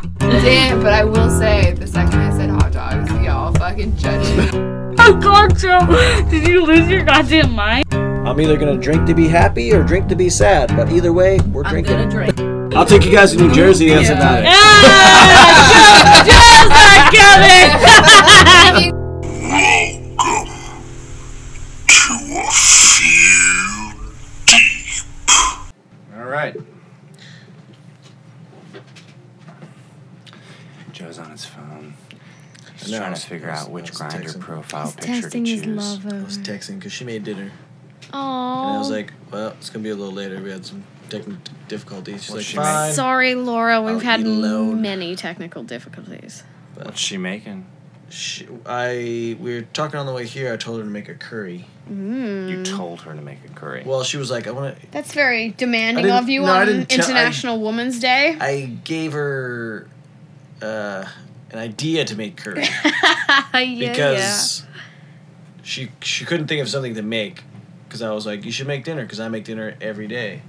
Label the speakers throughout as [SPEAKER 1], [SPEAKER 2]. [SPEAKER 1] didn't, but I will say the second I said hot dogs, y'all fucking judged me.
[SPEAKER 2] Oh, Clark Joe, did you lose your goddamn mind?
[SPEAKER 3] I'm either gonna drink to be happy or drink to be sad, but either way, we're
[SPEAKER 4] I'm
[SPEAKER 3] drinking.
[SPEAKER 4] gonna drink.
[SPEAKER 5] I'll take you guys to New Jersey. That's
[SPEAKER 1] Yeah.
[SPEAKER 5] about it.
[SPEAKER 2] Ah, Joe, Joe's not coming.
[SPEAKER 5] All right. Joe's on his phone. He's
[SPEAKER 3] No,
[SPEAKER 5] trying to figure
[SPEAKER 3] I was-
[SPEAKER 5] out
[SPEAKER 3] I
[SPEAKER 5] which
[SPEAKER 3] was
[SPEAKER 5] grinder
[SPEAKER 3] texting.
[SPEAKER 5] profile
[SPEAKER 6] He's
[SPEAKER 5] picture to
[SPEAKER 6] testing his
[SPEAKER 5] choose.
[SPEAKER 6] love
[SPEAKER 3] I
[SPEAKER 6] over.
[SPEAKER 3] was texting because she made dinner, and I was
[SPEAKER 6] Oh,
[SPEAKER 3] like, "Well, it's gonna be a little later. We had some technical difficulties." She's
[SPEAKER 5] What'd
[SPEAKER 3] like,
[SPEAKER 5] she make?
[SPEAKER 3] "Fine."
[SPEAKER 6] sorry, Laura. We've
[SPEAKER 3] I'll
[SPEAKER 6] had
[SPEAKER 3] eat alone.
[SPEAKER 6] many technical difficulties.
[SPEAKER 5] What's she making?
[SPEAKER 3] She, I we were talking on the way here. I told her to make a curry.
[SPEAKER 6] Mm.
[SPEAKER 5] You told her to make a curry.
[SPEAKER 3] Well, she was like, "I want to."
[SPEAKER 6] That's very demanding
[SPEAKER 3] didn't-
[SPEAKER 6] of you
[SPEAKER 3] no, I
[SPEAKER 6] on
[SPEAKER 3] didn't tell- I-
[SPEAKER 6] International Women's Day.
[SPEAKER 3] I gave her uh, an idea to make curry
[SPEAKER 6] yeah,
[SPEAKER 3] because she she couldn't think of something to make. Because I was like, "You should make dinner," because I make dinner every day.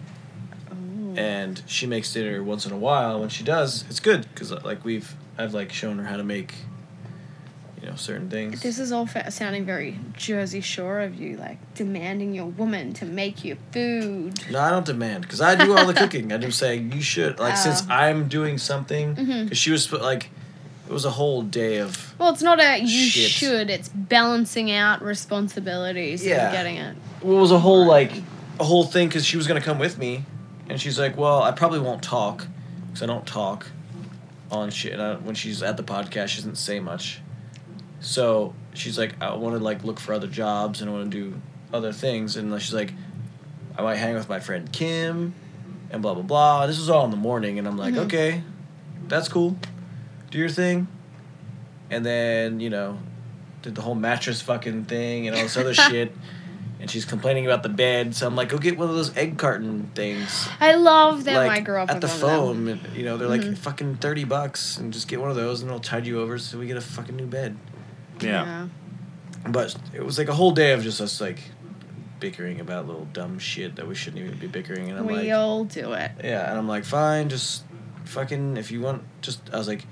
[SPEAKER 6] Oh.
[SPEAKER 3] and she makes dinner once in a while. When she does, it's good because like we've I've like shown her how to make, you know, certain things.
[SPEAKER 6] This is all fa- sounding very Jersey Shore of you, like demanding your woman to make you food.
[SPEAKER 3] no, I don't demand because I do all the cooking. I just say you should like since
[SPEAKER 6] Oh.
[SPEAKER 3] I'm doing something because
[SPEAKER 6] Mhm.
[SPEAKER 3] she was sp- like, it was a whole day of
[SPEAKER 6] Well, it's not a you
[SPEAKER 3] Shit.
[SPEAKER 6] should. It's balancing out responsibilities. Yeah,
[SPEAKER 3] Yeah.
[SPEAKER 6] and getting it.
[SPEAKER 3] well, it was a whole like a whole thing because she was gonna come with me, and she's like, well, I probably won't talk because I don't talk on shit. And I, when she's at the podcast, she doesn't say much. So she's like, I want to like look for other jobs and I want to do other things. And like, she's like, I might hang with my friend Kim, and blah blah blah. This was all in the morning, and I'm like, okay, that's cool. Do your thing. And then you know, did the whole mattress fucking thing and all this other shit. And she's complaining about the bed, so I'm like, go get one of those egg carton things
[SPEAKER 6] I love that
[SPEAKER 3] like,
[SPEAKER 6] I grew up
[SPEAKER 3] at
[SPEAKER 6] with
[SPEAKER 3] the
[SPEAKER 6] one of them. Mm-hmm.
[SPEAKER 3] foam. and, You know, they're like fucking thirty bucks, and just get one of those, and it'll tide you over, so we get a fucking new bed.
[SPEAKER 5] yeah.
[SPEAKER 3] But it was like a whole day of just us like bickering about little dumb shit that we shouldn't even be bickering, and I'm
[SPEAKER 6] we
[SPEAKER 3] like,
[SPEAKER 6] all do it.
[SPEAKER 3] yeah, and I'm like, fine, just fucking if you want, just I was like,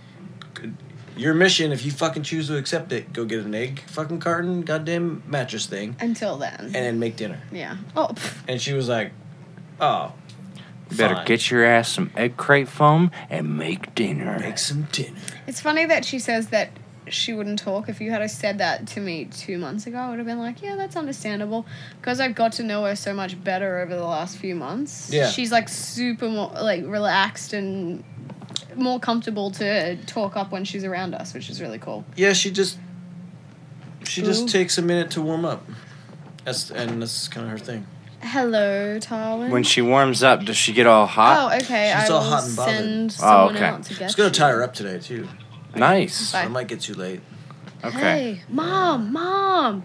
[SPEAKER 3] "Good- your mission, if you fucking choose to accept it, go get an egg fucking carton, goddamn mattress thing,
[SPEAKER 6] Until then,
[SPEAKER 3] and then make dinner.
[SPEAKER 6] yeah. Oh, pff,
[SPEAKER 3] And she was like, oh,
[SPEAKER 5] You better
[SPEAKER 3] fine.
[SPEAKER 5] get your ass some egg crate foam and make dinner.
[SPEAKER 3] make some dinner.
[SPEAKER 6] it's funny that she says that she wouldn't talk. If you had said that to me two months ago, I would have been like, yeah, that's understandable. Because I've got to know her so much better over the last few months.
[SPEAKER 3] Yeah.
[SPEAKER 6] She's like super more like relaxed and more comfortable to talk up when she's around us, which is really cool.
[SPEAKER 3] Yeah, she just she just
[SPEAKER 6] Ooh.
[SPEAKER 3] takes a minute to warm up. That's and that's kind of her thing.
[SPEAKER 6] Hello, Tarwin.
[SPEAKER 5] When she warms up, does she get all
[SPEAKER 6] oh,
[SPEAKER 5] hot?
[SPEAKER 6] okay.
[SPEAKER 3] She's
[SPEAKER 6] I
[SPEAKER 3] all
[SPEAKER 6] will
[SPEAKER 3] hot and bothered.
[SPEAKER 6] send
[SPEAKER 5] Oh,
[SPEAKER 6] someone
[SPEAKER 5] okay.
[SPEAKER 6] out to get
[SPEAKER 3] Just gonna
[SPEAKER 6] you.
[SPEAKER 3] tie her up today too.
[SPEAKER 5] nice.
[SPEAKER 3] I
[SPEAKER 6] Bye.
[SPEAKER 3] might get too late.
[SPEAKER 5] Okay.
[SPEAKER 6] Hey, mom, mom,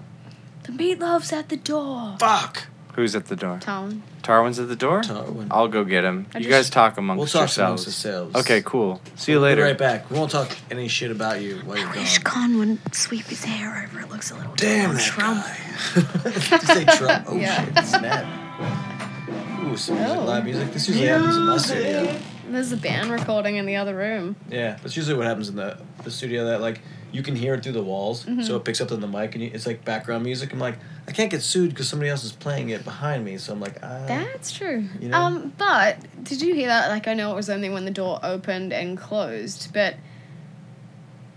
[SPEAKER 6] the meatloaf's at the door.
[SPEAKER 3] Fuck.
[SPEAKER 5] Who's at the door?
[SPEAKER 6] Tarwin.
[SPEAKER 5] Tarwin's at the door?
[SPEAKER 3] Tarwin.
[SPEAKER 5] I'll go get him.
[SPEAKER 6] I
[SPEAKER 5] you
[SPEAKER 6] just-
[SPEAKER 5] guys talk amongst
[SPEAKER 3] We'll talk
[SPEAKER 5] yourselves.
[SPEAKER 3] amongst ourselves.
[SPEAKER 5] Okay, cool. See you
[SPEAKER 3] We'll be
[SPEAKER 5] later.
[SPEAKER 3] right back. We won't talk any shit about you while you're gone.
[SPEAKER 6] Khan wouldn't sweep his hair over. It looks a little
[SPEAKER 3] Damn that Trump. guy. Did you say Trump? Oh
[SPEAKER 6] Yeah.
[SPEAKER 3] shit! Snap. Ooh, some music,
[SPEAKER 6] Oh.
[SPEAKER 3] live music. This usually happens in my studio.
[SPEAKER 6] There's a band recording in the other room.
[SPEAKER 3] Yeah, that's usually what happens in the the studio. That like you can hear it through the walls,
[SPEAKER 6] Mm-hmm.
[SPEAKER 3] so it picks up on the mic, and you, it's like background music. I'm like, I can't get sued because somebody else is playing it behind me. So I'm like, "Ah." I.
[SPEAKER 6] That's true.
[SPEAKER 3] You know?
[SPEAKER 6] Um, but did you hear that? Like, I know it was only when the door opened and closed, but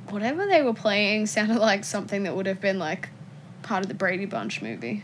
[SPEAKER 6] whatever they were playing sounded like something that would have been like part of the Brady Bunch movie.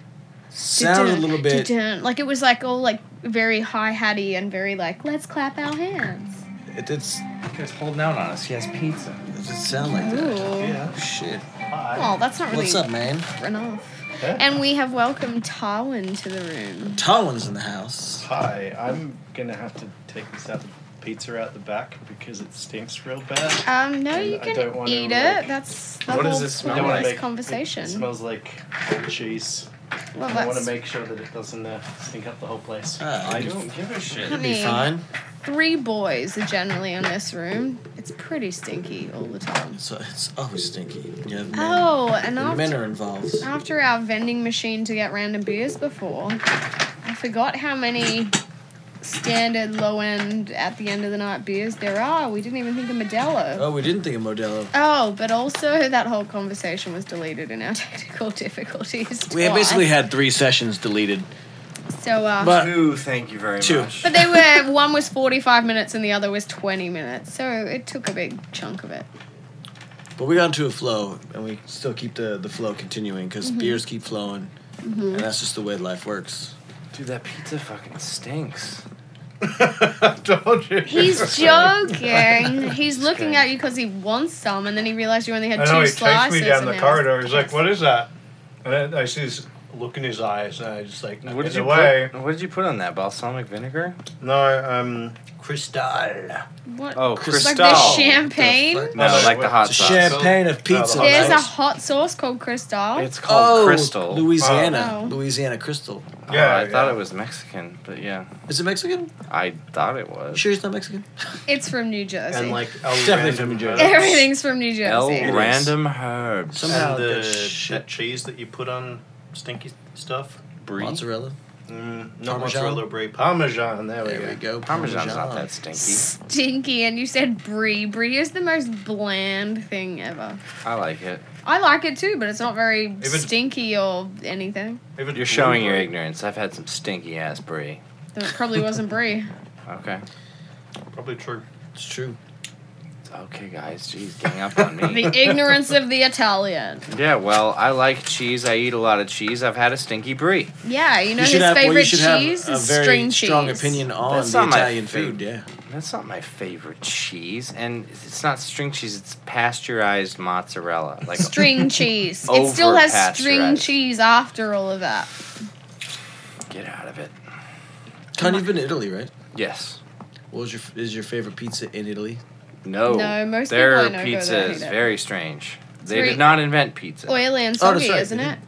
[SPEAKER 3] sounded a
[SPEAKER 6] Dun-dun,
[SPEAKER 3] little bit.
[SPEAKER 6] dun-dun. like it was like all like very high hatty and very like let's clap our hands.
[SPEAKER 3] It did, s-
[SPEAKER 5] He's holding out on us. He has pizza.
[SPEAKER 3] it did sound like
[SPEAKER 6] Ooh.
[SPEAKER 3] that. Yeah. Shit.
[SPEAKER 6] Oh, that's not really
[SPEAKER 3] What's up, man?
[SPEAKER 6] enough. And we have welcomed Tarwin to the room.
[SPEAKER 3] Tarwin's in the house.
[SPEAKER 7] Hi, I'm gonna have to take this out the pizza out the back because it stinks real bad.
[SPEAKER 6] Um, no, you
[SPEAKER 7] I
[SPEAKER 6] can
[SPEAKER 7] don't wanna,
[SPEAKER 6] eat it.
[SPEAKER 7] like-
[SPEAKER 6] That's the
[SPEAKER 7] What
[SPEAKER 6] whole
[SPEAKER 7] does it smell
[SPEAKER 6] point of
[SPEAKER 7] like?
[SPEAKER 6] this
[SPEAKER 7] It
[SPEAKER 6] conversation.
[SPEAKER 7] It smells like old cheese.
[SPEAKER 6] well,
[SPEAKER 7] I want to
[SPEAKER 6] that's
[SPEAKER 7] make sure that it doesn't uh, stink up the whole place.
[SPEAKER 3] Ah,
[SPEAKER 7] I
[SPEAKER 3] you-
[SPEAKER 7] don't give a shit.
[SPEAKER 3] It'll be
[SPEAKER 6] Honey.
[SPEAKER 3] fine.
[SPEAKER 6] three boys are generally in this room. It's pretty stinky all the time.
[SPEAKER 3] So it's always stinky. You have men.
[SPEAKER 6] Oh, and
[SPEAKER 3] When men
[SPEAKER 6] after,
[SPEAKER 3] are involved.
[SPEAKER 6] after our vending machine to get random beers before, I forgot how many standard low end at the end of the night beers there are. We didn't even think of Modelo.
[SPEAKER 3] Oh, we didn't think of Modelo.
[SPEAKER 6] Oh, but also that whole conversation was deleted in our technical difficulties.
[SPEAKER 3] We had
[SPEAKER 6] twice.
[SPEAKER 3] basically had three sessions deleted.
[SPEAKER 6] so uh,
[SPEAKER 3] But-
[SPEAKER 4] Two, thank you very
[SPEAKER 3] Two.
[SPEAKER 4] much.
[SPEAKER 6] But they were one was forty five minutes and the other was twenty minutes, so it took a big chunk of it.
[SPEAKER 3] But we got into a flow, and we still keep the, the flow continuing because
[SPEAKER 6] Mm-hmm.
[SPEAKER 3] beers keep flowing, and that's just the way life works.
[SPEAKER 5] Dude, that pizza fucking stinks.
[SPEAKER 7] I told you.
[SPEAKER 6] He's joking. He's looking
[SPEAKER 5] kidding.
[SPEAKER 6] at you because he wants some, and then he realized you only
[SPEAKER 7] I
[SPEAKER 6] had
[SPEAKER 7] know
[SPEAKER 6] two
[SPEAKER 7] he takes
[SPEAKER 6] slices.
[SPEAKER 7] me down
[SPEAKER 6] and
[SPEAKER 7] the
[SPEAKER 6] that was
[SPEAKER 7] corridor. He's like,
[SPEAKER 6] pissed.
[SPEAKER 7] "What is that?" And then I see his look in his eyes, and I just like,
[SPEAKER 5] What did
[SPEAKER 7] in
[SPEAKER 5] you
[SPEAKER 7] a way.
[SPEAKER 5] put? What did you put on that balsamic vinegar?
[SPEAKER 7] No, um, Cristal.
[SPEAKER 6] What?
[SPEAKER 3] Cristal.
[SPEAKER 5] Oh,
[SPEAKER 6] like
[SPEAKER 5] Cristal.
[SPEAKER 6] the champagne?
[SPEAKER 3] The fuck?
[SPEAKER 5] no,
[SPEAKER 7] No,
[SPEAKER 5] like the
[SPEAKER 7] wait,
[SPEAKER 5] hot
[SPEAKER 3] It's a
[SPEAKER 5] sauce.
[SPEAKER 3] champagne of pizza.
[SPEAKER 7] Oh,
[SPEAKER 6] There's a
[SPEAKER 3] nice.
[SPEAKER 6] hot sauce called Cristal.
[SPEAKER 5] It's called
[SPEAKER 3] Oh,
[SPEAKER 5] Crystal.
[SPEAKER 3] Louisiana.
[SPEAKER 6] Oh.
[SPEAKER 3] Louisiana Crystal.
[SPEAKER 5] Oh,
[SPEAKER 7] Yeah,
[SPEAKER 5] I thought
[SPEAKER 7] yeah.
[SPEAKER 5] it was Mexican, but yeah,
[SPEAKER 3] Is it Mexican?
[SPEAKER 5] I thought it
[SPEAKER 3] You
[SPEAKER 5] was.
[SPEAKER 3] sure it's not Mexican?
[SPEAKER 6] It's from New Jersey.
[SPEAKER 7] and like a
[SPEAKER 3] Definitely from
[SPEAKER 7] random
[SPEAKER 3] New
[SPEAKER 7] herb.
[SPEAKER 3] Jersey.
[SPEAKER 6] Everything's from New
[SPEAKER 5] El
[SPEAKER 6] Jersey.
[SPEAKER 3] is.
[SPEAKER 5] random herbs.
[SPEAKER 3] Some- Somehow
[SPEAKER 7] And
[SPEAKER 3] the
[SPEAKER 7] the,
[SPEAKER 3] shit-
[SPEAKER 7] that cheese that you put on stinky stuff.
[SPEAKER 5] Brie.
[SPEAKER 3] Mozzarella.
[SPEAKER 7] Mm,
[SPEAKER 3] Parmesan?
[SPEAKER 7] not mozzarella brie, parmesan. There we
[SPEAKER 3] There
[SPEAKER 7] go.
[SPEAKER 3] we go.
[SPEAKER 5] Parmesan's not that stinky.
[SPEAKER 6] Stinky, and you said brie. Brie is the most bland thing ever.
[SPEAKER 5] I like it.
[SPEAKER 6] I like it too, but it's not very
[SPEAKER 7] it's-
[SPEAKER 6] stinky or anything.
[SPEAKER 7] If it's
[SPEAKER 5] You're showing
[SPEAKER 7] blue
[SPEAKER 5] your
[SPEAKER 7] brie-
[SPEAKER 5] ignorance. I've had some stinky ass brie.
[SPEAKER 6] Then it probably wasn't brie.
[SPEAKER 5] Okay.
[SPEAKER 7] Probably true.
[SPEAKER 3] It's true.
[SPEAKER 5] Okay, guys. Jeez, gang up on me.
[SPEAKER 6] The ignorance of the Italian.
[SPEAKER 5] Yeah, well, I like cheese. I eat a lot of cheese. I've had a stinky brie.
[SPEAKER 6] Yeah, you
[SPEAKER 3] you
[SPEAKER 6] know his
[SPEAKER 3] should have, well,
[SPEAKER 6] favorite
[SPEAKER 3] you should have
[SPEAKER 6] cheese
[SPEAKER 3] a
[SPEAKER 6] is
[SPEAKER 3] very
[SPEAKER 6] string
[SPEAKER 3] strong
[SPEAKER 6] cheese.
[SPEAKER 3] opinion on
[SPEAKER 5] That's
[SPEAKER 3] the
[SPEAKER 5] not my
[SPEAKER 3] Italian
[SPEAKER 5] favorite.
[SPEAKER 3] food. Yeah.
[SPEAKER 5] That's not my favorite cheese, and it's not string cheese. It's pasteurized mozzarella. Like
[SPEAKER 6] String cheese. It still has string
[SPEAKER 5] Over-pasteurized.
[SPEAKER 6] cheese after all of that.
[SPEAKER 5] get out of it.
[SPEAKER 3] Connie, you've been to Italy, right?
[SPEAKER 5] Yes.
[SPEAKER 3] What was your is your favorite pizza in Italy?
[SPEAKER 5] No.
[SPEAKER 6] No, most
[SPEAKER 5] their
[SPEAKER 6] people I know go
[SPEAKER 5] pizza
[SPEAKER 6] there and
[SPEAKER 5] is
[SPEAKER 6] hate it.
[SPEAKER 5] very strange. They
[SPEAKER 6] very-
[SPEAKER 5] did not invent pizza.
[SPEAKER 6] Oily and
[SPEAKER 3] Oh, that's
[SPEAKER 6] soggy,
[SPEAKER 3] right,
[SPEAKER 6] isn't
[SPEAKER 3] yeah.
[SPEAKER 6] it?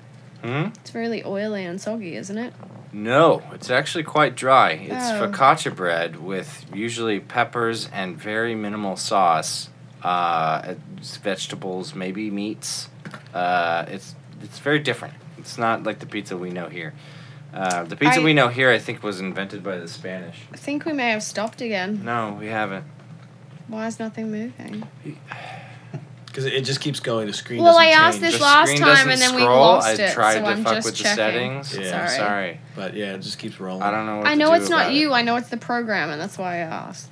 [SPEAKER 5] Hmm?
[SPEAKER 6] It's really oily and soggy, isn't it?
[SPEAKER 5] No, it's actually quite dry. It's
[SPEAKER 6] Oh.
[SPEAKER 5] focaccia bread with usually peppers and very minimal sauce, uh, it's vegetables, maybe meats. Uh, it's it's very different. It's not like the pizza we know here. Uh, the pizza
[SPEAKER 6] I-
[SPEAKER 5] we know here, I think, was invented by the Spanish.
[SPEAKER 6] I think we may have stopped again.
[SPEAKER 5] No, we haven't.
[SPEAKER 6] Why is nothing moving?
[SPEAKER 3] Because it, it just keeps going. The screen.
[SPEAKER 6] Well,
[SPEAKER 3] doesn't
[SPEAKER 6] I asked
[SPEAKER 3] change,
[SPEAKER 6] this last
[SPEAKER 5] screen
[SPEAKER 6] time
[SPEAKER 5] doesn't
[SPEAKER 6] and then we
[SPEAKER 5] scroll.
[SPEAKER 6] lost
[SPEAKER 5] I
[SPEAKER 6] it,
[SPEAKER 5] tried
[SPEAKER 6] so
[SPEAKER 5] to
[SPEAKER 6] I'm
[SPEAKER 5] fuck
[SPEAKER 6] just
[SPEAKER 5] with
[SPEAKER 6] checking.
[SPEAKER 5] the settings.
[SPEAKER 3] Yeah.
[SPEAKER 5] I'm
[SPEAKER 6] Sorry.
[SPEAKER 5] sorry.
[SPEAKER 3] But yeah, it just keeps rolling.
[SPEAKER 5] I don't know. What
[SPEAKER 6] I
[SPEAKER 5] to
[SPEAKER 6] know
[SPEAKER 5] do
[SPEAKER 6] it's not
[SPEAKER 5] about it.
[SPEAKER 6] you, I know it's the program, and that's why I asked.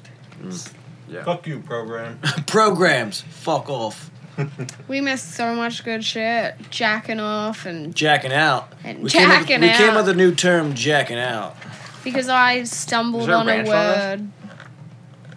[SPEAKER 5] Yeah.
[SPEAKER 7] Fuck you, program.
[SPEAKER 3] Programs. Fuck off.
[SPEAKER 6] We missed so much good shit. Jacking off and
[SPEAKER 3] Jacking out.
[SPEAKER 6] And
[SPEAKER 3] we came up-
[SPEAKER 6] jacking
[SPEAKER 3] We came
[SPEAKER 6] out.
[SPEAKER 3] up with a new term, jacking out.
[SPEAKER 6] Because I stumbled
[SPEAKER 5] Is there
[SPEAKER 6] on a
[SPEAKER 5] ranch on
[SPEAKER 6] word.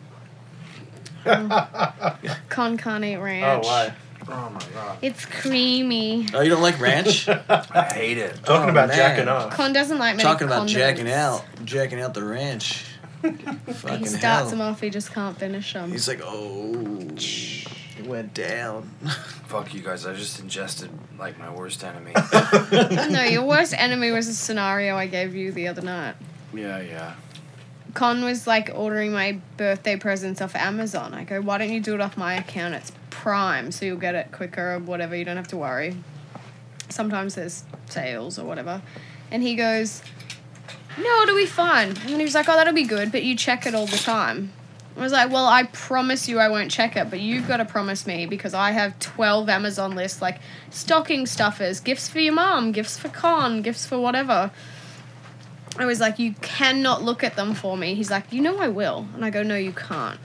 [SPEAKER 6] Con carne
[SPEAKER 7] oh,
[SPEAKER 6] ranch.
[SPEAKER 7] why?
[SPEAKER 4] Oh my god.
[SPEAKER 6] It's creamy.
[SPEAKER 3] Oh, you don't like ranch?
[SPEAKER 4] I hate it.
[SPEAKER 7] Talking
[SPEAKER 3] Oh,
[SPEAKER 7] about
[SPEAKER 3] man.
[SPEAKER 7] jacking off.
[SPEAKER 6] Con doesn't like many
[SPEAKER 3] Talking about
[SPEAKER 6] condiments.
[SPEAKER 3] jacking out, jacking out the ranch.
[SPEAKER 6] He
[SPEAKER 3] Fucking
[SPEAKER 6] starts them
[SPEAKER 3] hell.
[SPEAKER 6] off, he just can't finish them.
[SPEAKER 3] He's like, oh, it went down.
[SPEAKER 5] Fuck you guys. I just ingested like my worst enemy.
[SPEAKER 6] no, your worst enemy was a scenario I gave you the other night.
[SPEAKER 5] yeah, yeah.
[SPEAKER 6] Con was like ordering my birthday presents off Amazon. I go, why don't you do it off my account? It's Prime, so you'll get it quicker or whatever. You don't have to worry. Sometimes there's sales or whatever. And he goes, no, it'll be fine. And he was like, oh, that'll be good, but you check it all the time. I was like, well, I promise you I won't check it, but you've got to promise me because I have 12 Amazon lists like stocking stuffers, gifts for your mom, gifts for Con, gifts for whatever. I was like, you cannot look at them for me. He's like, you know I will. And I go, no, you can't.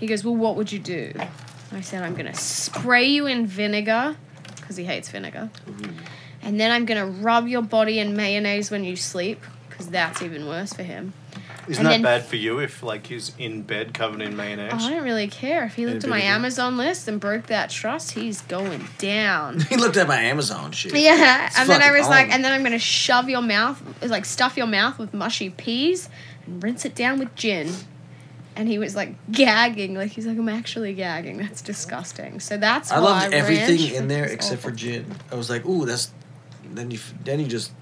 [SPEAKER 6] He goes, well, what would you do? I said, I'm going to spray you in vinegar because he hates vinegar. And then I'm going to rub your body in mayonnaise when you sleep because that's even worse for him.
[SPEAKER 7] Isn't
[SPEAKER 6] And
[SPEAKER 7] that
[SPEAKER 6] then-
[SPEAKER 7] bad for you if like he's in bed covered in mayonnaise?
[SPEAKER 6] Oh, I don't really care. If he looked at my
[SPEAKER 3] vinegar.
[SPEAKER 6] Amazon list and broke that trust, he's going down.
[SPEAKER 3] He looked at my Amazon shit.
[SPEAKER 6] Yeah, and then I
[SPEAKER 3] fucking
[SPEAKER 6] was like,
[SPEAKER 3] on.
[SPEAKER 6] and then I'm gonna shove your mouth, like stuff your mouth with mushy peas and rinse it down with gin. And he was like gagging, like he's like, I'm actually gagging. That's disgusting. So that's
[SPEAKER 3] I
[SPEAKER 6] why
[SPEAKER 3] loved everything
[SPEAKER 6] ranch
[SPEAKER 3] in there
[SPEAKER 6] is
[SPEAKER 3] except for
[SPEAKER 6] awful.
[SPEAKER 3] gin. I was like, ooh, that's. Then you, f- then you just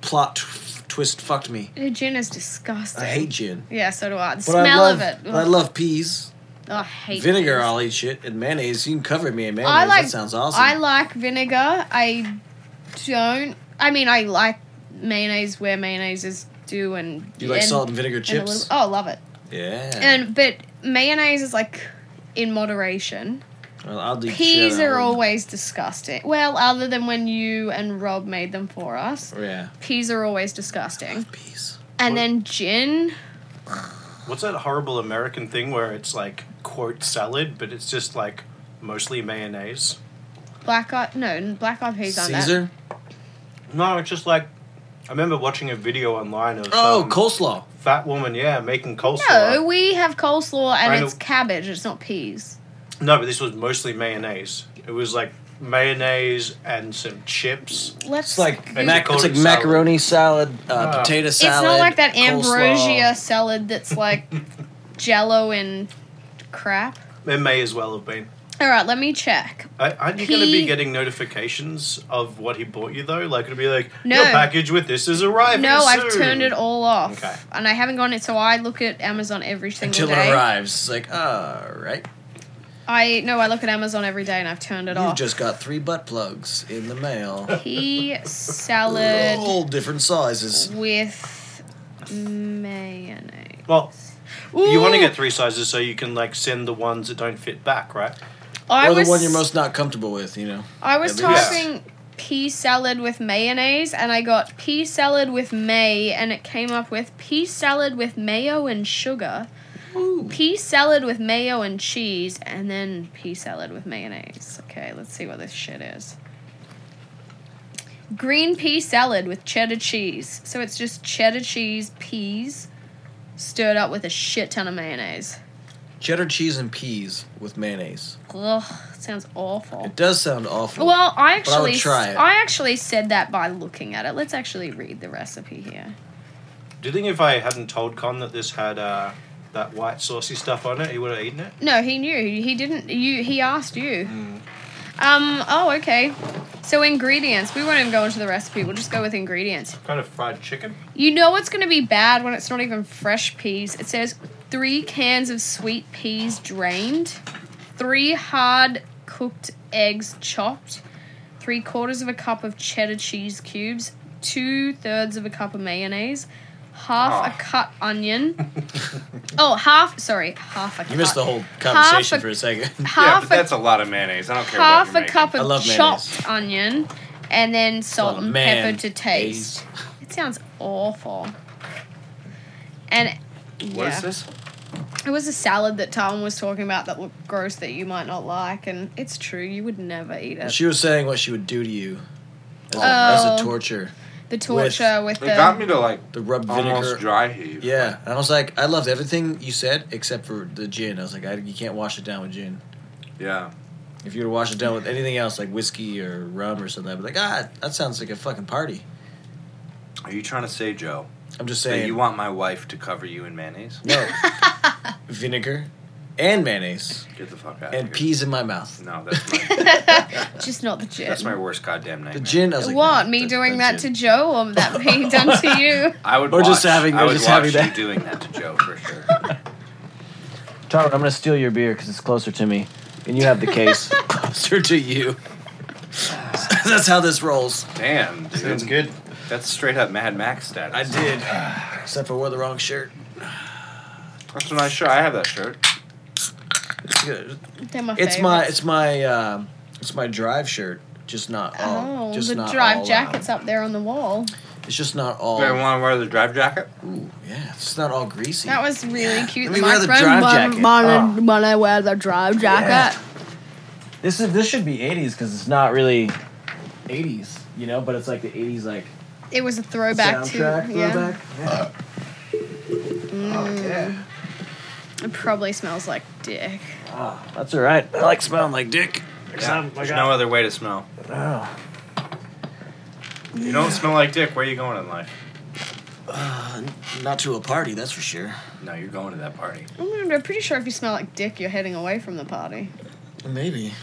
[SPEAKER 3] plot tw- twist fucked me.
[SPEAKER 6] Uh, Gin is disgusting.
[SPEAKER 3] I hate gin.
[SPEAKER 6] Yeah, so do I. The
[SPEAKER 3] But
[SPEAKER 6] smell
[SPEAKER 3] I love,
[SPEAKER 6] of it.
[SPEAKER 3] but I
[SPEAKER 6] Ugh.
[SPEAKER 3] love peas.
[SPEAKER 6] Oh, I hate
[SPEAKER 3] Vinegar,
[SPEAKER 6] peas.
[SPEAKER 3] I'll eat shit. And mayonnaise, you can cover me in mayonnaise.
[SPEAKER 6] I like.
[SPEAKER 3] that sounds awesome.
[SPEAKER 6] I like vinegar. I don't. I mean, I like mayonnaise where mayonnaise is do and
[SPEAKER 3] You like
[SPEAKER 6] and-
[SPEAKER 3] salt and vinegar
[SPEAKER 6] and a little-
[SPEAKER 3] chips?
[SPEAKER 6] oh, love it.
[SPEAKER 3] yeah.
[SPEAKER 6] And but mayonnaise is like in moderation.
[SPEAKER 3] well, I'll do
[SPEAKER 6] Peas
[SPEAKER 3] cheddar.
[SPEAKER 6] are always disgusting. Well, other than when you and Rob made them for us,
[SPEAKER 3] Oh, Yeah.
[SPEAKER 6] peas are always disgusting.
[SPEAKER 3] Peas.
[SPEAKER 6] And
[SPEAKER 8] What-
[SPEAKER 6] then gin.
[SPEAKER 8] What's that horrible American thing where it's like quote salad, but it's just like mostly mayonnaise?
[SPEAKER 6] Black eye, no, black eyed peas aren't that.
[SPEAKER 3] Caesar.
[SPEAKER 8] No, it's just like I remember watching a video online of
[SPEAKER 3] Oh,
[SPEAKER 8] some
[SPEAKER 3] coleslaw.
[SPEAKER 8] fat woman, yeah, making coleslaw.
[SPEAKER 6] No, we have coleslaw and
[SPEAKER 8] I know-
[SPEAKER 6] it's cabbage. It's not peas.
[SPEAKER 8] No, but this was mostly mayonnaise. It was like mayonnaise and some chips.
[SPEAKER 6] Let's.
[SPEAKER 3] It's like
[SPEAKER 8] Maybe
[SPEAKER 3] mac-
[SPEAKER 8] call
[SPEAKER 3] it's
[SPEAKER 8] it
[SPEAKER 3] like
[SPEAKER 8] salad.
[SPEAKER 3] macaroni salad, uh,
[SPEAKER 8] Ah.
[SPEAKER 3] potato
[SPEAKER 6] it's
[SPEAKER 3] salad.
[SPEAKER 6] not like that ambrosia
[SPEAKER 3] ambrosia.
[SPEAKER 6] salad that's like jello and crap.
[SPEAKER 8] It may as well have been.
[SPEAKER 6] All right, let me check.
[SPEAKER 8] I- Aren't you going to
[SPEAKER 6] He-
[SPEAKER 8] be getting notifications of what he bought you though? Like it'll be like
[SPEAKER 6] No.
[SPEAKER 8] your package with this is arriving.
[SPEAKER 6] no, I've
[SPEAKER 8] soon."
[SPEAKER 6] turned it all off,
[SPEAKER 8] Okay.
[SPEAKER 6] and I haven't gone it. So I look at Amazon every single
[SPEAKER 3] Until
[SPEAKER 6] day.
[SPEAKER 3] it arrives. It's like, all right.
[SPEAKER 6] I no, I look at Amazon every day, and I've turned it
[SPEAKER 3] You've
[SPEAKER 6] off.
[SPEAKER 3] just got three butt plugs in the mail.
[SPEAKER 6] Pea salad
[SPEAKER 3] All different sizes.
[SPEAKER 6] with mayonnaise.
[SPEAKER 8] Well, you want
[SPEAKER 6] Ooh,
[SPEAKER 8] to get three sizes so you can like send the ones that don't fit back, right?
[SPEAKER 6] I
[SPEAKER 3] or the
[SPEAKER 6] was-
[SPEAKER 3] one you're most not comfortable with, you know.
[SPEAKER 6] I was
[SPEAKER 3] Yeah,
[SPEAKER 8] but-
[SPEAKER 6] tossing pea salad with mayonnaise, and I got pea salad with may, and it came up with pea salad with mayo and sugar, pea salad with mayo and cheese, and then pea salad with mayonnaise. Okay, let's see what this shit is. Green pea salad with cheddar cheese. So it's just cheddar cheese, peas, stirred up with a shit ton of mayonnaise.
[SPEAKER 3] Cheddar cheese and peas with mayonnaise.
[SPEAKER 6] Ugh, sounds awful.
[SPEAKER 3] It does sound awful.
[SPEAKER 6] Well, I
[SPEAKER 3] But I would
[SPEAKER 6] actually,
[SPEAKER 3] try
[SPEAKER 6] s-
[SPEAKER 3] it.
[SPEAKER 6] I actually said that by looking at it. Let's actually read the recipe here.
[SPEAKER 8] Do you think if I hadn't told Con that this had uh, that white saucy stuff on it, he would have eaten it?
[SPEAKER 6] No, he knew. He didn't. You. He asked you.
[SPEAKER 5] Mm.
[SPEAKER 6] Um. Oh, okay. So ingredients. We won't even go into the recipe. We'll just go with ingredients.
[SPEAKER 8] Kind of fried chicken.
[SPEAKER 6] You know what's going to be bad when it's not even fresh peas. It says three cans of sweet peas drained, three hard cooked eggs chopped, three quarters of a cup of cheddar cheese cubes, two thirds of a cup of mayonnaise, half
[SPEAKER 5] Ah.
[SPEAKER 6] a cut onion. oh, half. Sorry, uh, half a.
[SPEAKER 3] you missed the
[SPEAKER 6] cut-
[SPEAKER 3] whole conversation
[SPEAKER 6] a-
[SPEAKER 3] for a second.
[SPEAKER 6] Half
[SPEAKER 5] yeah, but
[SPEAKER 6] a
[SPEAKER 5] that's a lot of mayonnaise. I don't care.
[SPEAKER 6] half
[SPEAKER 5] what
[SPEAKER 6] a
[SPEAKER 5] you
[SPEAKER 6] cup
[SPEAKER 3] I
[SPEAKER 6] of
[SPEAKER 3] love
[SPEAKER 6] chopped onion, and then salt
[SPEAKER 3] Oh,
[SPEAKER 6] and
[SPEAKER 3] man.
[SPEAKER 6] pepper to taste. It sounds awful. And
[SPEAKER 5] What is
[SPEAKER 6] yeah.
[SPEAKER 5] this?
[SPEAKER 6] It was a salad that Tom was talking about that looked gross that you might not like, and it's true you would never eat it.
[SPEAKER 3] she was saying what she would do to you as a, as
[SPEAKER 6] Oh.
[SPEAKER 3] a torture.
[SPEAKER 6] the torture with,
[SPEAKER 5] It
[SPEAKER 6] the
[SPEAKER 5] got me to like
[SPEAKER 3] The rub vinegar.
[SPEAKER 5] almost dry heave.
[SPEAKER 3] Yeah, and I was like, I loved everything you said except for the gin. I was like, I, you can't wash it down with gin.
[SPEAKER 5] Yeah.
[SPEAKER 3] If you were to wash it down with anything else like whiskey or rum or something, I'd be like, ah, that sounds like a fucking party.
[SPEAKER 5] Are you trying to say, Joe,
[SPEAKER 3] I'm just
[SPEAKER 5] that
[SPEAKER 3] saying.
[SPEAKER 5] you want my wife to cover you in mayonnaise?
[SPEAKER 3] no vinegar and mayonnaise
[SPEAKER 5] Get the fuck out.
[SPEAKER 3] and
[SPEAKER 5] of here.
[SPEAKER 3] peas in my mouth.
[SPEAKER 5] No, that's my,
[SPEAKER 6] just not the gin.
[SPEAKER 5] that's my worst goddamn
[SPEAKER 3] The
[SPEAKER 5] nightmare.
[SPEAKER 3] gin. I was like,
[SPEAKER 6] what
[SPEAKER 3] no,
[SPEAKER 6] me
[SPEAKER 3] that-
[SPEAKER 6] doing that
[SPEAKER 3] that's
[SPEAKER 6] to
[SPEAKER 3] it.
[SPEAKER 6] Joe or that being done to you?
[SPEAKER 5] I would.
[SPEAKER 3] Or just
[SPEAKER 5] watch-
[SPEAKER 3] having-
[SPEAKER 5] I
[SPEAKER 3] or
[SPEAKER 5] would
[SPEAKER 3] just
[SPEAKER 5] watch
[SPEAKER 3] having that.
[SPEAKER 5] you doing that to Joe for sure.
[SPEAKER 3] Tyler, I'm gonna steal your beer because it's closer to me, and you have the case closer to you. That's how this rolls.
[SPEAKER 5] Damn, dude.
[SPEAKER 7] Sounds good.
[SPEAKER 5] That's straight up Mad Max status.
[SPEAKER 3] I did, except I wore the wrong shirt.
[SPEAKER 5] That's a nice shirt. I have that shirt.
[SPEAKER 3] It's good.
[SPEAKER 6] They're my
[SPEAKER 3] It's my
[SPEAKER 6] favorites.
[SPEAKER 3] it's my um, it's my drive shirt. Just not all.
[SPEAKER 6] oh
[SPEAKER 3] just
[SPEAKER 6] the
[SPEAKER 3] not all uh,
[SPEAKER 6] drive
[SPEAKER 3] out.
[SPEAKER 6] jackets up there on the wall.
[SPEAKER 3] It's just not
[SPEAKER 5] Oh.
[SPEAKER 3] all.
[SPEAKER 5] I want to wear the drive jacket.
[SPEAKER 3] Ooh, yeah, it's not all greasy.
[SPEAKER 6] That was really cute.
[SPEAKER 3] Let me wear the drive jacket.
[SPEAKER 6] When, when I wear the drive jacket.
[SPEAKER 3] This is this should be '80s because it's not really '80s, you know. But it's like the '80s like
[SPEAKER 6] It was a throwback to yeah. Mm.
[SPEAKER 3] Oh,
[SPEAKER 6] It probably smells like dick.
[SPEAKER 3] Ah, That's all right. I like smelling like dick.
[SPEAKER 5] Yeah. There's no other way to smell.
[SPEAKER 3] Oh,
[SPEAKER 5] You don't smell like dick. Where are you going in life?
[SPEAKER 3] Uh, not to a party, that's for sure.
[SPEAKER 5] No, you're going to that party.
[SPEAKER 6] I'm I'm pretty sure if you smell like dick, you're heading away from the party.
[SPEAKER 3] Maybe.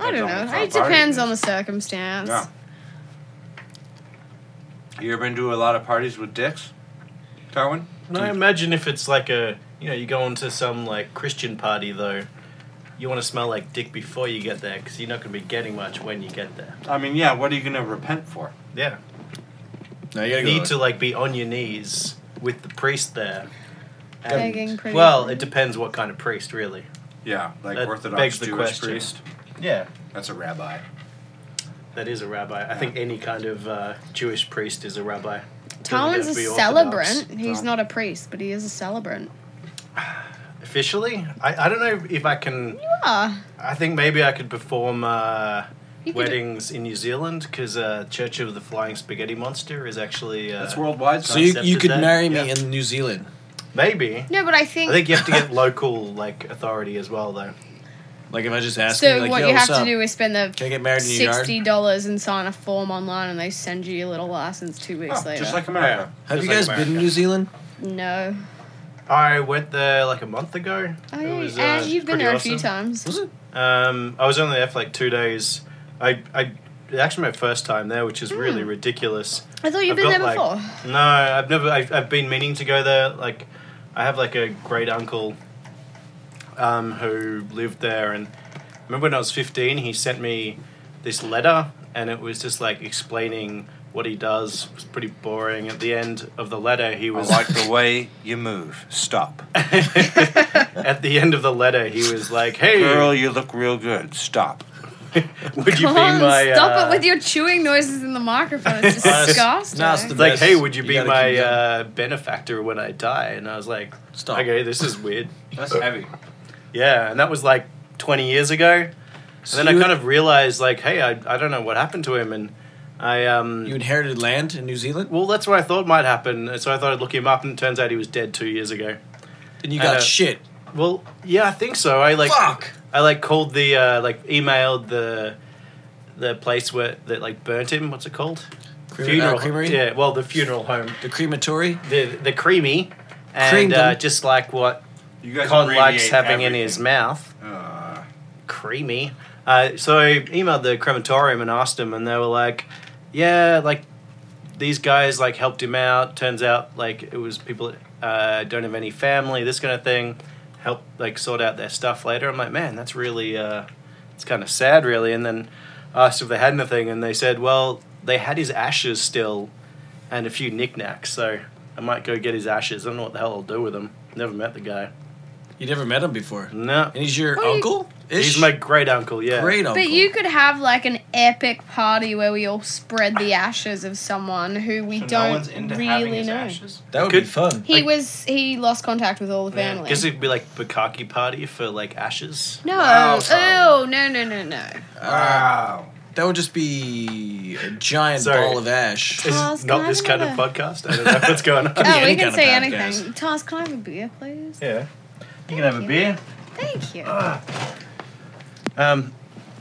[SPEAKER 6] I don't
[SPEAKER 5] on
[SPEAKER 6] know.
[SPEAKER 5] the
[SPEAKER 6] It
[SPEAKER 5] party,
[SPEAKER 6] depends
[SPEAKER 5] yes.
[SPEAKER 6] on the circumstance.
[SPEAKER 5] Yeah. You ever been to a lot of parties with dicks, Darwin?
[SPEAKER 8] No, I imagine if it's like a you know you go into some like Christian party though, you want to smell like dick before you get there because you're not going to be getting much when you get there.
[SPEAKER 5] I mean, yeah. What are you gonna repent for?
[SPEAKER 8] Yeah.
[SPEAKER 3] No, you gotta go
[SPEAKER 8] need
[SPEAKER 3] look.
[SPEAKER 8] to like be on your knees with the priest there. And-
[SPEAKER 6] Begging pretty
[SPEAKER 8] well,
[SPEAKER 6] women.
[SPEAKER 8] it depends what kind of priest, really.
[SPEAKER 4] Yeah, like
[SPEAKER 8] That
[SPEAKER 4] Orthodox
[SPEAKER 8] begs the
[SPEAKER 4] Jewish
[SPEAKER 8] question.
[SPEAKER 4] priest.
[SPEAKER 8] Yeah, Uh,
[SPEAKER 4] That's a rabbi.
[SPEAKER 8] that is a rabbi. I think any kind of uh, Jewish priest is a rabbi.
[SPEAKER 6] Tarwin's a
[SPEAKER 8] Doesn't have to be
[SPEAKER 6] celebrant.
[SPEAKER 8] Orthodox.
[SPEAKER 6] He's
[SPEAKER 4] No.
[SPEAKER 6] not a priest, but he is a celebrant.
[SPEAKER 8] Officially, I, I don't know if I can.
[SPEAKER 6] Ah,
[SPEAKER 8] I think maybe I could perform uh,
[SPEAKER 6] you could-
[SPEAKER 8] weddings in New Zealand because uh, Church of the Flying Spaghetti Monster is actually. Uh,
[SPEAKER 4] That's worldwide.
[SPEAKER 3] So you,
[SPEAKER 8] Concept
[SPEAKER 3] you
[SPEAKER 8] of
[SPEAKER 3] could
[SPEAKER 8] that,
[SPEAKER 3] marry me
[SPEAKER 8] yeah.
[SPEAKER 3] in New Zealand.
[SPEAKER 8] Maybe.
[SPEAKER 6] No, but I think,
[SPEAKER 8] I think you have to get local like authority as well, though.
[SPEAKER 3] Like if I just ask
[SPEAKER 6] so.
[SPEAKER 3] you, like,
[SPEAKER 6] what
[SPEAKER 3] Yo,
[SPEAKER 6] you have
[SPEAKER 3] what's
[SPEAKER 6] to
[SPEAKER 3] up?
[SPEAKER 6] do is spend the
[SPEAKER 3] Can I get married in your yard?
[SPEAKER 6] sixty dollars and sign a form online, and they send you your little license two weeks
[SPEAKER 4] Oh,
[SPEAKER 6] later.
[SPEAKER 4] just like America.
[SPEAKER 3] Have
[SPEAKER 8] Just
[SPEAKER 3] you
[SPEAKER 8] like
[SPEAKER 3] guys been
[SPEAKER 8] America.
[SPEAKER 3] to New Zealand?
[SPEAKER 6] no.
[SPEAKER 8] I went there like a month ago.
[SPEAKER 6] Oh,
[SPEAKER 8] It
[SPEAKER 6] yeah,
[SPEAKER 8] was, uh,
[SPEAKER 6] and you've been
[SPEAKER 8] pretty
[SPEAKER 6] there
[SPEAKER 8] awesome.
[SPEAKER 6] a few times.
[SPEAKER 3] Was it?
[SPEAKER 8] Um, I was only there for like two days. I, I it's actually my first time there, which is really ridiculous.
[SPEAKER 6] I thought Hmm. you've
[SPEAKER 8] I've
[SPEAKER 6] been there
[SPEAKER 8] got,
[SPEAKER 6] before.
[SPEAKER 8] like- No, I've never. I've, I've been meaning to go there. Like, I have like a great uncle, um, who lived there, and I remember when I was fifteen, he sent me this letter, and it was just like explaining what he does. It was pretty boring. At the end of the letter, he
[SPEAKER 4] I
[SPEAKER 8] was
[SPEAKER 4] like the way you move. Stop.
[SPEAKER 8] at the end of the letter, he was like, "Hey,
[SPEAKER 4] Girl, you look real good. Stop.
[SPEAKER 8] would you
[SPEAKER 6] Come
[SPEAKER 8] be
[SPEAKER 6] on,
[SPEAKER 8] my
[SPEAKER 6] stop
[SPEAKER 8] uh,
[SPEAKER 6] it with your chewing noises in the microphone. It's
[SPEAKER 8] Honest-
[SPEAKER 6] disgusting.
[SPEAKER 3] Nah, it's the
[SPEAKER 8] It's like,
[SPEAKER 3] best.
[SPEAKER 8] hey, would you,
[SPEAKER 3] You
[SPEAKER 8] be
[SPEAKER 3] gotta
[SPEAKER 8] my
[SPEAKER 3] keep going.
[SPEAKER 8] uh, benefactor when I die? And I was like,
[SPEAKER 3] Stop.
[SPEAKER 8] okay, this is weird.
[SPEAKER 3] Uh,
[SPEAKER 5] That's heavy.
[SPEAKER 8] Yeah, and that was like 20 years ago.
[SPEAKER 3] So
[SPEAKER 8] And then I
[SPEAKER 3] you-
[SPEAKER 8] kind of realized, like, hey, I, I don't know what happened to him. And I, um,
[SPEAKER 3] You inherited land in New Zealand,
[SPEAKER 8] well, that's what I thought might happen. and So I thought I'd look him up, and it turns out he was dead two years ago.
[SPEAKER 3] and you
[SPEAKER 8] I
[SPEAKER 3] got
[SPEAKER 8] know.
[SPEAKER 3] shit.
[SPEAKER 8] Well, yeah, I think so. I like,
[SPEAKER 3] Fuck.
[SPEAKER 8] I like called the, uh, like, emailed the, the place where that like burnt him. What's it called?
[SPEAKER 3] Crema- uh, creamery?
[SPEAKER 8] Yeah, well, the funeral home,
[SPEAKER 3] The crematory.
[SPEAKER 8] the the creamy, and
[SPEAKER 3] Creamed
[SPEAKER 8] uh,
[SPEAKER 3] him.
[SPEAKER 8] just like what
[SPEAKER 4] You guys
[SPEAKER 8] Con
[SPEAKER 4] abbreviate
[SPEAKER 8] likes having in
[SPEAKER 4] everything.
[SPEAKER 8] his mouth.
[SPEAKER 4] Uh,
[SPEAKER 8] Creamy. Uh, so I emailed the crematorium and asked them, and they were like, "Yeah, like these guys like helped him out. Turns out like it was people that uh, don't have any family, this kind of thing. Help like sort out their stuff later." I'm like, "Man, that's really uh, it's kind of sad, really." And then asked if they had anything, and they said, "Well, they had his ashes still, and a few knickknacks. So I might go get his ashes. I don't know what the hell I'll do with them. Never met the guy.
[SPEAKER 3] You never met him before, and
[SPEAKER 8] No,
[SPEAKER 3] he's your
[SPEAKER 6] Well, you-
[SPEAKER 3] uncle.
[SPEAKER 8] He's my great uncle, yeah.
[SPEAKER 3] great uncle.
[SPEAKER 6] But you could have like an epic party where we all spread the ashes of someone who we
[SPEAKER 5] So no one's
[SPEAKER 6] don't
[SPEAKER 5] into having
[SPEAKER 6] really
[SPEAKER 5] his
[SPEAKER 6] know.
[SPEAKER 5] ashes?
[SPEAKER 3] that would
[SPEAKER 8] could-
[SPEAKER 3] be fun.
[SPEAKER 6] He
[SPEAKER 8] Like-
[SPEAKER 6] was he lost contact with all the family.
[SPEAKER 8] Guess it'd be like Bukaki party for like ashes.
[SPEAKER 6] no,
[SPEAKER 4] Wow,
[SPEAKER 6] oh
[SPEAKER 4] Solomon.
[SPEAKER 6] no no no no.
[SPEAKER 3] Uh,
[SPEAKER 8] Ah.
[SPEAKER 4] wow.
[SPEAKER 3] that would just be a giant
[SPEAKER 8] Sorry.
[SPEAKER 3] ball of ash.
[SPEAKER 8] This
[SPEAKER 6] Task,
[SPEAKER 8] is
[SPEAKER 6] can
[SPEAKER 8] not
[SPEAKER 6] I
[SPEAKER 8] this
[SPEAKER 6] have
[SPEAKER 8] kind of
[SPEAKER 6] another?
[SPEAKER 8] podcast. I don't know what's going on.
[SPEAKER 3] be
[SPEAKER 6] Oh, we
[SPEAKER 3] any
[SPEAKER 6] can
[SPEAKER 3] kind of
[SPEAKER 6] say
[SPEAKER 3] podcast.
[SPEAKER 6] anything. Tars, can I have a beer, please?
[SPEAKER 8] Yeah. You can
[SPEAKER 6] have a beer. Thank you.
[SPEAKER 8] Um,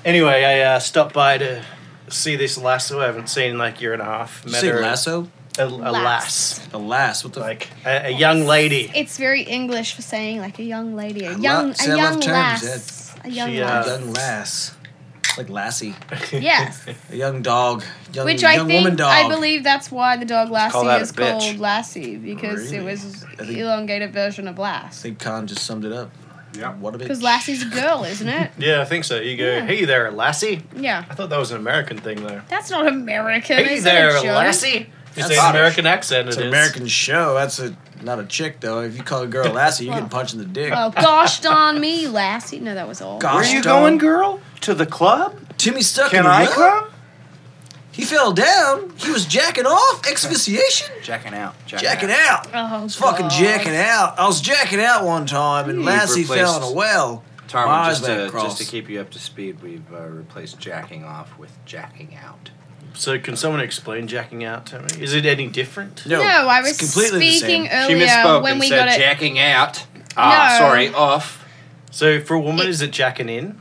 [SPEAKER 8] anyway, I uh, stopped by to see this lass who I haven't seen in like a year and a half.
[SPEAKER 3] Did you say
[SPEAKER 8] her-
[SPEAKER 3] lasso?
[SPEAKER 8] A, a lass.
[SPEAKER 3] A lass. What the?
[SPEAKER 8] Like a, a young lady.
[SPEAKER 6] It's very English for saying like a young lady, a
[SPEAKER 3] I
[SPEAKER 6] young,
[SPEAKER 3] love-
[SPEAKER 6] a
[SPEAKER 3] see, I love
[SPEAKER 6] young
[SPEAKER 3] terms,
[SPEAKER 6] lass, a young
[SPEAKER 8] She, uh,
[SPEAKER 3] a
[SPEAKER 6] lass.
[SPEAKER 3] young lass. Like lassie.
[SPEAKER 6] Yes,
[SPEAKER 3] A young dog. Young,
[SPEAKER 6] which I
[SPEAKER 3] young woman
[SPEAKER 6] think
[SPEAKER 3] dog.
[SPEAKER 6] I believe that's why the dog Lassie
[SPEAKER 4] call that
[SPEAKER 6] is
[SPEAKER 4] a bitch.
[SPEAKER 6] called Lassie because it
[SPEAKER 3] Really?
[SPEAKER 6] was
[SPEAKER 3] I think-
[SPEAKER 6] elongated version of
[SPEAKER 3] I
[SPEAKER 6] Lass.
[SPEAKER 3] think Khan just summed it up.
[SPEAKER 4] Yep.
[SPEAKER 3] What a bitch.
[SPEAKER 6] Because Lassie's a girl, isn't it?
[SPEAKER 8] Yeah, I think so. You go,
[SPEAKER 6] Yeah.
[SPEAKER 8] hey there, lassie.
[SPEAKER 6] Yeah,
[SPEAKER 8] I thought that was an American thing though.
[SPEAKER 6] that's not American.
[SPEAKER 8] Hey
[SPEAKER 6] is
[SPEAKER 8] there,
[SPEAKER 6] it a joke?
[SPEAKER 8] lassie. It's
[SPEAKER 3] That's
[SPEAKER 8] an
[SPEAKER 3] Scottish.
[SPEAKER 8] American accent.
[SPEAKER 3] It's
[SPEAKER 8] it
[SPEAKER 3] an
[SPEAKER 8] is.
[SPEAKER 3] American show. That's a not a chick though. If you call a girl a lassie, you get punched in the dick.
[SPEAKER 6] Oh gosh darn me, Lassie. No, that was all.
[SPEAKER 3] Gosh
[SPEAKER 4] Where are you
[SPEAKER 3] darn-
[SPEAKER 4] going, girl? To the club?
[SPEAKER 3] Timmy stuck
[SPEAKER 4] Can
[SPEAKER 3] in the
[SPEAKER 4] I
[SPEAKER 3] rut.
[SPEAKER 4] club?
[SPEAKER 3] He fell down. He was jacking off. Exviciation.
[SPEAKER 4] Jacking out. Jacking,
[SPEAKER 3] Jacking out.
[SPEAKER 6] Oh,
[SPEAKER 3] I was fucking
[SPEAKER 6] God.
[SPEAKER 3] jacking out. I was jacking out one time, and
[SPEAKER 6] Hmm.
[SPEAKER 5] You've
[SPEAKER 3] Lassie fell in a
[SPEAKER 5] replaced-
[SPEAKER 3] well.
[SPEAKER 5] Tarwin,
[SPEAKER 3] My
[SPEAKER 5] just
[SPEAKER 3] eyes went
[SPEAKER 5] to,
[SPEAKER 3] across.
[SPEAKER 5] just to keep you up to speed, we've uh, replaced jacking off with jacking out.
[SPEAKER 8] So can someone explain jacking out to me? Is it any different?
[SPEAKER 6] No, I was speaking
[SPEAKER 5] she
[SPEAKER 6] earlier
[SPEAKER 5] misspoke
[SPEAKER 6] when
[SPEAKER 5] and
[SPEAKER 6] we
[SPEAKER 5] said
[SPEAKER 6] got it.
[SPEAKER 5] jacking out. Ah,
[SPEAKER 6] No.
[SPEAKER 5] sorry, off.
[SPEAKER 8] So for a woman,
[SPEAKER 6] It-
[SPEAKER 8] is it jacking in?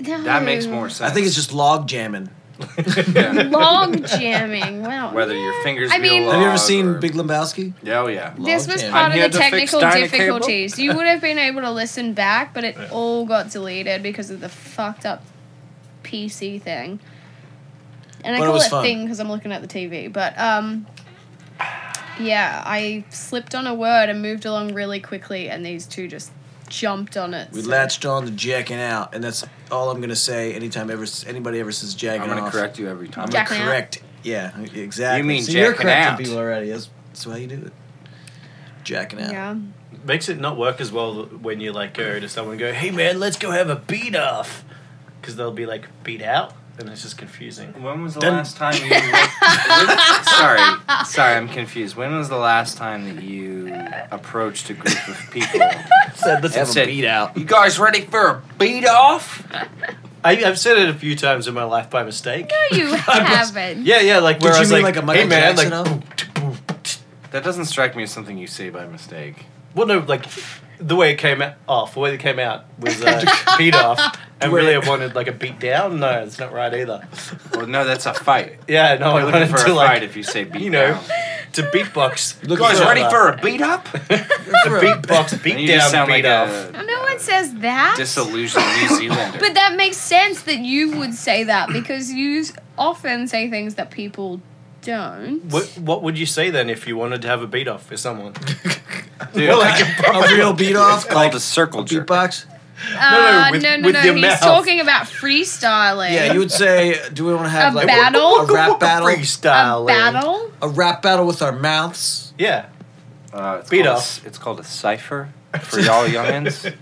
[SPEAKER 6] No.
[SPEAKER 5] That makes more sense.
[SPEAKER 3] I think it's just log jamming.
[SPEAKER 5] Yeah.
[SPEAKER 6] log jamming. Wow.
[SPEAKER 5] whether
[SPEAKER 6] yeah.
[SPEAKER 5] your fingers
[SPEAKER 6] I
[SPEAKER 5] be
[SPEAKER 6] mean-
[SPEAKER 5] along
[SPEAKER 3] Have you ever
[SPEAKER 5] or-
[SPEAKER 3] seen Big Lebowski?
[SPEAKER 5] Yeah, oh yeah.
[SPEAKER 6] This
[SPEAKER 3] Log
[SPEAKER 6] was
[SPEAKER 3] jam.
[SPEAKER 6] part
[SPEAKER 5] I'm
[SPEAKER 6] of the
[SPEAKER 5] here to fix
[SPEAKER 6] technical
[SPEAKER 5] Dyna cable.
[SPEAKER 6] difficulties. You would have been able to listen back, but it all got deleted because of the fucked up PC thing. And I
[SPEAKER 3] But it
[SPEAKER 6] call
[SPEAKER 3] was
[SPEAKER 6] it,
[SPEAKER 3] fun.
[SPEAKER 6] thing because I'm looking at the TV. But um, yeah, I slipped on a word and moved along really quickly, and these two just jumped on it.
[SPEAKER 3] We
[SPEAKER 6] so-
[SPEAKER 3] latched on to jacking out, and that's all I'm gonna say. Anytime ever anybody ever says jacking
[SPEAKER 5] I'm gonna
[SPEAKER 3] off,
[SPEAKER 5] correct you every time.
[SPEAKER 3] I'm
[SPEAKER 6] Jack-
[SPEAKER 3] gonna
[SPEAKER 6] Jacking out.
[SPEAKER 3] correct Yeah, exactly.
[SPEAKER 5] You mean
[SPEAKER 3] so you're
[SPEAKER 5] jacking
[SPEAKER 3] correcting
[SPEAKER 5] out.
[SPEAKER 3] people already. That's, that's how you do it. Jacking out.
[SPEAKER 6] Yeah.
[SPEAKER 8] Makes it not work as well when you like go to someone and go, hey man, let's go have a beat off. Because they'll be like, beat out? And it's just confusing.
[SPEAKER 5] When was the
[SPEAKER 3] Then-
[SPEAKER 5] last time you? when- sorry, sorry, I'm confused. When was the last time that you approached a group of people?
[SPEAKER 3] Said, let's
[SPEAKER 5] and
[SPEAKER 3] have a
[SPEAKER 5] said,
[SPEAKER 3] beat out.
[SPEAKER 5] You guys ready for a beat off?
[SPEAKER 8] I, I've said it a few times in my life by mistake.
[SPEAKER 6] No, you haven't.
[SPEAKER 8] Yeah, yeah, like where
[SPEAKER 3] Did
[SPEAKER 8] I
[SPEAKER 3] you
[SPEAKER 8] was
[SPEAKER 3] mean
[SPEAKER 8] like,
[SPEAKER 3] like a Michael
[SPEAKER 8] hey man,
[SPEAKER 3] Jackson
[SPEAKER 8] like,
[SPEAKER 5] That doesn't strike me as something you say by mistake.
[SPEAKER 8] well, no, like the way it came out, off, the way it came out was uh, beat off. And really, I wanted like a beat down. No, it's not right either.
[SPEAKER 5] Well, no, that's a fight.
[SPEAKER 8] Yeah, no, I
[SPEAKER 5] You're looking
[SPEAKER 8] wanted
[SPEAKER 5] for a
[SPEAKER 8] Oh,
[SPEAKER 5] fight
[SPEAKER 8] to like
[SPEAKER 5] if you say beat
[SPEAKER 8] you know.
[SPEAKER 5] down.
[SPEAKER 8] to beatbox.
[SPEAKER 3] Look
[SPEAKER 5] You guys
[SPEAKER 3] for,
[SPEAKER 5] ready
[SPEAKER 3] uh,
[SPEAKER 5] for a beat up?
[SPEAKER 8] The beatbox
[SPEAKER 5] And
[SPEAKER 8] beat
[SPEAKER 5] you just
[SPEAKER 8] down
[SPEAKER 5] sound
[SPEAKER 8] beat
[SPEAKER 5] like
[SPEAKER 8] off.
[SPEAKER 5] a
[SPEAKER 6] No one says that.
[SPEAKER 5] disillusioned New Zealander.
[SPEAKER 6] But that makes sense that you would say that because you s- often say things that people don't.
[SPEAKER 8] What, what would you say then if you wanted to have a beat off with someone?
[SPEAKER 5] Dude,
[SPEAKER 8] Well,
[SPEAKER 5] I-
[SPEAKER 8] like a
[SPEAKER 3] a real beat
[SPEAKER 5] it's
[SPEAKER 3] off,
[SPEAKER 5] called
[SPEAKER 3] like
[SPEAKER 5] a circle jerk.
[SPEAKER 3] beatbox.
[SPEAKER 6] Uh,
[SPEAKER 8] with-
[SPEAKER 6] no, no,
[SPEAKER 8] with
[SPEAKER 6] no.
[SPEAKER 8] your
[SPEAKER 6] He's
[SPEAKER 8] mouth.
[SPEAKER 6] talking about freestyling.
[SPEAKER 3] Yeah, you would say, do we want to have
[SPEAKER 6] A
[SPEAKER 3] like
[SPEAKER 6] battle?
[SPEAKER 3] a rap battle,
[SPEAKER 6] a
[SPEAKER 8] freestyle
[SPEAKER 6] battle.
[SPEAKER 3] a rap battle with our mouths?
[SPEAKER 8] Yeah,
[SPEAKER 5] Uh, it's
[SPEAKER 8] Beat
[SPEAKER 5] called a
[SPEAKER 8] off.
[SPEAKER 5] s- it's called a cipher for y'all youngins.
[SPEAKER 3] You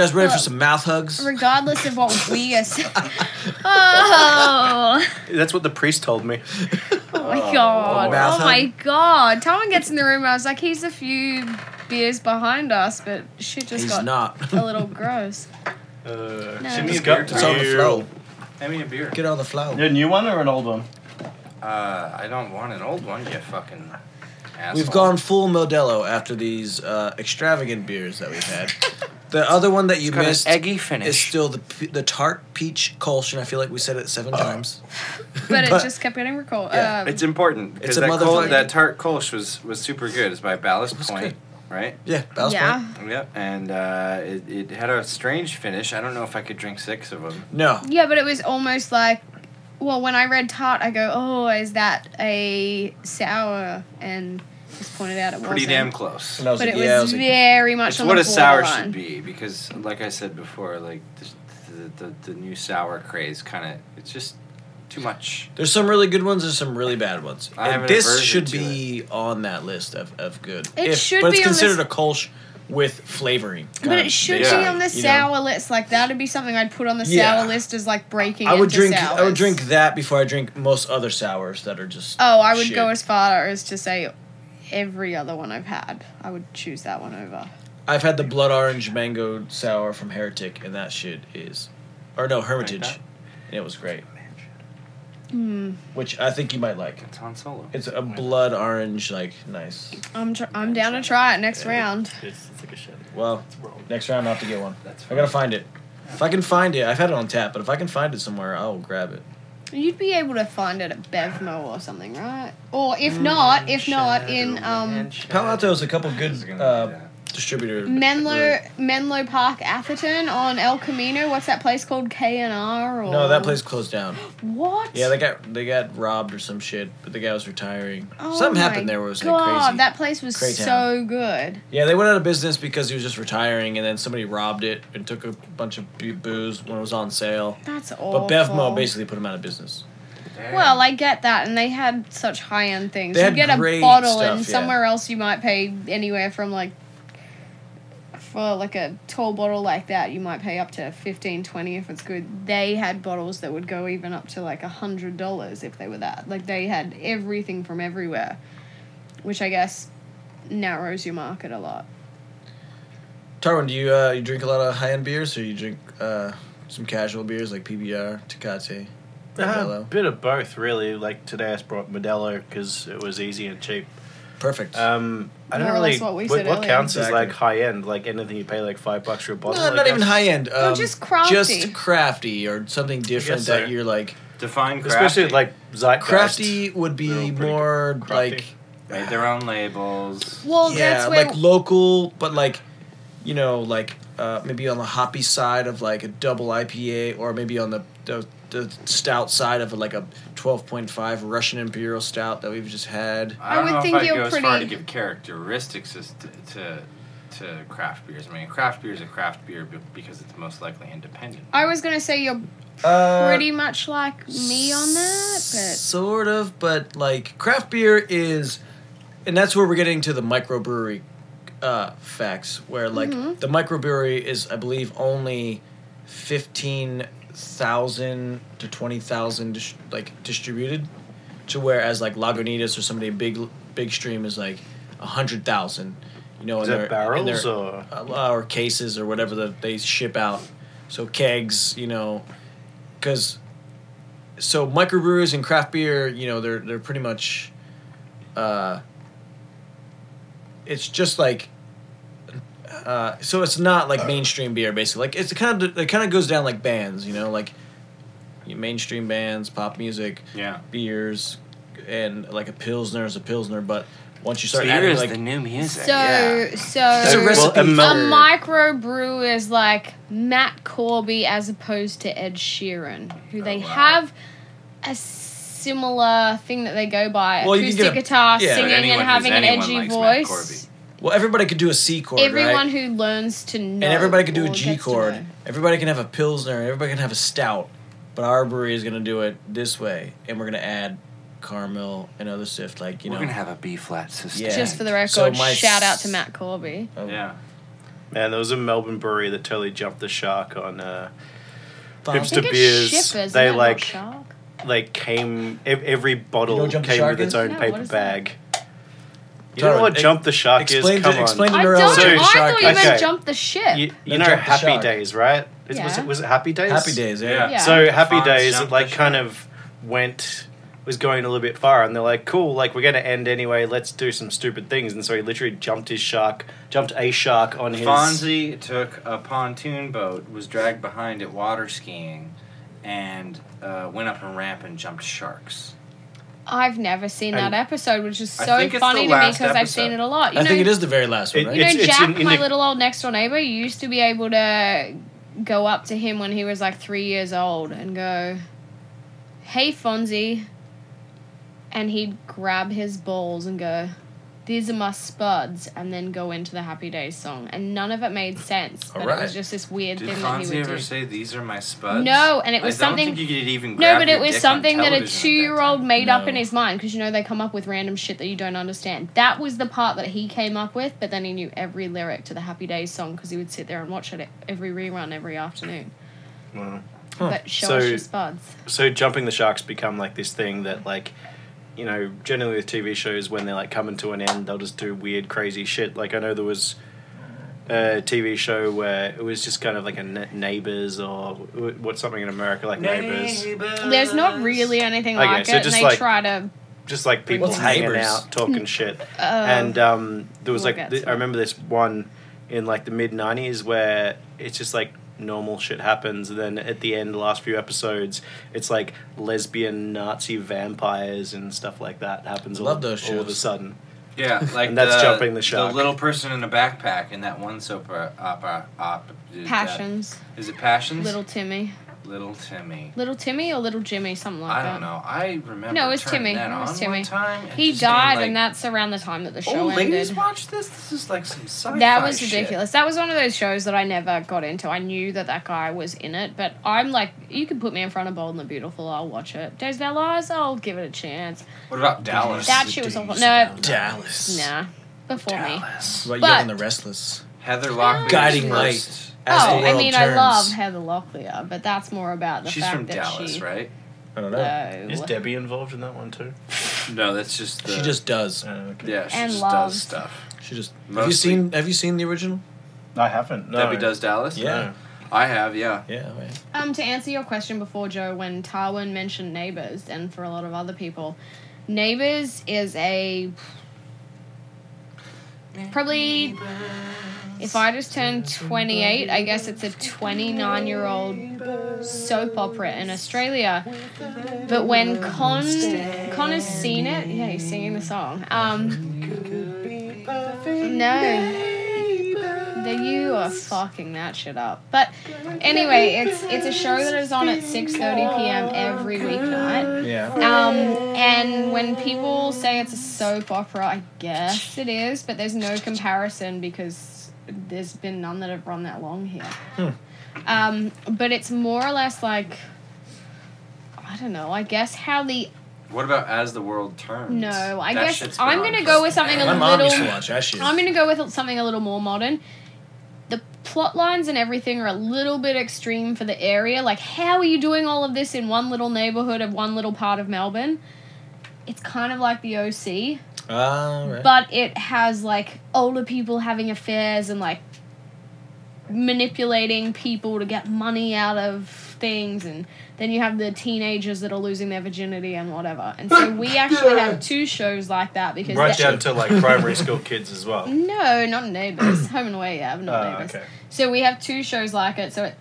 [SPEAKER 3] guys ready for
[SPEAKER 6] Look.
[SPEAKER 3] some mouth hugs?
[SPEAKER 6] Regardless of what we are saying. Oh,
[SPEAKER 8] that's what the priest told me.
[SPEAKER 6] oh my god.
[SPEAKER 3] Mouth
[SPEAKER 6] Oh my
[SPEAKER 3] hug?
[SPEAKER 6] god. Talon gets in the room. I was like, he's a few beers behind us, but shit just
[SPEAKER 3] He's
[SPEAKER 6] got
[SPEAKER 3] not.
[SPEAKER 6] a little gross.
[SPEAKER 8] Uh,
[SPEAKER 6] No.
[SPEAKER 8] Jimmy's
[SPEAKER 6] It's
[SPEAKER 8] got
[SPEAKER 3] It's on the flow.
[SPEAKER 5] Hand me a beer.
[SPEAKER 3] Get on the flow.
[SPEAKER 7] A new one or an old one?
[SPEAKER 5] Uh, I don't want an old one, you fucking asshole.
[SPEAKER 3] We've gone full Modelo after these uh, extravagant beers that we've had. The other one that you
[SPEAKER 5] Got an
[SPEAKER 3] missed
[SPEAKER 5] eggy
[SPEAKER 3] is
[SPEAKER 5] finish.
[SPEAKER 3] still the p- the tart peach Kolsch, and I feel like we said it seven times.
[SPEAKER 6] But it
[SPEAKER 3] But-
[SPEAKER 6] just kept getting recalled.
[SPEAKER 3] Yeah,
[SPEAKER 6] um,
[SPEAKER 5] it's important
[SPEAKER 3] It's
[SPEAKER 5] because
[SPEAKER 3] a
[SPEAKER 5] that, Kol-
[SPEAKER 3] motherfucking-
[SPEAKER 5] that tart Kolsch was, was super good. It's by Ballast
[SPEAKER 3] was
[SPEAKER 5] Point, right?
[SPEAKER 3] Yeah, that was
[SPEAKER 6] yeah.
[SPEAKER 3] fun.
[SPEAKER 5] Yep. And uh, it, it had a strange finish. I don't know if I could drink six of them.
[SPEAKER 3] No,
[SPEAKER 6] Yeah, but it was almost like, well, when I read tart, I go, oh, is that a sour? And just pointed out it was
[SPEAKER 5] Pretty damn close.
[SPEAKER 3] and I was
[SPEAKER 6] But
[SPEAKER 3] like,
[SPEAKER 6] it
[SPEAKER 3] yeah, I
[SPEAKER 6] was
[SPEAKER 3] was like,
[SPEAKER 6] very much
[SPEAKER 5] It's
[SPEAKER 6] on
[SPEAKER 5] what
[SPEAKER 6] the
[SPEAKER 5] a sour should
[SPEAKER 6] borderline.
[SPEAKER 5] be because, like I said before, like the the, the, the new sour craze kind of it's just too much.
[SPEAKER 3] there's some really good ones, there's some really bad ones,
[SPEAKER 5] I have
[SPEAKER 3] and
[SPEAKER 5] an
[SPEAKER 3] this
[SPEAKER 5] aversion
[SPEAKER 3] should
[SPEAKER 5] to
[SPEAKER 3] be on that list of, of good.
[SPEAKER 6] It should
[SPEAKER 3] but it's
[SPEAKER 6] be on this-
[SPEAKER 3] considered a Kolsch with flavoring.
[SPEAKER 6] But
[SPEAKER 3] kinda
[SPEAKER 6] it should be
[SPEAKER 5] Yeah,
[SPEAKER 6] on the
[SPEAKER 3] you know.
[SPEAKER 6] sour list. Like that would be something I'd put on the
[SPEAKER 3] Yeah.
[SPEAKER 6] sour list as like breaking.
[SPEAKER 3] I would
[SPEAKER 6] into
[SPEAKER 3] drink. I would
[SPEAKER 6] sours.
[SPEAKER 3] drink that before I drink most other sours that are just.
[SPEAKER 6] Oh, I would
[SPEAKER 3] shit.
[SPEAKER 6] go as far as to say every other one I've had. I would choose that one over.
[SPEAKER 3] I've had the blood orange mango sour from Heretic, and that shit is, or no Hermitage,
[SPEAKER 5] that?
[SPEAKER 3] and it was great.
[SPEAKER 6] Hmm.
[SPEAKER 3] Which I think you might like.
[SPEAKER 5] It's on solo.
[SPEAKER 3] It's a blood orange, like nice.
[SPEAKER 6] I'm tr- I'm down to try it next round.
[SPEAKER 7] It's, it's like a shadow.
[SPEAKER 3] Well,
[SPEAKER 7] It's wrong.
[SPEAKER 3] next round I have to get one.
[SPEAKER 7] That's
[SPEAKER 3] I gotta find it. If I can find it, I've had it on tap, but if I can find it somewhere, I'll grab it.
[SPEAKER 6] You'd be able to find it at Bevmo or something, right? Or
[SPEAKER 3] Mm,
[SPEAKER 6] if not, if not in um,
[SPEAKER 3] Palo Alto is a couple good uh, distributor.
[SPEAKER 6] Menlo Menlo Park, Atherton on El Camino. What's that place called? K and R or
[SPEAKER 3] No, that place closed down.
[SPEAKER 6] What?
[SPEAKER 3] Yeah, they got they got robbed or some shit, but the guy was retiring.
[SPEAKER 6] Oh
[SPEAKER 3] Something
[SPEAKER 6] my
[SPEAKER 3] happened there where it was like
[SPEAKER 6] God,
[SPEAKER 3] crazy.
[SPEAKER 6] that place was
[SPEAKER 3] Crazy
[SPEAKER 6] so good.
[SPEAKER 3] Yeah, they went out of business because he was just retiring, and then somebody robbed it and took a bunch of bu- booze when it was on sale.
[SPEAKER 6] That's
[SPEAKER 3] But
[SPEAKER 6] awful.
[SPEAKER 3] Bevmo basically put him out of business.
[SPEAKER 6] Well, I get that, and they had such high end things.
[SPEAKER 3] They
[SPEAKER 6] you
[SPEAKER 3] had
[SPEAKER 6] get a
[SPEAKER 3] great
[SPEAKER 6] bottle,
[SPEAKER 3] stuff,
[SPEAKER 6] and
[SPEAKER 3] yeah.
[SPEAKER 6] somewhere else you might pay anywhere from like for like a tall bottle like that, you might pay up to 15 20 if it's good. They had bottles that would go even up to like a hundred dollars if they were that. Like they had everything from everywhere, which I guess narrows your market a lot.
[SPEAKER 3] Tarwin, do you uh, you drink a lot of high end beers, or you drink uh, some casual beers like PBR, Tecate,
[SPEAKER 7] Uh-huh.
[SPEAKER 8] A
[SPEAKER 3] Modelo?
[SPEAKER 8] Uh, bit of both, really. Like today, I brought Modelo because it was easy and cheap.
[SPEAKER 3] Perfect.
[SPEAKER 7] Uh,
[SPEAKER 8] Um, I don't
[SPEAKER 6] More or
[SPEAKER 8] really.
[SPEAKER 6] less what we
[SPEAKER 8] what,
[SPEAKER 6] said
[SPEAKER 8] what
[SPEAKER 6] earlier.
[SPEAKER 8] counts
[SPEAKER 3] Exactly.
[SPEAKER 8] as like high end? Like anything you pay like five bucks for a bottle.
[SPEAKER 3] no,
[SPEAKER 8] I
[SPEAKER 3] not even
[SPEAKER 8] guess.
[SPEAKER 3] high end. Um,
[SPEAKER 6] just crafty.
[SPEAKER 3] Just crafty or something different
[SPEAKER 8] so.
[SPEAKER 3] that you're like.
[SPEAKER 5] Define crafty.
[SPEAKER 8] Especially like Zeitgeist.
[SPEAKER 3] Crafty would be
[SPEAKER 7] They're pretty
[SPEAKER 3] more
[SPEAKER 7] crafty.
[SPEAKER 3] like
[SPEAKER 5] made their own labels.
[SPEAKER 6] Well,
[SPEAKER 3] yeah,
[SPEAKER 6] that's where
[SPEAKER 3] like local, but like you know, like uh, maybe on the hoppy side of like a double IPA, or maybe on the the, the stout side of like a twelve point five Russian Imperial Stout that we've just had.
[SPEAKER 5] I,
[SPEAKER 6] I
[SPEAKER 5] don't
[SPEAKER 6] would
[SPEAKER 5] know
[SPEAKER 6] think
[SPEAKER 5] if I'd
[SPEAKER 6] you're
[SPEAKER 5] go as far to
[SPEAKER 6] pretty-
[SPEAKER 5] give characteristics as to, to to craft beers. I mean, craft beer is a craft beer be- because it's most likely independent.
[SPEAKER 6] I was gonna say you're
[SPEAKER 3] Uh,
[SPEAKER 6] pretty much like me on that,
[SPEAKER 3] Sort of, but like craft beer is, and that's where we're getting to the microbrewery uh, facts, where like
[SPEAKER 6] Mm-hmm.
[SPEAKER 3] the microbrewery is, I believe, only fifteen thousand to twenty thousand dis- like distributed, to whereas like Lagunitas or somebody big big stream is like a hundred thousand. You know,
[SPEAKER 8] Is
[SPEAKER 3] and
[SPEAKER 8] that barrels or
[SPEAKER 3] uh, or cases or whatever that they ship out. So kegs, you know, because so microbreweries and craft beer, you know, they're they're pretty much, uh, it's just like, uh, so it's not like mainstream beer basically. Like it's kind of it kind of goes down like bands, you know, like you- mainstream bands, pop music,
[SPEAKER 5] Yeah.
[SPEAKER 3] beers, and like a pilsner is a pilsner, but once you start
[SPEAKER 5] Beer
[SPEAKER 3] adding
[SPEAKER 5] is
[SPEAKER 3] like
[SPEAKER 5] the new
[SPEAKER 6] but
[SPEAKER 5] music.
[SPEAKER 6] so
[SPEAKER 5] yeah.
[SPEAKER 3] it's
[SPEAKER 6] so
[SPEAKER 3] a recipe
[SPEAKER 8] a
[SPEAKER 6] a
[SPEAKER 8] mil-
[SPEAKER 3] for-
[SPEAKER 6] microbrew is like Matt Corby as opposed to Ed Sheeran, who they
[SPEAKER 5] Oh, wow.
[SPEAKER 6] have a similar thing that they go by:
[SPEAKER 3] Well, you can
[SPEAKER 6] acoustic
[SPEAKER 3] get a-
[SPEAKER 6] guitar,
[SPEAKER 3] yeah. But
[SPEAKER 6] singing,
[SPEAKER 5] anyone
[SPEAKER 6] and
[SPEAKER 5] who's
[SPEAKER 6] having an
[SPEAKER 5] anyone
[SPEAKER 6] edgy
[SPEAKER 5] likes Matt
[SPEAKER 6] voice.
[SPEAKER 3] Well, everybody could do a C chord,
[SPEAKER 6] Everyone
[SPEAKER 3] right?
[SPEAKER 6] who learns to
[SPEAKER 3] and
[SPEAKER 6] know
[SPEAKER 3] everybody could do
[SPEAKER 6] or
[SPEAKER 3] a G
[SPEAKER 6] gets to
[SPEAKER 3] chord.
[SPEAKER 6] know.
[SPEAKER 3] Everybody can have a pilsner. Everybody can have a stout. But our brewery is gonna do it this way, and we're gonna add caramel and other stuff like you
[SPEAKER 5] We're
[SPEAKER 3] know.
[SPEAKER 5] gonna have a B flat system.
[SPEAKER 3] Yeah.
[SPEAKER 6] Just for the
[SPEAKER 3] So
[SPEAKER 6] record,
[SPEAKER 3] my
[SPEAKER 6] shout out
[SPEAKER 3] s-
[SPEAKER 6] to Matt Corby.
[SPEAKER 3] oh,
[SPEAKER 5] Yeah.
[SPEAKER 8] man? There was a Melbourne brewery that totally jumped the shark on. Uh,
[SPEAKER 3] Fine.
[SPEAKER 8] Hipster
[SPEAKER 6] I think
[SPEAKER 8] beers,
[SPEAKER 6] it's shippers.
[SPEAKER 8] they
[SPEAKER 6] isn't it, not
[SPEAKER 8] like-
[SPEAKER 6] shark?
[SPEAKER 8] like came ev- every bottle
[SPEAKER 3] You know what Jump the
[SPEAKER 8] came
[SPEAKER 3] Shark
[SPEAKER 8] with its
[SPEAKER 3] is?
[SPEAKER 8] own
[SPEAKER 6] No, what
[SPEAKER 8] paper
[SPEAKER 6] is that?
[SPEAKER 8] bag. You don't know what
[SPEAKER 3] Tara,
[SPEAKER 8] jump the shark
[SPEAKER 3] explain
[SPEAKER 8] is?
[SPEAKER 3] to-
[SPEAKER 8] Come on.
[SPEAKER 3] explain to
[SPEAKER 6] I
[SPEAKER 3] Nerella
[SPEAKER 6] don't.
[SPEAKER 8] So-
[SPEAKER 6] I thought you
[SPEAKER 8] Shark-
[SPEAKER 6] meant
[SPEAKER 8] okay.
[SPEAKER 6] jump the ship.
[SPEAKER 8] You, you
[SPEAKER 3] Then
[SPEAKER 8] know
[SPEAKER 3] Jump the
[SPEAKER 8] Happy
[SPEAKER 3] Shark.
[SPEAKER 8] Days, right? It, was,
[SPEAKER 6] Yeah.
[SPEAKER 8] it, was it Happy Days?
[SPEAKER 3] Happy days, eh? yeah.
[SPEAKER 6] Yeah.
[SPEAKER 8] So Happy
[SPEAKER 5] Fonz
[SPEAKER 8] Days,
[SPEAKER 5] jumped
[SPEAKER 8] it, like
[SPEAKER 5] the
[SPEAKER 8] kind
[SPEAKER 5] shark.
[SPEAKER 8] of went was going a little bit far, and they're like, "Cool, like we're going to end anyway. Let's do some stupid things." And so he literally jumped his shark, jumped a shark on his.
[SPEAKER 5] Fonzie took a pontoon boat, was dragged behind it water skiing, and uh, went up a ramp and jumped sharks.
[SPEAKER 6] I've never seen that
[SPEAKER 8] And-
[SPEAKER 6] episode, which is
[SPEAKER 5] I
[SPEAKER 6] so
[SPEAKER 5] think it's
[SPEAKER 6] funny
[SPEAKER 5] the
[SPEAKER 6] to me
[SPEAKER 5] last
[SPEAKER 6] because I've
[SPEAKER 5] episode.
[SPEAKER 6] seen it a lot. You
[SPEAKER 3] I
[SPEAKER 6] know,
[SPEAKER 3] think it is the very last one,
[SPEAKER 8] It-
[SPEAKER 3] right?
[SPEAKER 6] You know,
[SPEAKER 8] It's- it's
[SPEAKER 6] Jack,
[SPEAKER 8] in- in
[SPEAKER 6] my
[SPEAKER 8] the-
[SPEAKER 6] little old next door neighbor, you used to be able to go up to him when he was like three years old and go, "Hey, Fonzie," and he'd grab his balls and go, "These are my spuds," and then go into the Happy Days song, and none of it made sense. But it
[SPEAKER 3] Alright.
[SPEAKER 6] was just this weird
[SPEAKER 5] Did
[SPEAKER 6] thing that he
[SPEAKER 5] Fonzie
[SPEAKER 6] would
[SPEAKER 5] ever
[SPEAKER 6] do.
[SPEAKER 5] say these are my spuds?
[SPEAKER 6] No, and it was
[SPEAKER 5] I don't
[SPEAKER 6] something-
[SPEAKER 5] Think you could even
[SPEAKER 6] No,
[SPEAKER 5] grab
[SPEAKER 6] but
[SPEAKER 5] your
[SPEAKER 6] it was
[SPEAKER 5] dick on
[SPEAKER 6] something that a
[SPEAKER 5] television at
[SPEAKER 6] two year old
[SPEAKER 5] time.
[SPEAKER 6] made up
[SPEAKER 3] No.
[SPEAKER 6] in his mind because you know they come up with random shit that you don't understand. That was the part that he came up with, but then he knew every lyric to the Happy Days song because he would sit there and watch it e- every rerun every afternoon.
[SPEAKER 8] Wow.
[SPEAKER 6] But show
[SPEAKER 8] So-
[SPEAKER 6] us your spuds.
[SPEAKER 8] so jumping the sharks become like this thing that like you know generally with tv shows when they're like coming to an end they'll just do weird crazy shit like i know there was a tv show where it was just kind of like a ne- neighbors or wh- what's something in america like neighbors
[SPEAKER 6] There's not really anything
[SPEAKER 8] Okay,
[SPEAKER 6] like
[SPEAKER 8] so
[SPEAKER 6] it, and
[SPEAKER 8] just
[SPEAKER 6] they
[SPEAKER 8] like-
[SPEAKER 6] try to.
[SPEAKER 8] just like people
[SPEAKER 3] What's
[SPEAKER 8] hanging
[SPEAKER 3] neighbors?
[SPEAKER 8] out talking shit
[SPEAKER 6] Uh,
[SPEAKER 8] and um, there was
[SPEAKER 6] we'll
[SPEAKER 8] like
[SPEAKER 6] get
[SPEAKER 8] th-
[SPEAKER 6] to
[SPEAKER 8] I
[SPEAKER 6] it.
[SPEAKER 8] remember this one in like the mid '90s where it's just like normal shit happens, and then at the end, the last few episodes, it's like lesbian Nazi vampires and stuff like that happens all,
[SPEAKER 3] Love those
[SPEAKER 8] all of a
[SPEAKER 3] shows.
[SPEAKER 8] ssion.
[SPEAKER 5] Yeah, like
[SPEAKER 8] And that's
[SPEAKER 5] the,
[SPEAKER 8] jumping the shark.
[SPEAKER 5] The little person in a backpack in that one soap opera. opera op, is that-
[SPEAKER 6] passions,
[SPEAKER 5] Is it Passions?
[SPEAKER 6] little Timmy,
[SPEAKER 5] Little Timmy.
[SPEAKER 6] little Timmy or little Jimmy, something like
[SPEAKER 5] I
[SPEAKER 6] that.
[SPEAKER 5] don't know. I remember.
[SPEAKER 6] No, it was
[SPEAKER 5] turning
[SPEAKER 6] Timmy.
[SPEAKER 5] That
[SPEAKER 6] It was
[SPEAKER 5] on
[SPEAKER 6] Timmy.
[SPEAKER 5] One time and
[SPEAKER 6] He
[SPEAKER 5] just being
[SPEAKER 6] died,
[SPEAKER 5] like,
[SPEAKER 6] and that's around the time that the show
[SPEAKER 5] Old
[SPEAKER 6] ended.
[SPEAKER 5] ladies watch this. This is like some sci-fi.
[SPEAKER 6] That was
[SPEAKER 5] shit."
[SPEAKER 6] ridiculous. That was one of those shows that I never got into. I knew that that guy was in it, but I'm like, you can put me in front of Bold and the Beautiful, I'll watch it. Days of Our Lives, I'll give it a chance.
[SPEAKER 5] What about Dallas?
[SPEAKER 6] That shit was awful. No,
[SPEAKER 3] Dallas.
[SPEAKER 6] nah, before me.
[SPEAKER 5] Dallas.
[SPEAKER 3] Right,
[SPEAKER 6] But-
[SPEAKER 3] Young and the Restless.
[SPEAKER 5] Heather Locklear.
[SPEAKER 3] Guiding
[SPEAKER 5] was
[SPEAKER 3] light.
[SPEAKER 5] first.
[SPEAKER 3] As
[SPEAKER 6] oh,
[SPEAKER 3] the world
[SPEAKER 6] I mean, I
[SPEAKER 3] turns.
[SPEAKER 6] love Heather Locklear, but that's more about the
[SPEAKER 5] She's
[SPEAKER 6] fact
[SPEAKER 5] from
[SPEAKER 6] that
[SPEAKER 5] Dallas,
[SPEAKER 6] she.
[SPEAKER 5] right?
[SPEAKER 3] I don't know.
[SPEAKER 6] No.
[SPEAKER 7] Is Debbie involved in that one too?
[SPEAKER 5] No, that's just the.
[SPEAKER 3] she just does.
[SPEAKER 7] Uh, okay.
[SPEAKER 5] Yeah, she
[SPEAKER 6] And
[SPEAKER 5] just
[SPEAKER 6] love.
[SPEAKER 5] does stuff.
[SPEAKER 3] She just. Have you
[SPEAKER 5] Mostly-
[SPEAKER 3] seen? Have you seen the original?
[SPEAKER 7] I haven't. No.
[SPEAKER 5] Debbie does Dallas.
[SPEAKER 3] Yeah.
[SPEAKER 5] I have. Yeah.
[SPEAKER 3] Yeah. Right.
[SPEAKER 6] Um, to answer your question before, Joe, when Tarwin mentioned Neighbours, and for a lot of other people, Neighbours is a probably. If I just turned 28, I guess it's a 29 year old soap opera in Australia. But when Con Con has seen it, yeah, he's singing the song. Um, no, the, you are fucking that shit up. But anyway, it's it's a show that is on at 6:30 p.m. every weeknight.
[SPEAKER 3] Yeah.
[SPEAKER 6] Um, and when people say it's a soap opera, I guess it is, but there's no comparison because there's been none that have run that long here. Um, but it's more or less like, I don't know, I guess how the.
[SPEAKER 5] What about as the world turns?
[SPEAKER 6] No, I
[SPEAKER 5] That
[SPEAKER 6] guess
[SPEAKER 5] shit's
[SPEAKER 6] I'm
[SPEAKER 5] gone.
[SPEAKER 6] gonna go with something a
[SPEAKER 3] My mom used to
[SPEAKER 6] little-
[SPEAKER 3] watch that shit.
[SPEAKER 6] I'm going to go with something a little more modern. The plot lines and everything are a little bit extreme for the area. Like, how are you doing all of this in one little neighborhood of one little part of Melbourne? It's kind of like the OC,
[SPEAKER 3] All right.
[SPEAKER 6] but it has like older people having affairs and like manipulating people to get money out of things and then you have the teenagers that are losing their virginity and whatever. And so we actually have two shows like that because
[SPEAKER 8] Right
[SPEAKER 6] they're-
[SPEAKER 8] down to like primary school kids as well.
[SPEAKER 6] no, not neighbors. Home and away, yeah, but not
[SPEAKER 8] Ah,
[SPEAKER 6] neighbors.
[SPEAKER 8] okay.
[SPEAKER 6] So we have two shows like it. So at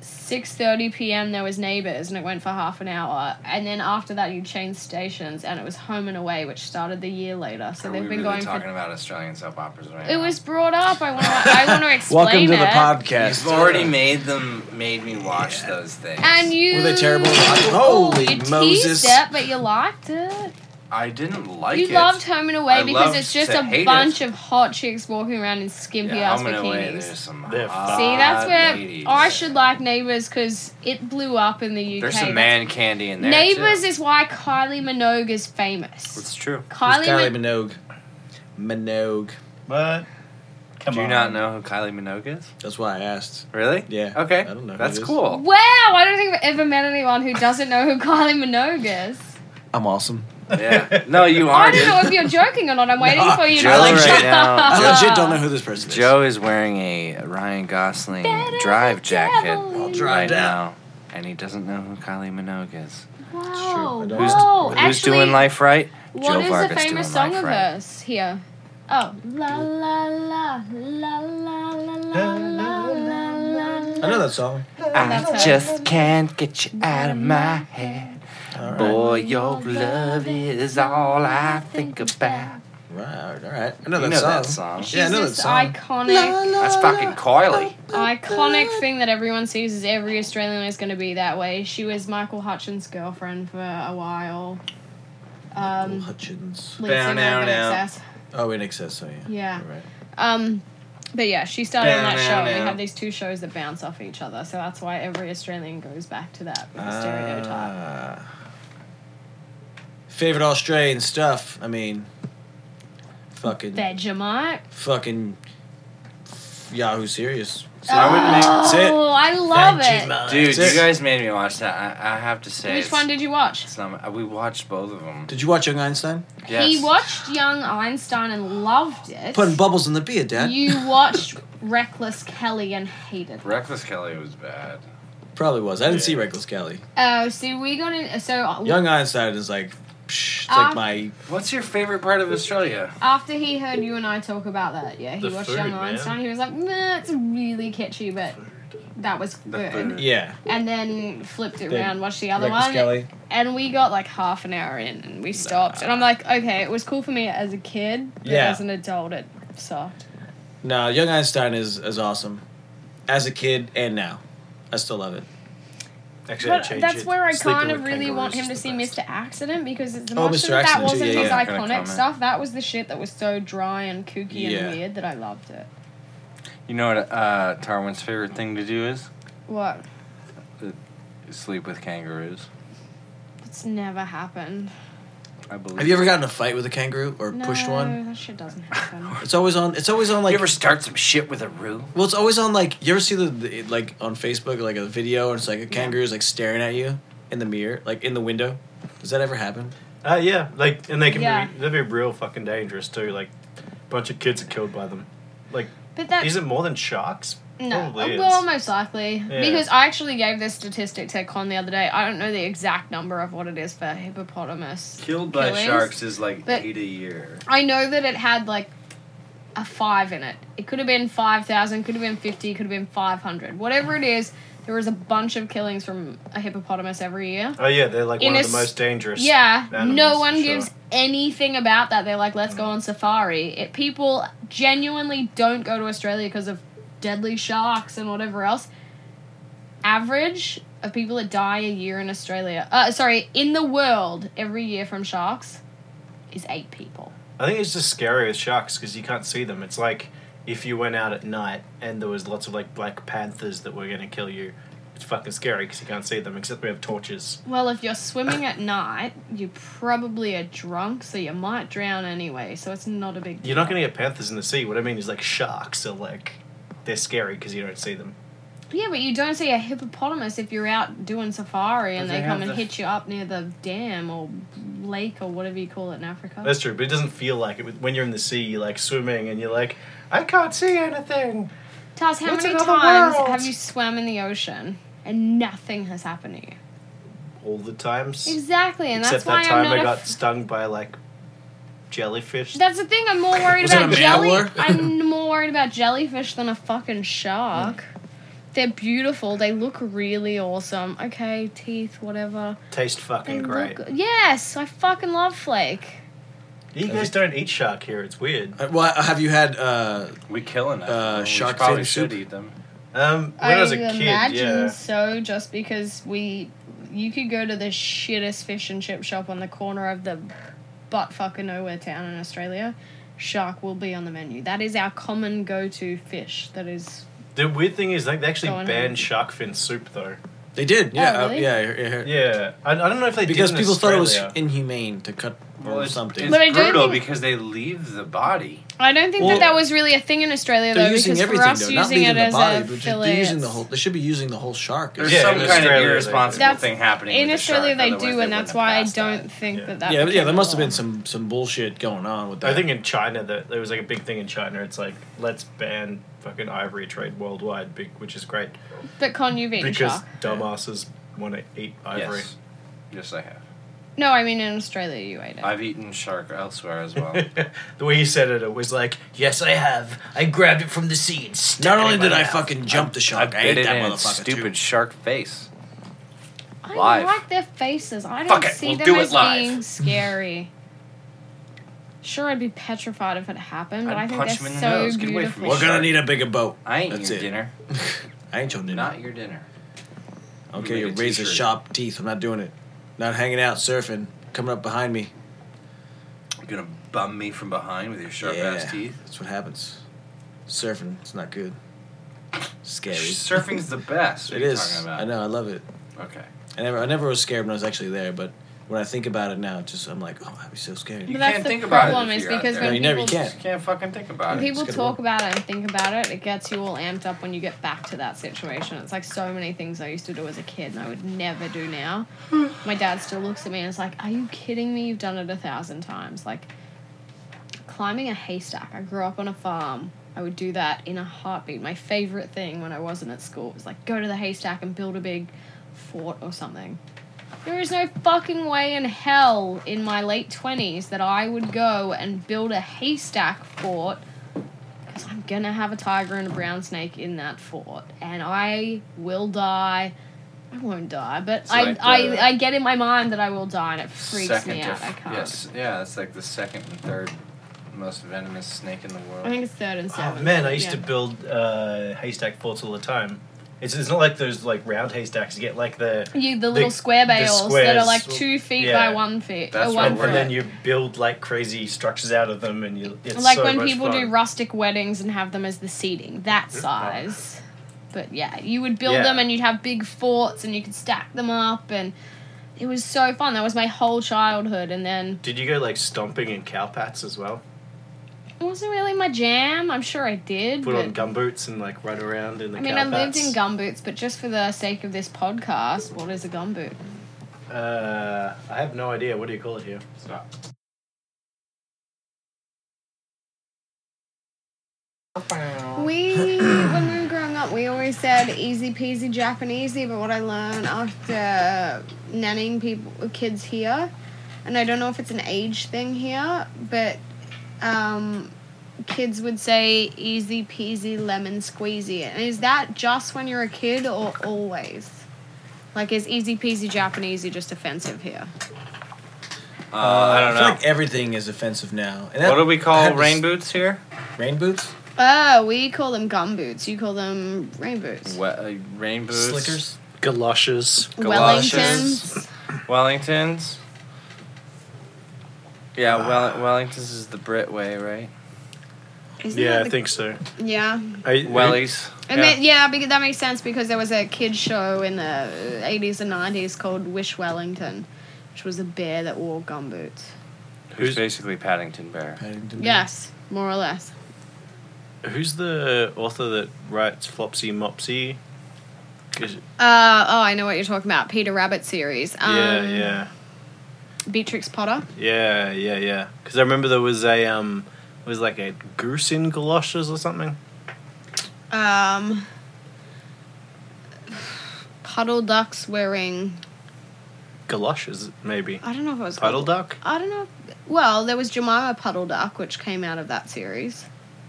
[SPEAKER 6] six thirty p.m. there was Neighbors, and it went for half an hour, and then after that you changed stations, and it was Home and Away, which started the year later. So
[SPEAKER 5] Are
[SPEAKER 6] they've
[SPEAKER 5] we
[SPEAKER 6] been
[SPEAKER 5] really
[SPEAKER 6] going
[SPEAKER 5] talking
[SPEAKER 6] for.
[SPEAKER 5] about Australian soap operas right
[SPEAKER 6] It
[SPEAKER 5] now?
[SPEAKER 6] was brought up. I want to. I want to explain
[SPEAKER 3] Welcome to the
[SPEAKER 6] it.
[SPEAKER 3] podcast.
[SPEAKER 5] You've already made them made me watch those things.
[SPEAKER 6] And you
[SPEAKER 3] Were they terrible?
[SPEAKER 6] Oh,
[SPEAKER 3] Holy
[SPEAKER 6] you teased
[SPEAKER 3] Moses.
[SPEAKER 6] it, but you liked it.
[SPEAKER 5] I didn't like
[SPEAKER 6] you
[SPEAKER 5] it.
[SPEAKER 6] loved Home and Away
[SPEAKER 5] I
[SPEAKER 6] because
[SPEAKER 5] loved
[SPEAKER 6] it's just
[SPEAKER 5] to
[SPEAKER 6] a
[SPEAKER 5] hate it.
[SPEAKER 6] bunch of hot chicks walking around in skimpy
[SPEAKER 5] yeah,
[SPEAKER 6] ass
[SPEAKER 5] Home and Away,
[SPEAKER 6] bikinis.
[SPEAKER 5] there's some
[SPEAKER 8] They're
[SPEAKER 5] hot
[SPEAKER 6] See, that's where
[SPEAKER 5] Ah, ladies.
[SPEAKER 6] I should like Neighbours because it blew up in the UK.
[SPEAKER 5] There's some man candy in there.
[SPEAKER 6] Neighbours
[SPEAKER 5] too.
[SPEAKER 6] is why Kylie Minogue is famous.
[SPEAKER 5] It's true.
[SPEAKER 6] Kylie,
[SPEAKER 3] Kylie
[SPEAKER 6] Min-
[SPEAKER 3] Minogue. Minogue.
[SPEAKER 7] But come
[SPEAKER 5] Do
[SPEAKER 7] on.
[SPEAKER 5] you not know who Kylie Minogue is?
[SPEAKER 3] That's why I asked.
[SPEAKER 5] Really?
[SPEAKER 3] Yeah.
[SPEAKER 5] Okay.
[SPEAKER 3] I don't know who
[SPEAKER 5] That's
[SPEAKER 3] it is.
[SPEAKER 5] cool.
[SPEAKER 6] Wow, I don't think I've ever met anyone who doesn't know who Kylie Minogue is.
[SPEAKER 3] I'm awesome.
[SPEAKER 5] yeah. No, you
[SPEAKER 6] I
[SPEAKER 5] are.
[SPEAKER 6] don't
[SPEAKER 5] dude.
[SPEAKER 6] know if you're joking or not. I'm waiting for you
[SPEAKER 5] Joe
[SPEAKER 6] to like
[SPEAKER 5] right
[SPEAKER 6] shut
[SPEAKER 5] now-
[SPEAKER 6] up.
[SPEAKER 3] I legit don't know who this person is.
[SPEAKER 5] Joe is wearing a Ryan Gosling
[SPEAKER 6] Better
[SPEAKER 5] drive jacket
[SPEAKER 6] devil I'll
[SPEAKER 3] drive
[SPEAKER 5] right
[SPEAKER 3] down.
[SPEAKER 5] now, and he doesn't know who Kylie Minogue is.
[SPEAKER 6] Wow.
[SPEAKER 3] It's true, I don't-
[SPEAKER 5] Who's,
[SPEAKER 6] Whoa.
[SPEAKER 5] who's
[SPEAKER 6] Oh, Actually,
[SPEAKER 5] doing life right?
[SPEAKER 6] What is
[SPEAKER 5] Vargas
[SPEAKER 6] the
[SPEAKER 5] doing
[SPEAKER 6] famous song
[SPEAKER 5] life
[SPEAKER 6] of
[SPEAKER 5] right.
[SPEAKER 6] hers here? Oh, la la la la la la la la la la.
[SPEAKER 3] I know that song.
[SPEAKER 6] That's her.
[SPEAKER 5] I just can't get you out of my head.
[SPEAKER 3] All right.
[SPEAKER 5] Boy, your love is all I think about.
[SPEAKER 3] Right. All right. I know,
[SPEAKER 5] You
[SPEAKER 3] that,
[SPEAKER 5] know
[SPEAKER 3] song.
[SPEAKER 5] that song.
[SPEAKER 6] She's
[SPEAKER 3] Yeah, I know that
[SPEAKER 6] this
[SPEAKER 3] song.
[SPEAKER 6] iconic,
[SPEAKER 5] That's fucking Kylie.
[SPEAKER 6] iconic thing that everyone sees is every Australian is going to be that way. She was Michael Hutchins' girlfriend for a while.
[SPEAKER 3] Little
[SPEAKER 6] Um,
[SPEAKER 3] Hutchins.
[SPEAKER 6] lead singer
[SPEAKER 5] Bow,
[SPEAKER 6] of
[SPEAKER 5] now, now.
[SPEAKER 6] NXS.
[SPEAKER 3] Oh, in excess. Oh yeah.
[SPEAKER 6] Yeah.
[SPEAKER 3] All right.
[SPEAKER 6] Um, but yeah, she started on that
[SPEAKER 5] Bow,
[SPEAKER 6] show.
[SPEAKER 5] now,
[SPEAKER 6] and We
[SPEAKER 5] now.
[SPEAKER 6] have these two shows that bounce off each other, so that's why every Australian goes back to that with the stereotype.
[SPEAKER 3] Ah. favorite Australian stuff. I mean, fucking,
[SPEAKER 6] Vegemite.
[SPEAKER 3] fucking Yahoo Serious.
[SPEAKER 5] I would make-
[SPEAKER 3] That's it.
[SPEAKER 6] Oh, I love it.
[SPEAKER 8] Uh,
[SPEAKER 3] Vegemite.
[SPEAKER 5] Dude,
[SPEAKER 3] That's
[SPEAKER 5] you
[SPEAKER 3] it.
[SPEAKER 5] guys made me watch that. I, I have to say.
[SPEAKER 6] Which
[SPEAKER 5] it's-
[SPEAKER 6] one did you watch?
[SPEAKER 5] it's not, we watched both of them.
[SPEAKER 3] Did you watch Young Einstein?
[SPEAKER 5] Yes.
[SPEAKER 6] He watched Young Einstein and loved it.
[SPEAKER 3] Putting bubbles in the beer, Dad.
[SPEAKER 6] You watched Reckless Kelly and hated it.
[SPEAKER 5] Reckless Kelly was bad.
[SPEAKER 3] Probably was. I didn't see Reckless Kelly.
[SPEAKER 6] Oh, see, we got in. So
[SPEAKER 3] Young Einstein is like, psh, it's
[SPEAKER 6] Ah.
[SPEAKER 3] like my.
[SPEAKER 5] What's your favorite part of Australia?
[SPEAKER 6] after he heard you and I talk about that, yeah, he
[SPEAKER 8] The
[SPEAKER 6] watched
[SPEAKER 8] food,
[SPEAKER 6] Young
[SPEAKER 8] man.
[SPEAKER 6] Einstein. He was like, nah, it's really catchy, but that was
[SPEAKER 5] The
[SPEAKER 6] good.
[SPEAKER 5] food.
[SPEAKER 3] Yeah.
[SPEAKER 6] And then flipped it
[SPEAKER 3] The
[SPEAKER 6] around, watched the other
[SPEAKER 3] Reckless
[SPEAKER 6] one,
[SPEAKER 3] Kelly.
[SPEAKER 6] and we got like half an hour in, and we stopped. And I'm like, okay, it was cool for me as a kid, but
[SPEAKER 3] Yeah.
[SPEAKER 6] as an adult, it sucked.
[SPEAKER 3] No, Young Einstein is, is awesome. As a kid and now. I still love it.
[SPEAKER 8] Actually, I
[SPEAKER 6] But
[SPEAKER 8] changed
[SPEAKER 6] that's
[SPEAKER 8] it.
[SPEAKER 6] where I
[SPEAKER 8] Sleeping
[SPEAKER 6] kind of
[SPEAKER 8] with
[SPEAKER 6] really
[SPEAKER 8] kangaroos
[SPEAKER 6] want him
[SPEAKER 8] is
[SPEAKER 6] to
[SPEAKER 8] the
[SPEAKER 6] see
[SPEAKER 8] best.
[SPEAKER 6] Mr. Accident because it's
[SPEAKER 3] Oh,
[SPEAKER 6] much
[SPEAKER 3] Mr.
[SPEAKER 6] that that
[SPEAKER 3] Accident, too,
[SPEAKER 6] wasn't
[SPEAKER 3] yeah,
[SPEAKER 6] his
[SPEAKER 3] yeah.
[SPEAKER 5] I'm not gonna
[SPEAKER 6] iconic
[SPEAKER 5] comment.
[SPEAKER 6] stuff. That was the shit that was so dry and kooky
[SPEAKER 3] Yeah.
[SPEAKER 6] and weird that I loved it.
[SPEAKER 5] You know what uh, Tarwin's favorite thing to do is?
[SPEAKER 6] What?
[SPEAKER 5] Sleep with kangaroos.
[SPEAKER 6] It's never happened.
[SPEAKER 5] I believe.
[SPEAKER 3] Have you ever gotten in a fight with a kangaroo or pushed one?
[SPEAKER 6] No, That shit doesn't happen.
[SPEAKER 3] It's always on. It's always on like.
[SPEAKER 5] you ever start some shit with a roo?
[SPEAKER 3] Well, it's always on like you ever see the, the like on Facebook like a video and it's like a kangaroo's like staring at you in the mirror, like in the window. Does that ever happen?
[SPEAKER 8] Uh, yeah, like, and they can
[SPEAKER 6] Yeah.
[SPEAKER 8] be, they're be real fucking dangerous too. Like, a bunch of kids are killed by them. Like,
[SPEAKER 6] But that
[SPEAKER 8] is it more than sharks?
[SPEAKER 6] no.
[SPEAKER 8] Probably
[SPEAKER 6] well,
[SPEAKER 8] is.
[SPEAKER 6] most likely
[SPEAKER 8] Yeah.
[SPEAKER 6] because I actually gave this statistic to Con the other day. I don't know the exact number of what it is for hippopotamus.
[SPEAKER 5] Killed
[SPEAKER 6] by Killings? sharks
[SPEAKER 5] is like
[SPEAKER 6] But-
[SPEAKER 5] a year.
[SPEAKER 6] I know that it had like a five in it. It could have been five thousand, could have been fifty, could have been five hundred. Whatever it is, there was a bunch of killings from a hippopotamus every year.
[SPEAKER 8] Oh yeah, they're like
[SPEAKER 6] In
[SPEAKER 8] one
[SPEAKER 6] a
[SPEAKER 8] of the most dangerous.
[SPEAKER 6] Yeah,
[SPEAKER 8] animals,
[SPEAKER 6] no one
[SPEAKER 8] for
[SPEAKER 6] gives
[SPEAKER 8] sure.
[SPEAKER 6] anything about that. They're like, let's go on safari. It, people genuinely don't go to Australia because of deadly sharks and whatever else. Average of people that die a year in Australia, uh, sorry, in the world every year from sharks is eight people.
[SPEAKER 8] I think it's just scary with sharks because you can't see them. It's like if you went out at night and there was lots of like black panthers that were going to kill you. It's fucking scary because you can't see them except we have torches.
[SPEAKER 6] Well, if you're swimming at night, you probably are drunk, so you might drown anyway. So it's not a big.
[SPEAKER 8] You're not going to get panthers in the sea. What I mean is like sharks are like they're scary because you don't see them.
[SPEAKER 6] Yeah, but you don't see a hippopotamus if you're out doing safari and
[SPEAKER 7] But
[SPEAKER 6] they,
[SPEAKER 7] they
[SPEAKER 6] come
[SPEAKER 7] have
[SPEAKER 6] and
[SPEAKER 7] the-
[SPEAKER 6] hit you up near the dam or lake or whatever you call it in Africa.
[SPEAKER 8] That's true, but it doesn't feel like it when you're in the sea. You're like swimming and you're like, I can't see anything.
[SPEAKER 6] Taz, how
[SPEAKER 8] It's
[SPEAKER 6] many
[SPEAKER 8] another
[SPEAKER 6] times
[SPEAKER 8] world.
[SPEAKER 6] have you swam in the ocean and nothing has happened to you?
[SPEAKER 8] All the times.
[SPEAKER 6] Exactly, and
[SPEAKER 8] Except
[SPEAKER 6] that's why
[SPEAKER 8] that time
[SPEAKER 6] I'm not.
[SPEAKER 8] I
[SPEAKER 6] a
[SPEAKER 8] got stung by like jellyfish.
[SPEAKER 6] That's the thing. I'm more worried
[SPEAKER 3] Was it
[SPEAKER 6] about
[SPEAKER 3] a
[SPEAKER 6] jelly.
[SPEAKER 3] mambler?
[SPEAKER 6] I'm more worried about jellyfish than a fucking shark. They're beautiful. They look really awesome. Okay, teeth, whatever.
[SPEAKER 8] Taste
[SPEAKER 6] They
[SPEAKER 8] fucking great.
[SPEAKER 6] look. Yes, I fucking love flake.
[SPEAKER 8] You guys don't eat shark here. It's weird.
[SPEAKER 3] Uh, well, have you had? Uh,
[SPEAKER 5] We kill enough.
[SPEAKER 3] Uh,
[SPEAKER 5] of them. We
[SPEAKER 3] shark
[SPEAKER 5] probably
[SPEAKER 3] fin
[SPEAKER 5] should
[SPEAKER 3] soup?
[SPEAKER 5] eat them.
[SPEAKER 8] Um, when I, was a kid,
[SPEAKER 6] imagine
[SPEAKER 8] yeah.
[SPEAKER 6] so. Just because we, you could go to the shittest fish and chip shop on the corner of the butt fucking nowhere town in Australia. Shark will be on the menu. That is our common go-to fish. That is
[SPEAKER 8] The weird thing is, like, they actually
[SPEAKER 6] Go on.
[SPEAKER 8] banned shark fin soup, though.
[SPEAKER 3] they did.
[SPEAKER 6] Oh,
[SPEAKER 3] Yeah, uh,
[SPEAKER 6] really?
[SPEAKER 3] yeah, yeah, yeah.
[SPEAKER 8] Yeah, I, I don't know if they
[SPEAKER 3] Because
[SPEAKER 8] did
[SPEAKER 3] people
[SPEAKER 8] in
[SPEAKER 3] thought it was
[SPEAKER 8] Australia.
[SPEAKER 3] inhumane to cut or
[SPEAKER 5] Well, it's,
[SPEAKER 3] something.
[SPEAKER 5] it's
[SPEAKER 6] But I don't
[SPEAKER 5] brutal
[SPEAKER 6] think-
[SPEAKER 5] because they leave the body.
[SPEAKER 6] I don't think
[SPEAKER 3] Well-
[SPEAKER 6] that that was really a thing in Australia
[SPEAKER 3] They're
[SPEAKER 6] though,
[SPEAKER 3] using
[SPEAKER 6] because for
[SPEAKER 3] everything
[SPEAKER 6] us
[SPEAKER 3] though, not
[SPEAKER 6] using
[SPEAKER 3] leaving
[SPEAKER 6] it
[SPEAKER 3] the
[SPEAKER 6] as
[SPEAKER 3] body,
[SPEAKER 6] a
[SPEAKER 3] but just
[SPEAKER 6] fillet,
[SPEAKER 3] they're using the
[SPEAKER 6] it's-
[SPEAKER 3] whole. They should be using the whole shark.
[SPEAKER 5] There's
[SPEAKER 8] Yeah,
[SPEAKER 5] some
[SPEAKER 8] in
[SPEAKER 5] kind
[SPEAKER 8] Australia,
[SPEAKER 5] of
[SPEAKER 8] they-
[SPEAKER 5] irresponsible
[SPEAKER 6] That's-
[SPEAKER 5] thing happening.
[SPEAKER 6] in
[SPEAKER 5] with the
[SPEAKER 6] Australia
[SPEAKER 5] shark,
[SPEAKER 6] they
[SPEAKER 5] otherwise
[SPEAKER 6] do,
[SPEAKER 5] they
[SPEAKER 6] and that's
[SPEAKER 5] wouldn't have
[SPEAKER 6] why I
[SPEAKER 5] passed
[SPEAKER 6] don't
[SPEAKER 5] that.
[SPEAKER 6] think
[SPEAKER 8] Yeah.
[SPEAKER 6] that that.
[SPEAKER 3] yeah, but yeah,
[SPEAKER 6] became
[SPEAKER 3] there
[SPEAKER 6] the
[SPEAKER 3] must have
[SPEAKER 6] law.
[SPEAKER 3] been some some bullshit going on with that.
[SPEAKER 8] I think in China that there was like a big thing in China. It's like let's ban fucking ivory trade worldwide, big, which is great
[SPEAKER 6] But con you've eaten
[SPEAKER 8] because
[SPEAKER 6] shark.
[SPEAKER 8] dumbasses want to eat ivory.
[SPEAKER 5] Yes. Yes, I have.
[SPEAKER 6] No, I mean in Australia you ate it.
[SPEAKER 5] I've eaten shark elsewhere as well.
[SPEAKER 8] the way he said it, it was like, "Yes, I have. I grabbed it from the sea and stuck
[SPEAKER 3] not
[SPEAKER 8] it in
[SPEAKER 3] only
[SPEAKER 8] my
[SPEAKER 3] did I
[SPEAKER 8] mouth."
[SPEAKER 3] fucking jump the
[SPEAKER 5] I
[SPEAKER 3] shark, I,
[SPEAKER 5] bit
[SPEAKER 3] ate
[SPEAKER 5] it
[SPEAKER 3] that
[SPEAKER 5] in its
[SPEAKER 3] motherfucker
[SPEAKER 5] stupid
[SPEAKER 3] too.
[SPEAKER 5] shark face.
[SPEAKER 6] I
[SPEAKER 5] Live.
[SPEAKER 6] like their faces. I don't
[SPEAKER 5] Fuck it,
[SPEAKER 6] see
[SPEAKER 5] we'll
[SPEAKER 6] them
[SPEAKER 5] do it
[SPEAKER 6] as
[SPEAKER 5] live.
[SPEAKER 6] being scary. Sure, I'd be petrified if it happened, but
[SPEAKER 5] I'd
[SPEAKER 6] I think
[SPEAKER 5] punch
[SPEAKER 6] they're
[SPEAKER 5] him in the
[SPEAKER 6] so
[SPEAKER 5] nose. Get
[SPEAKER 6] beautiful.
[SPEAKER 5] away from me.
[SPEAKER 3] We're gonna
[SPEAKER 5] Shark.
[SPEAKER 3] need a bigger boat.
[SPEAKER 5] I ain't
[SPEAKER 3] That's
[SPEAKER 5] your
[SPEAKER 3] it.
[SPEAKER 5] dinner.
[SPEAKER 3] I ain't your dinner.
[SPEAKER 5] Not your dinner.
[SPEAKER 3] okay,
[SPEAKER 5] make
[SPEAKER 3] your
[SPEAKER 5] a
[SPEAKER 3] razor
[SPEAKER 5] t-shirt.
[SPEAKER 3] sharp teeth. I'm not doing it. Not hanging out surfing. Coming up behind me.
[SPEAKER 5] You're gonna bum me from behind with your sharp ass teeth.
[SPEAKER 3] That's what happens. Surfing, it's not good. Scary.
[SPEAKER 5] Surfing's the best. What
[SPEAKER 3] it
[SPEAKER 5] are you
[SPEAKER 3] is.
[SPEAKER 5] Talking about?
[SPEAKER 3] I know. I love it.
[SPEAKER 5] Okay.
[SPEAKER 3] I never, I never was scared when I was actually there, but when I think about it now, it's just I'm like, oh, I'd be so scared.
[SPEAKER 5] You
[SPEAKER 6] But that's
[SPEAKER 5] can't
[SPEAKER 6] the
[SPEAKER 5] think about it
[SPEAKER 6] problem
[SPEAKER 5] if
[SPEAKER 6] is
[SPEAKER 5] you're out
[SPEAKER 6] because
[SPEAKER 5] there.
[SPEAKER 6] when
[SPEAKER 3] No, you never
[SPEAKER 6] people
[SPEAKER 3] can.
[SPEAKER 5] Just can't fucking think about
[SPEAKER 6] When
[SPEAKER 5] it.
[SPEAKER 6] people
[SPEAKER 3] gonna
[SPEAKER 6] talk
[SPEAKER 3] work.
[SPEAKER 6] about it and think about it, it gets you all amped up when you get back to that situation. It's like so many things I used to do as a kid and I would never do now. My dad still looks at me and is like, Are you kidding me? You've done it a thousand times. Like climbing a haystack. I grew up on a farm. I would do that in a heartbeat. My favorite thing when I wasn't at school was like go to the haystack and build a big fort or something. There is no fucking way in hell in my late 20s that I would go and build a haystack fort because I'm gonna have a tiger and a brown snake in that fort and I will die. I won't die, but
[SPEAKER 5] It's
[SPEAKER 6] I,
[SPEAKER 5] like the-
[SPEAKER 6] I, I get in my mind that I will die and it freaks
[SPEAKER 5] second
[SPEAKER 6] me
[SPEAKER 5] to
[SPEAKER 6] out.
[SPEAKER 5] f-
[SPEAKER 6] I can't.
[SPEAKER 5] Yes, yeah, that's like the second and third most venomous snake in the world.
[SPEAKER 6] I think it's third and
[SPEAKER 8] Oh
[SPEAKER 6] seventh.
[SPEAKER 8] man, I used
[SPEAKER 6] yeah.
[SPEAKER 8] to build uh, haystack forts all the time. It's, it's not like those like round haystacks. You get like the
[SPEAKER 6] You the little
[SPEAKER 8] the-
[SPEAKER 6] square
[SPEAKER 8] the
[SPEAKER 6] bales that are
[SPEAKER 8] squares,
[SPEAKER 6] like two feet
[SPEAKER 8] yeah.
[SPEAKER 6] by one feet.
[SPEAKER 5] That's
[SPEAKER 6] uh,
[SPEAKER 5] what
[SPEAKER 6] one
[SPEAKER 8] and,
[SPEAKER 5] we're
[SPEAKER 6] foot.
[SPEAKER 8] and then you build like crazy structures out of them, and you it's
[SPEAKER 6] like
[SPEAKER 8] so
[SPEAKER 6] when
[SPEAKER 8] much
[SPEAKER 6] people
[SPEAKER 8] fun.
[SPEAKER 6] do rustic weddings and have them as the seating, that size. But yeah, you would build
[SPEAKER 8] Yeah.
[SPEAKER 6] them and you'd have big forts and you could stack them up and it was so fun. That was my whole childhood and then
[SPEAKER 8] Did you go like stomping in cow pats as well?
[SPEAKER 6] it wasn't really my jam. I'm sure I did.
[SPEAKER 8] Put
[SPEAKER 6] but
[SPEAKER 8] on gumboots and like run around in the
[SPEAKER 6] I mean,
[SPEAKER 8] cow
[SPEAKER 6] I lived in
[SPEAKER 8] pats?
[SPEAKER 6] gumboots, but just for the sake of this podcast, what is a gumboot?
[SPEAKER 8] Uh, I have no idea. What do you call it here?
[SPEAKER 5] Stop.
[SPEAKER 6] We, when we were growing up, we always said easy peasy Japanesey, but what I learned after nannying people, kids here, and I don't know if it's an age thing here, but um, kids would say easy peasy lemon squeezy. And is that just when you're a kid or always? Like, is easy peasy Japanesey just offensive here?
[SPEAKER 5] Uh, I don't
[SPEAKER 3] feel
[SPEAKER 5] know.
[SPEAKER 3] like everything is offensive now. And that-
[SPEAKER 5] what do we
[SPEAKER 3] I
[SPEAKER 5] call
[SPEAKER 3] had this-
[SPEAKER 5] rain boots here?
[SPEAKER 3] Rain boots?
[SPEAKER 6] Oh, we call them gum boots. You call them rain boots.
[SPEAKER 5] We- uh, rain boots.
[SPEAKER 3] Slickers?
[SPEAKER 8] Galoshes.
[SPEAKER 5] galoshes.
[SPEAKER 6] Wellingtons.
[SPEAKER 5] Wellingtons.
[SPEAKER 3] Ah.
[SPEAKER 5] Yeah, well, Wellingtons is the Brit way, right?
[SPEAKER 6] Isn't
[SPEAKER 8] Yeah,
[SPEAKER 6] that
[SPEAKER 8] I
[SPEAKER 6] the-
[SPEAKER 8] think so.
[SPEAKER 6] Yeah.
[SPEAKER 8] I,
[SPEAKER 5] Wellies.
[SPEAKER 6] I mean, yeah, because that makes sense because there was a kids show in the eighties and nineties called Wish Wellington, which was a bear that wore gumboots.
[SPEAKER 5] Who's
[SPEAKER 8] Who's-
[SPEAKER 5] basically Paddington Bear?
[SPEAKER 3] Paddington
[SPEAKER 8] Mm.
[SPEAKER 3] Bear.
[SPEAKER 6] Yes, more or less.
[SPEAKER 8] Who's the author that writes Flopsy Mopsy? 'Cause-
[SPEAKER 6] Uh, oh, I know what you're talking about. Peter Rabbit series. Um,
[SPEAKER 8] yeah, yeah,
[SPEAKER 6] Beatrix Potter.
[SPEAKER 8] yeah, yeah, yeah. Because I remember there was a um, was like a goose in galoshes or something.
[SPEAKER 6] Um, puddle ducks wearing.
[SPEAKER 8] Galoshes, maybe.
[SPEAKER 6] I don't know if it was
[SPEAKER 8] Puddle duck.
[SPEAKER 6] I don't know. Well, there was Jemima Puddle Duck, which came out of that series.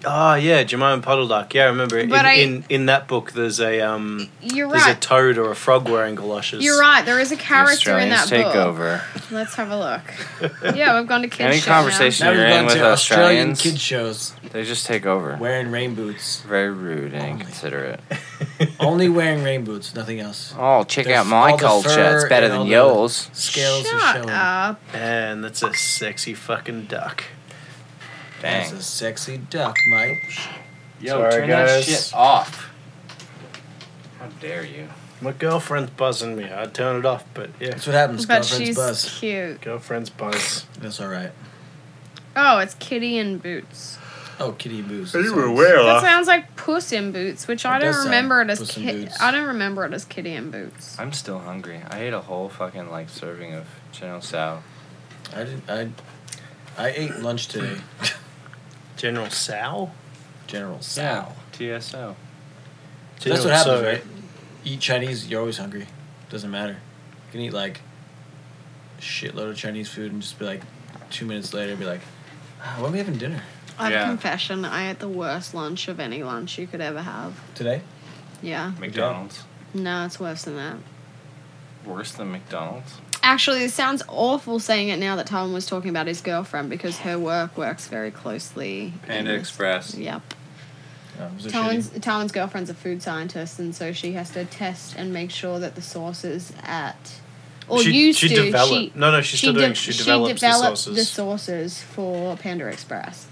[SPEAKER 8] Oh yeah, Jemima Puddle Duck. Yeah, I remember. In,
[SPEAKER 6] But I-
[SPEAKER 8] in in that book, there's a um,
[SPEAKER 6] You're
[SPEAKER 8] there's a
[SPEAKER 6] right.
[SPEAKER 8] toad or a frog wearing galoshes.
[SPEAKER 6] You're right. There is a character in that
[SPEAKER 5] Australians take
[SPEAKER 6] book.
[SPEAKER 5] over.
[SPEAKER 6] Let's have a look. yeah, we've gone to kids.
[SPEAKER 5] Any
[SPEAKER 6] show now.
[SPEAKER 5] conversation
[SPEAKER 3] Now we've
[SPEAKER 5] you're
[SPEAKER 3] gone
[SPEAKER 5] in with
[SPEAKER 3] to Australian
[SPEAKER 5] Australians,
[SPEAKER 3] kid shows
[SPEAKER 5] they just take over.
[SPEAKER 3] wearing rain boots.
[SPEAKER 5] Very rude and
[SPEAKER 3] Only.
[SPEAKER 5] inconsiderate.
[SPEAKER 3] Only wearing rain boots, nothing else.
[SPEAKER 5] Oh, check
[SPEAKER 3] The
[SPEAKER 5] out
[SPEAKER 3] f-
[SPEAKER 5] my
[SPEAKER 3] all the
[SPEAKER 5] culture.
[SPEAKER 3] fur
[SPEAKER 5] It's better
[SPEAKER 3] and all
[SPEAKER 5] than
[SPEAKER 3] the-
[SPEAKER 5] yours.
[SPEAKER 3] Scales are
[SPEAKER 6] Shut
[SPEAKER 3] showing.
[SPEAKER 6] up.
[SPEAKER 8] And that's a sexy fucking duck.
[SPEAKER 5] Bang.
[SPEAKER 3] That's a sexy duck, Mike.
[SPEAKER 8] Yo, Sorry, turn that guys. shit
[SPEAKER 5] off. How dare you?
[SPEAKER 8] My girlfriend's buzzing me. I'd turn it off, but yeah,
[SPEAKER 3] That's what happens.
[SPEAKER 6] But
[SPEAKER 3] Girlfriend's
[SPEAKER 6] she's
[SPEAKER 3] buzz.
[SPEAKER 6] cute.
[SPEAKER 8] girlfriend's buzz.
[SPEAKER 3] That's all right.
[SPEAKER 6] Oh, it's Kitty in Boots.
[SPEAKER 3] Oh, kitty booze.
[SPEAKER 6] That sounds like Puss in Boots, which I
[SPEAKER 3] It
[SPEAKER 6] don't
[SPEAKER 3] does
[SPEAKER 6] remember it
[SPEAKER 3] sound
[SPEAKER 6] as
[SPEAKER 3] Puss in
[SPEAKER 6] ki-
[SPEAKER 3] Boots.
[SPEAKER 6] I don't remember it as Kitty in Boots.
[SPEAKER 5] I'm still hungry. I ate a whole fucking like serving of General Tso.
[SPEAKER 3] I did. I. I ate lunch today.
[SPEAKER 8] General Sow.
[SPEAKER 3] General. Tso.
[SPEAKER 5] Yeah. TSO.
[SPEAKER 3] That's what
[SPEAKER 8] General
[SPEAKER 3] happens,
[SPEAKER 8] Tso,
[SPEAKER 3] right? Eat Chinese, you're always hungry. Doesn't matter. You can eat like shitload of Chinese food and just be like, two minutes later, be like, "Ah, "What are we having dinner
[SPEAKER 6] I have
[SPEAKER 5] Yeah.
[SPEAKER 6] confession. I had the worst lunch of any lunch you could ever have.
[SPEAKER 3] today?"
[SPEAKER 6] Yeah.
[SPEAKER 5] McDonald's.
[SPEAKER 6] No, it's worse than that.
[SPEAKER 5] Worse than McDonald's.
[SPEAKER 6] Actually, it sounds awful saying it now that Tom was talking about his girlfriend because her work works very closely.
[SPEAKER 5] Panda
[SPEAKER 6] in this-
[SPEAKER 5] Express.
[SPEAKER 6] Yep.
[SPEAKER 3] Oh, was it
[SPEAKER 6] Talon's,
[SPEAKER 3] shitty?
[SPEAKER 6] Talon's girlfriend's a food scientist, and so she has to test and make sure that the sauces at or
[SPEAKER 8] she,
[SPEAKER 6] used
[SPEAKER 8] she
[SPEAKER 6] to
[SPEAKER 8] developed.
[SPEAKER 6] she
[SPEAKER 8] no, no, she's
[SPEAKER 6] she,
[SPEAKER 8] still doing.
[SPEAKER 6] de-
[SPEAKER 8] She,
[SPEAKER 6] she
[SPEAKER 8] develops
[SPEAKER 6] developed
[SPEAKER 8] the sauces.
[SPEAKER 6] sauces for Panda Express.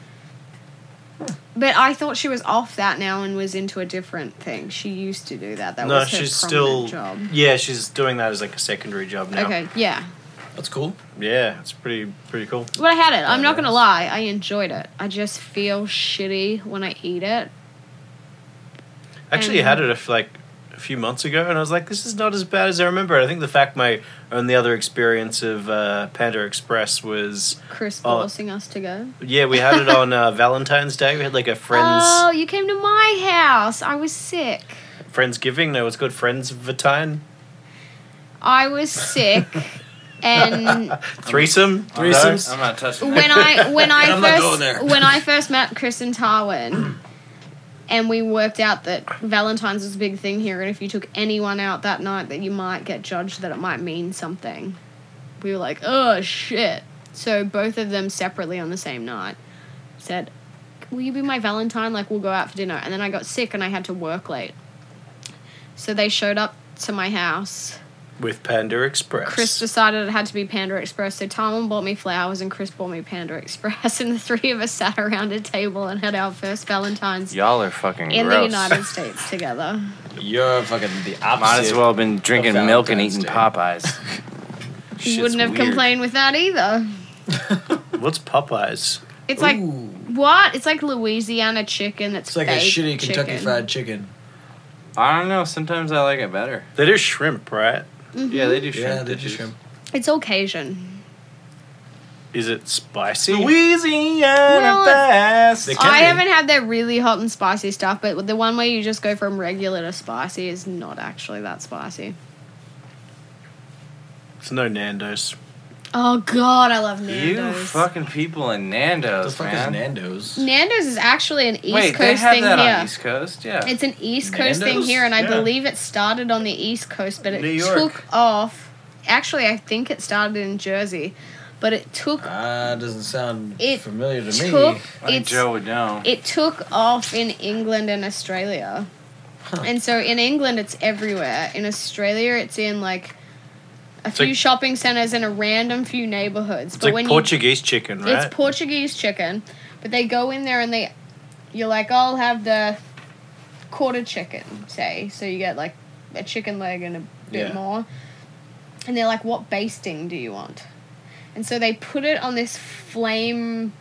[SPEAKER 6] But I thought she was off that now and was into a different thing. She used to do that. That
[SPEAKER 8] no,
[SPEAKER 6] was her
[SPEAKER 8] she's still.
[SPEAKER 6] prominent job.
[SPEAKER 8] Yeah, she's doing that as like a secondary job now.
[SPEAKER 6] Okay, yeah.
[SPEAKER 3] That's cool.
[SPEAKER 8] Yeah, it's pretty pretty cool.
[SPEAKER 6] But I had it. I'm not gonna
[SPEAKER 3] Badass.
[SPEAKER 6] lie. I enjoyed it. I just feel shitty when I eat it.
[SPEAKER 8] Actually,
[SPEAKER 6] And-
[SPEAKER 8] I had it a f- like a few months ago, and I was like, "This is not as bad as I remember." it. I think the fact my only other experience of uh, Panda Express was
[SPEAKER 6] Chris
[SPEAKER 8] Oh.
[SPEAKER 6] forcing us to go.
[SPEAKER 8] yeah, we had it on uh, Valentine's Day. We had like a friends
[SPEAKER 6] Oh, you came to my house. I was sick.
[SPEAKER 8] friendsgiving. No, it's called friends Vatine
[SPEAKER 6] I was sick. and
[SPEAKER 8] threesome.
[SPEAKER 3] Threesomes?
[SPEAKER 5] I'm not touching that.
[SPEAKER 6] when I when I
[SPEAKER 3] I'm not going there.
[SPEAKER 6] first when I first met Chris and Tarwin and we worked out that Valentine's was a big thing here and if you took anyone out that night that you might get judged that it might mean something. We were like, "Oh shit." So both of them separately on the same night said, "Will you be my Valentine? Like we'll go out for dinner." And then I got sick and I had to work late. So they showed up to my house
[SPEAKER 8] with Panda Express.
[SPEAKER 6] Chris decided it had to be Panda Express, so Tom bought me flowers and Chris bought me Panda Express, and the three of us sat around a table and had our first Valentine's
[SPEAKER 5] Y'all are fucking
[SPEAKER 6] in
[SPEAKER 5] gross.
[SPEAKER 6] the United States together.
[SPEAKER 3] You're fucking the opposite.
[SPEAKER 5] Might as well have been drinking milk and
[SPEAKER 3] Valentine's
[SPEAKER 5] eating
[SPEAKER 3] Day.
[SPEAKER 5] Popeyes.
[SPEAKER 6] You
[SPEAKER 5] Shit's
[SPEAKER 6] wouldn't have
[SPEAKER 5] weird.
[SPEAKER 6] complained with that either.
[SPEAKER 8] What's Popeyes?
[SPEAKER 6] It's like
[SPEAKER 3] Ooh.
[SPEAKER 6] what? It's like Louisiana chicken that's
[SPEAKER 3] It's like a
[SPEAKER 6] fake
[SPEAKER 3] shitty Kentucky
[SPEAKER 6] chicken.
[SPEAKER 3] Fried Chicken.
[SPEAKER 5] I don't know. Sometimes I like it better.
[SPEAKER 8] They do shrimp, right?
[SPEAKER 5] Yeah, they do shrimp.
[SPEAKER 3] Yeah, they do
[SPEAKER 5] dishes.
[SPEAKER 3] shrimp.
[SPEAKER 6] It's all Cajun.
[SPEAKER 8] Is it spicy?
[SPEAKER 5] Louisiana
[SPEAKER 6] Well,
[SPEAKER 5] fast.
[SPEAKER 3] They can
[SPEAKER 6] I
[SPEAKER 3] be.
[SPEAKER 6] haven't had their really hot and spicy stuff, but the one where you just go from regular to spicy is not actually that spicy.
[SPEAKER 8] It's no Nando's.
[SPEAKER 6] Oh god, I love
[SPEAKER 5] You
[SPEAKER 6] Nando's.
[SPEAKER 5] fucking people in
[SPEAKER 3] What the
[SPEAKER 5] Nando's,
[SPEAKER 3] fuck
[SPEAKER 5] man.
[SPEAKER 3] is Nando's?
[SPEAKER 6] Nando's is actually an East
[SPEAKER 5] Wait,
[SPEAKER 6] Coast
[SPEAKER 5] they have
[SPEAKER 6] thing
[SPEAKER 5] that
[SPEAKER 6] here.
[SPEAKER 5] on East Coast, yeah.
[SPEAKER 6] It's an East Coast thing
[SPEAKER 3] Nando's?
[SPEAKER 6] here, and I
[SPEAKER 7] Yeah.
[SPEAKER 6] believe it started on the East Coast, but it
[SPEAKER 5] New York.
[SPEAKER 6] took off. Actually, I think it started in Jersey, but it took
[SPEAKER 3] Ah, doesn't sound
[SPEAKER 6] It
[SPEAKER 3] familiar to me.
[SPEAKER 6] took
[SPEAKER 5] I think
[SPEAKER 6] its,
[SPEAKER 5] Joe would know.
[SPEAKER 6] it took off in England and Australia, and so in England it's everywhere. In Australia, it's in like a few
[SPEAKER 8] like-
[SPEAKER 6] shopping centers and a random few neighborhoods.
[SPEAKER 8] It's
[SPEAKER 6] but
[SPEAKER 8] like
[SPEAKER 6] when you
[SPEAKER 8] Portuguese chicken, right?
[SPEAKER 6] It's Portuguese chicken, but they go in there and they you're like, I'll have the quarter chicken, say. So you get like a chicken leg and a bit
[SPEAKER 3] Yeah.
[SPEAKER 6] more. And they're like, what basting do you want? And so they put it on this flame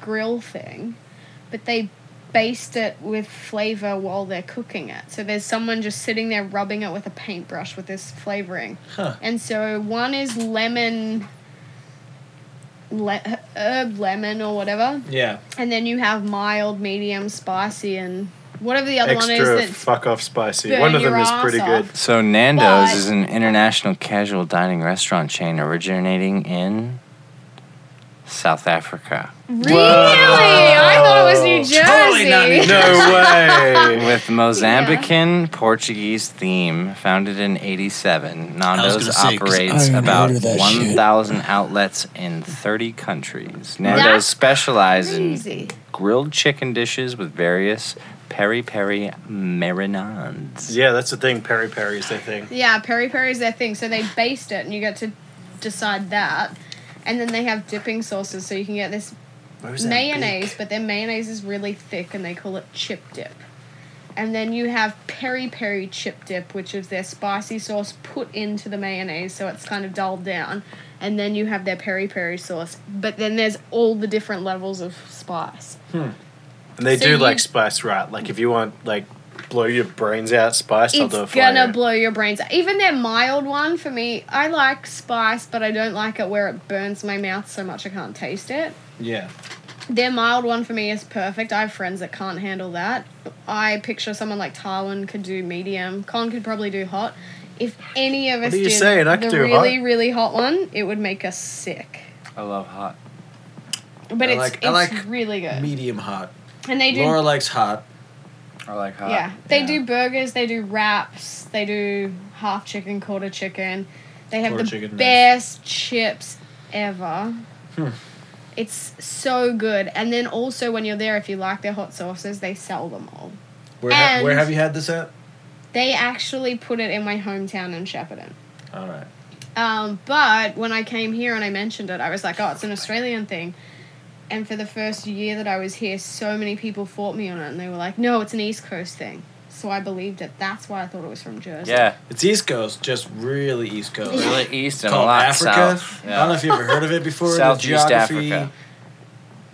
[SPEAKER 6] grill thing, but they baste it with flavor while they're cooking it. So there's someone just sitting there rubbing it with a paintbrush with this flavoring.
[SPEAKER 3] Huh.
[SPEAKER 6] And so one is lemon, le- herb lemon or whatever,
[SPEAKER 3] Yeah.
[SPEAKER 6] and then you have mild, medium, spicy, and whatever the other one
[SPEAKER 9] Extra
[SPEAKER 6] is. That's
[SPEAKER 9] fuck off spicy.
[SPEAKER 6] burn
[SPEAKER 9] One of them
[SPEAKER 6] your
[SPEAKER 9] is
[SPEAKER 6] ass
[SPEAKER 9] pretty good.
[SPEAKER 6] off.
[SPEAKER 5] So Nando's
[SPEAKER 6] But-
[SPEAKER 5] is an international casual dining restaurant chain originating in South Africa
[SPEAKER 6] really? I thought it was New Jersey.
[SPEAKER 3] Totally not New
[SPEAKER 9] No way.
[SPEAKER 5] with Mozambican Portuguese theme. Founded in '87, Nando's
[SPEAKER 3] gonna say, 'cause
[SPEAKER 5] operates
[SPEAKER 10] I
[SPEAKER 5] about
[SPEAKER 10] remember that
[SPEAKER 5] 1,000 outlets in 30 countries. Nando's
[SPEAKER 6] That's
[SPEAKER 5] specializes in
[SPEAKER 6] Crazy.
[SPEAKER 5] grilled chicken dishes with various peri peri marinades.
[SPEAKER 8] Yeah, that's the thing. Peri peri is their thing.
[SPEAKER 6] Yeah, peri peri is their thing. So they baste it, and you get to decide that. And then they have dipping sauces, so you can get this
[SPEAKER 8] What was that
[SPEAKER 6] mayonnaise,
[SPEAKER 8] big-
[SPEAKER 6] but their mayonnaise is really thick, and they call it chip dip. And then you have peri peri chip dip, which is their spicy sauce put into the mayonnaise, so it's kind of dulled down. And then you have their peri peri sauce, but then there's all the different levels of spice.
[SPEAKER 8] And they
[SPEAKER 6] So
[SPEAKER 8] do
[SPEAKER 6] you-
[SPEAKER 8] like spice right. Like if you want like blow your brains out, spice
[SPEAKER 6] it's
[SPEAKER 8] not the
[SPEAKER 6] gonna blow your brains out. Even their mild one for me, I like spice, but I don't like it where it burns my mouth so much I can't taste it.
[SPEAKER 3] Yeah.
[SPEAKER 6] Their mild one for me is perfect. I have friends that can't handle that. I picture someone like Tarwin could do medium. Con could probably do hot. If any of us
[SPEAKER 8] are you
[SPEAKER 6] did
[SPEAKER 8] saying? I could
[SPEAKER 6] the
[SPEAKER 8] do hot.
[SPEAKER 6] really, really hot one, it would make us sick.
[SPEAKER 5] I love hot.
[SPEAKER 6] But
[SPEAKER 3] I
[SPEAKER 6] it's,
[SPEAKER 3] like-
[SPEAKER 6] it's
[SPEAKER 3] I like
[SPEAKER 6] really good.
[SPEAKER 3] Medium hot.
[SPEAKER 6] and they do
[SPEAKER 3] Laura likes hot.
[SPEAKER 5] I like hot.
[SPEAKER 6] Yeah, they do burgers, they do wraps, they do half chicken, quarter chicken. They have
[SPEAKER 7] Quarter
[SPEAKER 6] the
[SPEAKER 7] chicken, nice.
[SPEAKER 6] best chips ever. It's so good. And then also when you're there, if you like their hot sauces, they sell them all.
[SPEAKER 3] Where, ha- where
[SPEAKER 6] And-
[SPEAKER 3] have you had this at?
[SPEAKER 6] They actually put it in my hometown in Shepparton.
[SPEAKER 3] All right.
[SPEAKER 6] Um, but when I came here and I mentioned it, I was like, oh, it's an Australian thing. And for the first year that I was here, so many people fought me on it, and they were like, no, it's an East Coast thing. So I believed it. That's why I thought it was from Jersey.
[SPEAKER 5] Yeah,
[SPEAKER 3] It's East Coast, just really East Coast.
[SPEAKER 5] really east and a
[SPEAKER 3] called
[SPEAKER 5] lot
[SPEAKER 3] Africa.
[SPEAKER 5] south.
[SPEAKER 3] I don't
[SPEAKER 5] Yeah.
[SPEAKER 3] know if you ever heard of it before. the
[SPEAKER 5] Southeast
[SPEAKER 3] geography,
[SPEAKER 5] Africa.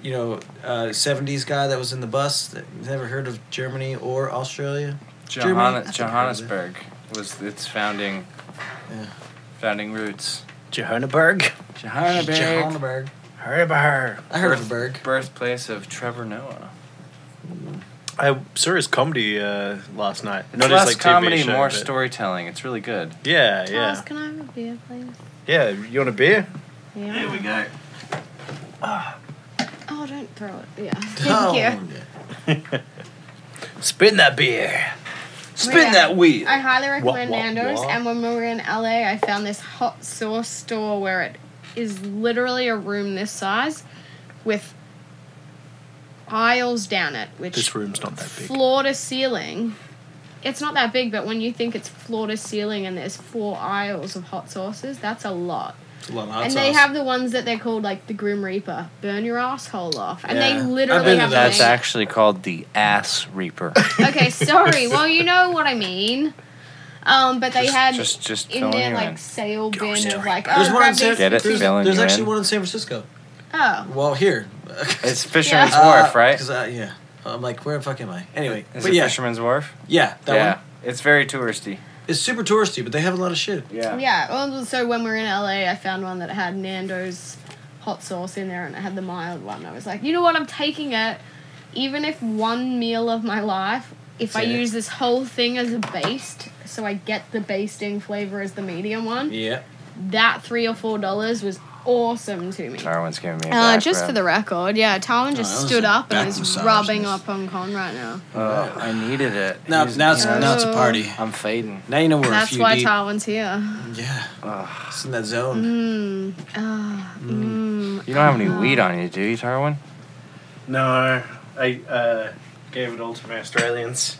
[SPEAKER 3] You know, uh, '70s guy that was in the bus. That never heard of Germany or Australia. Germany? I
[SPEAKER 5] Johann-
[SPEAKER 3] think
[SPEAKER 5] Johannesburg was its founding
[SPEAKER 3] Yeah.
[SPEAKER 5] founding roots.
[SPEAKER 8] Johannesburg.
[SPEAKER 5] Johannesburg,
[SPEAKER 3] Johannesburg.
[SPEAKER 8] Hurry by her.
[SPEAKER 3] I heard of a Berg.
[SPEAKER 5] birthplace of Trevor Noah.
[SPEAKER 8] I saw his comedy uh, last night.
[SPEAKER 5] It's
[SPEAKER 8] Not his
[SPEAKER 5] less
[SPEAKER 8] like TV
[SPEAKER 5] comedy,
[SPEAKER 8] show,
[SPEAKER 5] more
[SPEAKER 8] but-
[SPEAKER 5] storytelling. It's really good.
[SPEAKER 8] Yeah,
[SPEAKER 6] Charles,
[SPEAKER 8] yeah,
[SPEAKER 6] can I have a beer, please?
[SPEAKER 8] yeah. You want a beer?
[SPEAKER 6] Yeah.
[SPEAKER 4] we go.
[SPEAKER 6] Oh, don't throw it. Yeah.
[SPEAKER 3] Oh,
[SPEAKER 6] Thank you.
[SPEAKER 8] Spin that beer.
[SPEAKER 6] Wait, I-
[SPEAKER 4] Spin that wheel.
[SPEAKER 6] I highly recommend
[SPEAKER 8] wah,
[SPEAKER 6] Nando's.
[SPEAKER 8] wah.
[SPEAKER 6] And when we were in LA, I found this hot sauce store where it is literally a room this size with aisles down it, which
[SPEAKER 8] This room's not that big.
[SPEAKER 6] floor to ceiling. It's not that big, but when you think it's floor to ceiling and there's four aisles of hot sauces, that's a lot.
[SPEAKER 3] It's a lot of hot
[SPEAKER 6] and
[SPEAKER 3] sauce.
[SPEAKER 6] they have the ones that they're called like the Grim Reaper, burn your asshole off, and
[SPEAKER 3] Yeah.
[SPEAKER 6] they
[SPEAKER 3] I've
[SPEAKER 6] literally
[SPEAKER 3] been to
[SPEAKER 6] have the
[SPEAKER 5] That's
[SPEAKER 6] name.
[SPEAKER 5] actually called the Ass Reaper.
[SPEAKER 6] Okay, sorry. well, you know what I mean. Um, but they
[SPEAKER 5] Just-
[SPEAKER 6] had
[SPEAKER 5] just- just
[SPEAKER 6] in
[SPEAKER 5] filling
[SPEAKER 6] their
[SPEAKER 5] you
[SPEAKER 6] like
[SPEAKER 5] in.
[SPEAKER 6] sale bin
[SPEAKER 8] Ghost
[SPEAKER 6] of like oh,
[SPEAKER 3] There's one in
[SPEAKER 6] grab
[SPEAKER 3] San.
[SPEAKER 6] these.
[SPEAKER 5] Get it,
[SPEAKER 3] There's,
[SPEAKER 5] Valen,
[SPEAKER 3] there's
[SPEAKER 5] you
[SPEAKER 3] actually
[SPEAKER 5] in?
[SPEAKER 3] one in San Francisco.
[SPEAKER 6] Oh,
[SPEAKER 3] Well, here.
[SPEAKER 5] it's Fisherman's
[SPEAKER 6] Yeah.
[SPEAKER 5] Wharf, right?
[SPEAKER 3] Uh, Cause I, yeah. I'm like, where the fuck am I? Anyway,
[SPEAKER 5] Is
[SPEAKER 3] but
[SPEAKER 5] it
[SPEAKER 3] yeah,
[SPEAKER 5] Fisherman's Wharf?
[SPEAKER 3] yeah, that
[SPEAKER 5] yeah,
[SPEAKER 3] one.
[SPEAKER 5] it's very touristy.
[SPEAKER 3] It's super touristy, but they have a lot of shit.
[SPEAKER 5] Yeah.
[SPEAKER 6] yeah. Well, so when we were in LA, I found one that had Nando's hot sauce in there, and it had the mild one. I was like, you know what? I'm taking it, even if one meal of my life. If I
[SPEAKER 3] Yeah.
[SPEAKER 6] use this whole thing as a baste, so I get the basting flavor as the medium one,
[SPEAKER 3] Yeah.
[SPEAKER 6] that three or four dollars was awesome to me.
[SPEAKER 5] Darwin's giving me a
[SPEAKER 6] Uh,
[SPEAKER 5] back
[SPEAKER 6] just
[SPEAKER 5] rub.
[SPEAKER 6] for the record, yeah, Tarwin
[SPEAKER 3] Oh, that
[SPEAKER 6] just
[SPEAKER 3] was
[SPEAKER 6] stood
[SPEAKER 3] a
[SPEAKER 6] up
[SPEAKER 3] back
[SPEAKER 6] and is
[SPEAKER 3] massage,
[SPEAKER 6] rubbing
[SPEAKER 3] yes.
[SPEAKER 6] up on Con right now.
[SPEAKER 5] Oh, I needed it.
[SPEAKER 3] Now,
[SPEAKER 5] He's-
[SPEAKER 3] now it's
[SPEAKER 5] yeah.
[SPEAKER 3] now it's a party.
[SPEAKER 5] I'm fading.
[SPEAKER 3] Now you know we're a
[SPEAKER 6] That's
[SPEAKER 3] few
[SPEAKER 6] why
[SPEAKER 3] deep.
[SPEAKER 6] Tarwin's here.
[SPEAKER 3] yeah.
[SPEAKER 5] Ugh.
[SPEAKER 3] It's in that zone.
[SPEAKER 6] Mm. Ah, mm.
[SPEAKER 5] You don't have any weed on you, do you, Tarwin?
[SPEAKER 8] No, I uh, gave it all to my Australians.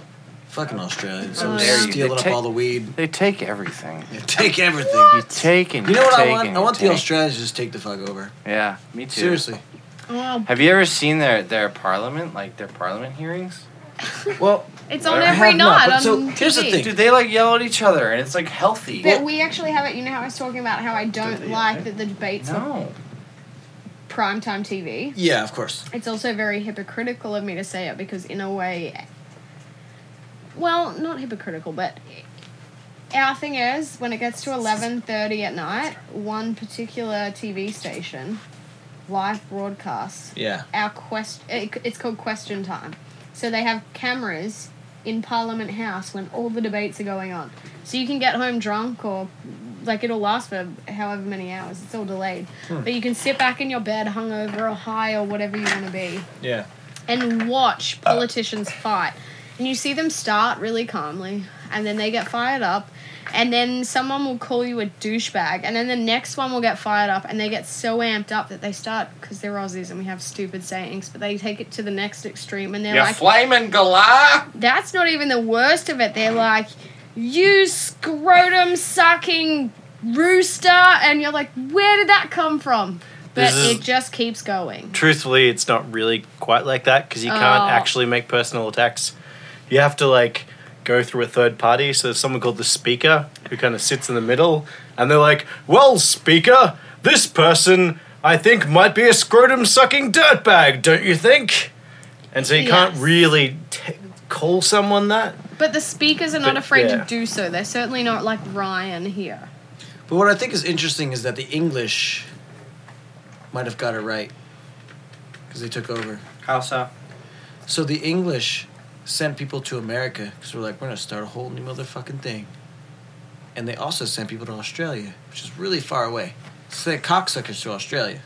[SPEAKER 3] Fucking Australians.
[SPEAKER 6] Oh,
[SPEAKER 3] So
[SPEAKER 6] yeah.
[SPEAKER 3] stealing
[SPEAKER 5] They
[SPEAKER 3] up
[SPEAKER 5] take-
[SPEAKER 3] all the weed.
[SPEAKER 5] They take everything.
[SPEAKER 3] They take everything.
[SPEAKER 5] You take and
[SPEAKER 3] You know what
[SPEAKER 5] take
[SPEAKER 3] I want?
[SPEAKER 5] and
[SPEAKER 3] I
[SPEAKER 5] you
[SPEAKER 3] want the
[SPEAKER 5] take.
[SPEAKER 3] Australians to just take the fuck over.
[SPEAKER 5] Yeah, me too.
[SPEAKER 3] Seriously.
[SPEAKER 6] Well,
[SPEAKER 5] Have you ever seen their their parliament, like their parliament hearings?
[SPEAKER 3] Well,
[SPEAKER 6] it's on
[SPEAKER 5] I
[SPEAKER 6] every
[SPEAKER 3] have not,
[SPEAKER 6] night
[SPEAKER 3] but
[SPEAKER 6] on
[SPEAKER 3] so,
[SPEAKER 6] TV.
[SPEAKER 3] here's the thing.
[SPEAKER 5] Dude, they like yell at each other, and it's like healthy.
[SPEAKER 6] But we actually have it. You know how I was talking about how I
[SPEAKER 7] they,
[SPEAKER 6] don't
[SPEAKER 7] yeah.
[SPEAKER 6] like that the debates on
[SPEAKER 5] no,
[SPEAKER 6] primetime TV.
[SPEAKER 3] yeah, of course.
[SPEAKER 6] It's also very hypocritical of me to say it because, in a way, well, not hypocritical, but our thing is when it gets to eleven thirty at night, one particular TV station live broadcasts
[SPEAKER 3] Yeah.
[SPEAKER 6] our quest. It, it's called Question Time, so they have cameras in Parliament House when all the debates are going on, so you can get home drunk or like it'll last for however many hours. It's all delayed, but you can sit back in your bed, hungover or high or whatever you want to be
[SPEAKER 3] Yeah.
[SPEAKER 6] and watch
[SPEAKER 8] Uh.
[SPEAKER 6] politicians fight. And you see them start really calmly, and then they get fired up, and then someone will call you a douchebag, and then the next one will get fired up, and they get so amped up that they start because they're Aussies and we have stupid sayings, but they take it to the next extreme, and they're
[SPEAKER 5] you
[SPEAKER 6] like,
[SPEAKER 5] flaming galah.
[SPEAKER 6] "That's not even the worst of it." They're like, "You scrotum sucking rooster," and you're like, "Where did that come from?" But
[SPEAKER 8] This is-
[SPEAKER 6] it just keeps going.
[SPEAKER 8] truthfully, it's not really quite like that because you
[SPEAKER 6] Oh.
[SPEAKER 8] can't actually make personal attacks. You have to like go through a third party. So there's someone called the speaker who kind of sits in the middle, and they're like, "Well, speaker, this person I think might be a scrotum sucking dirtbag, don't you think?" And so you can't
[SPEAKER 6] Yes.
[SPEAKER 8] really t- call someone that.
[SPEAKER 6] But the speakers are not
[SPEAKER 8] But,
[SPEAKER 6] afraid
[SPEAKER 8] yeah.
[SPEAKER 6] to do so. They're certainly not like Ryan here.
[SPEAKER 3] But what I think is interesting is that the English might have got it right because they took over.
[SPEAKER 5] How so?
[SPEAKER 3] So the English sent people to America because we're like, we're gonna start a whole new motherfucking thing. And they also sent people to Australia, which is really far away. Sent cocksuckers to Australia.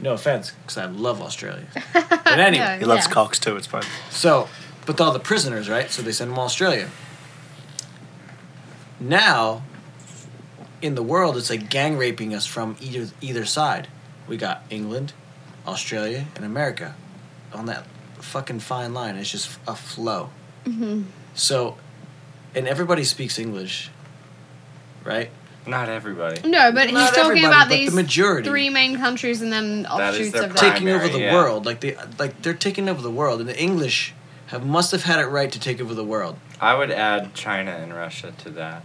[SPEAKER 3] No offense, because I love Australia. But anyway,
[SPEAKER 6] No,
[SPEAKER 8] He loves
[SPEAKER 6] yeah.
[SPEAKER 8] cocks too. It's fine.
[SPEAKER 3] so but all the prisoners, right? So they send them to Australia. Now, in the world, it's like gang raping us from either either side. We got England, Australia, and America on that fucking fine line. It's just a flow. So, and everybody speaks English, right?
[SPEAKER 5] Not everybody.
[SPEAKER 6] No,
[SPEAKER 3] Not
[SPEAKER 6] but he's talking
[SPEAKER 3] everybody, but
[SPEAKER 6] about these
[SPEAKER 3] the majority.
[SPEAKER 6] three main countries and then
[SPEAKER 5] is
[SPEAKER 6] offshoots
[SPEAKER 5] their
[SPEAKER 6] of that.
[SPEAKER 3] taking
[SPEAKER 5] Primary,
[SPEAKER 3] over the
[SPEAKER 5] yeah.
[SPEAKER 3] world, like they like they're taking over the world, and the English have must have had it right to take over the world.
[SPEAKER 5] I would add China and Russia to that.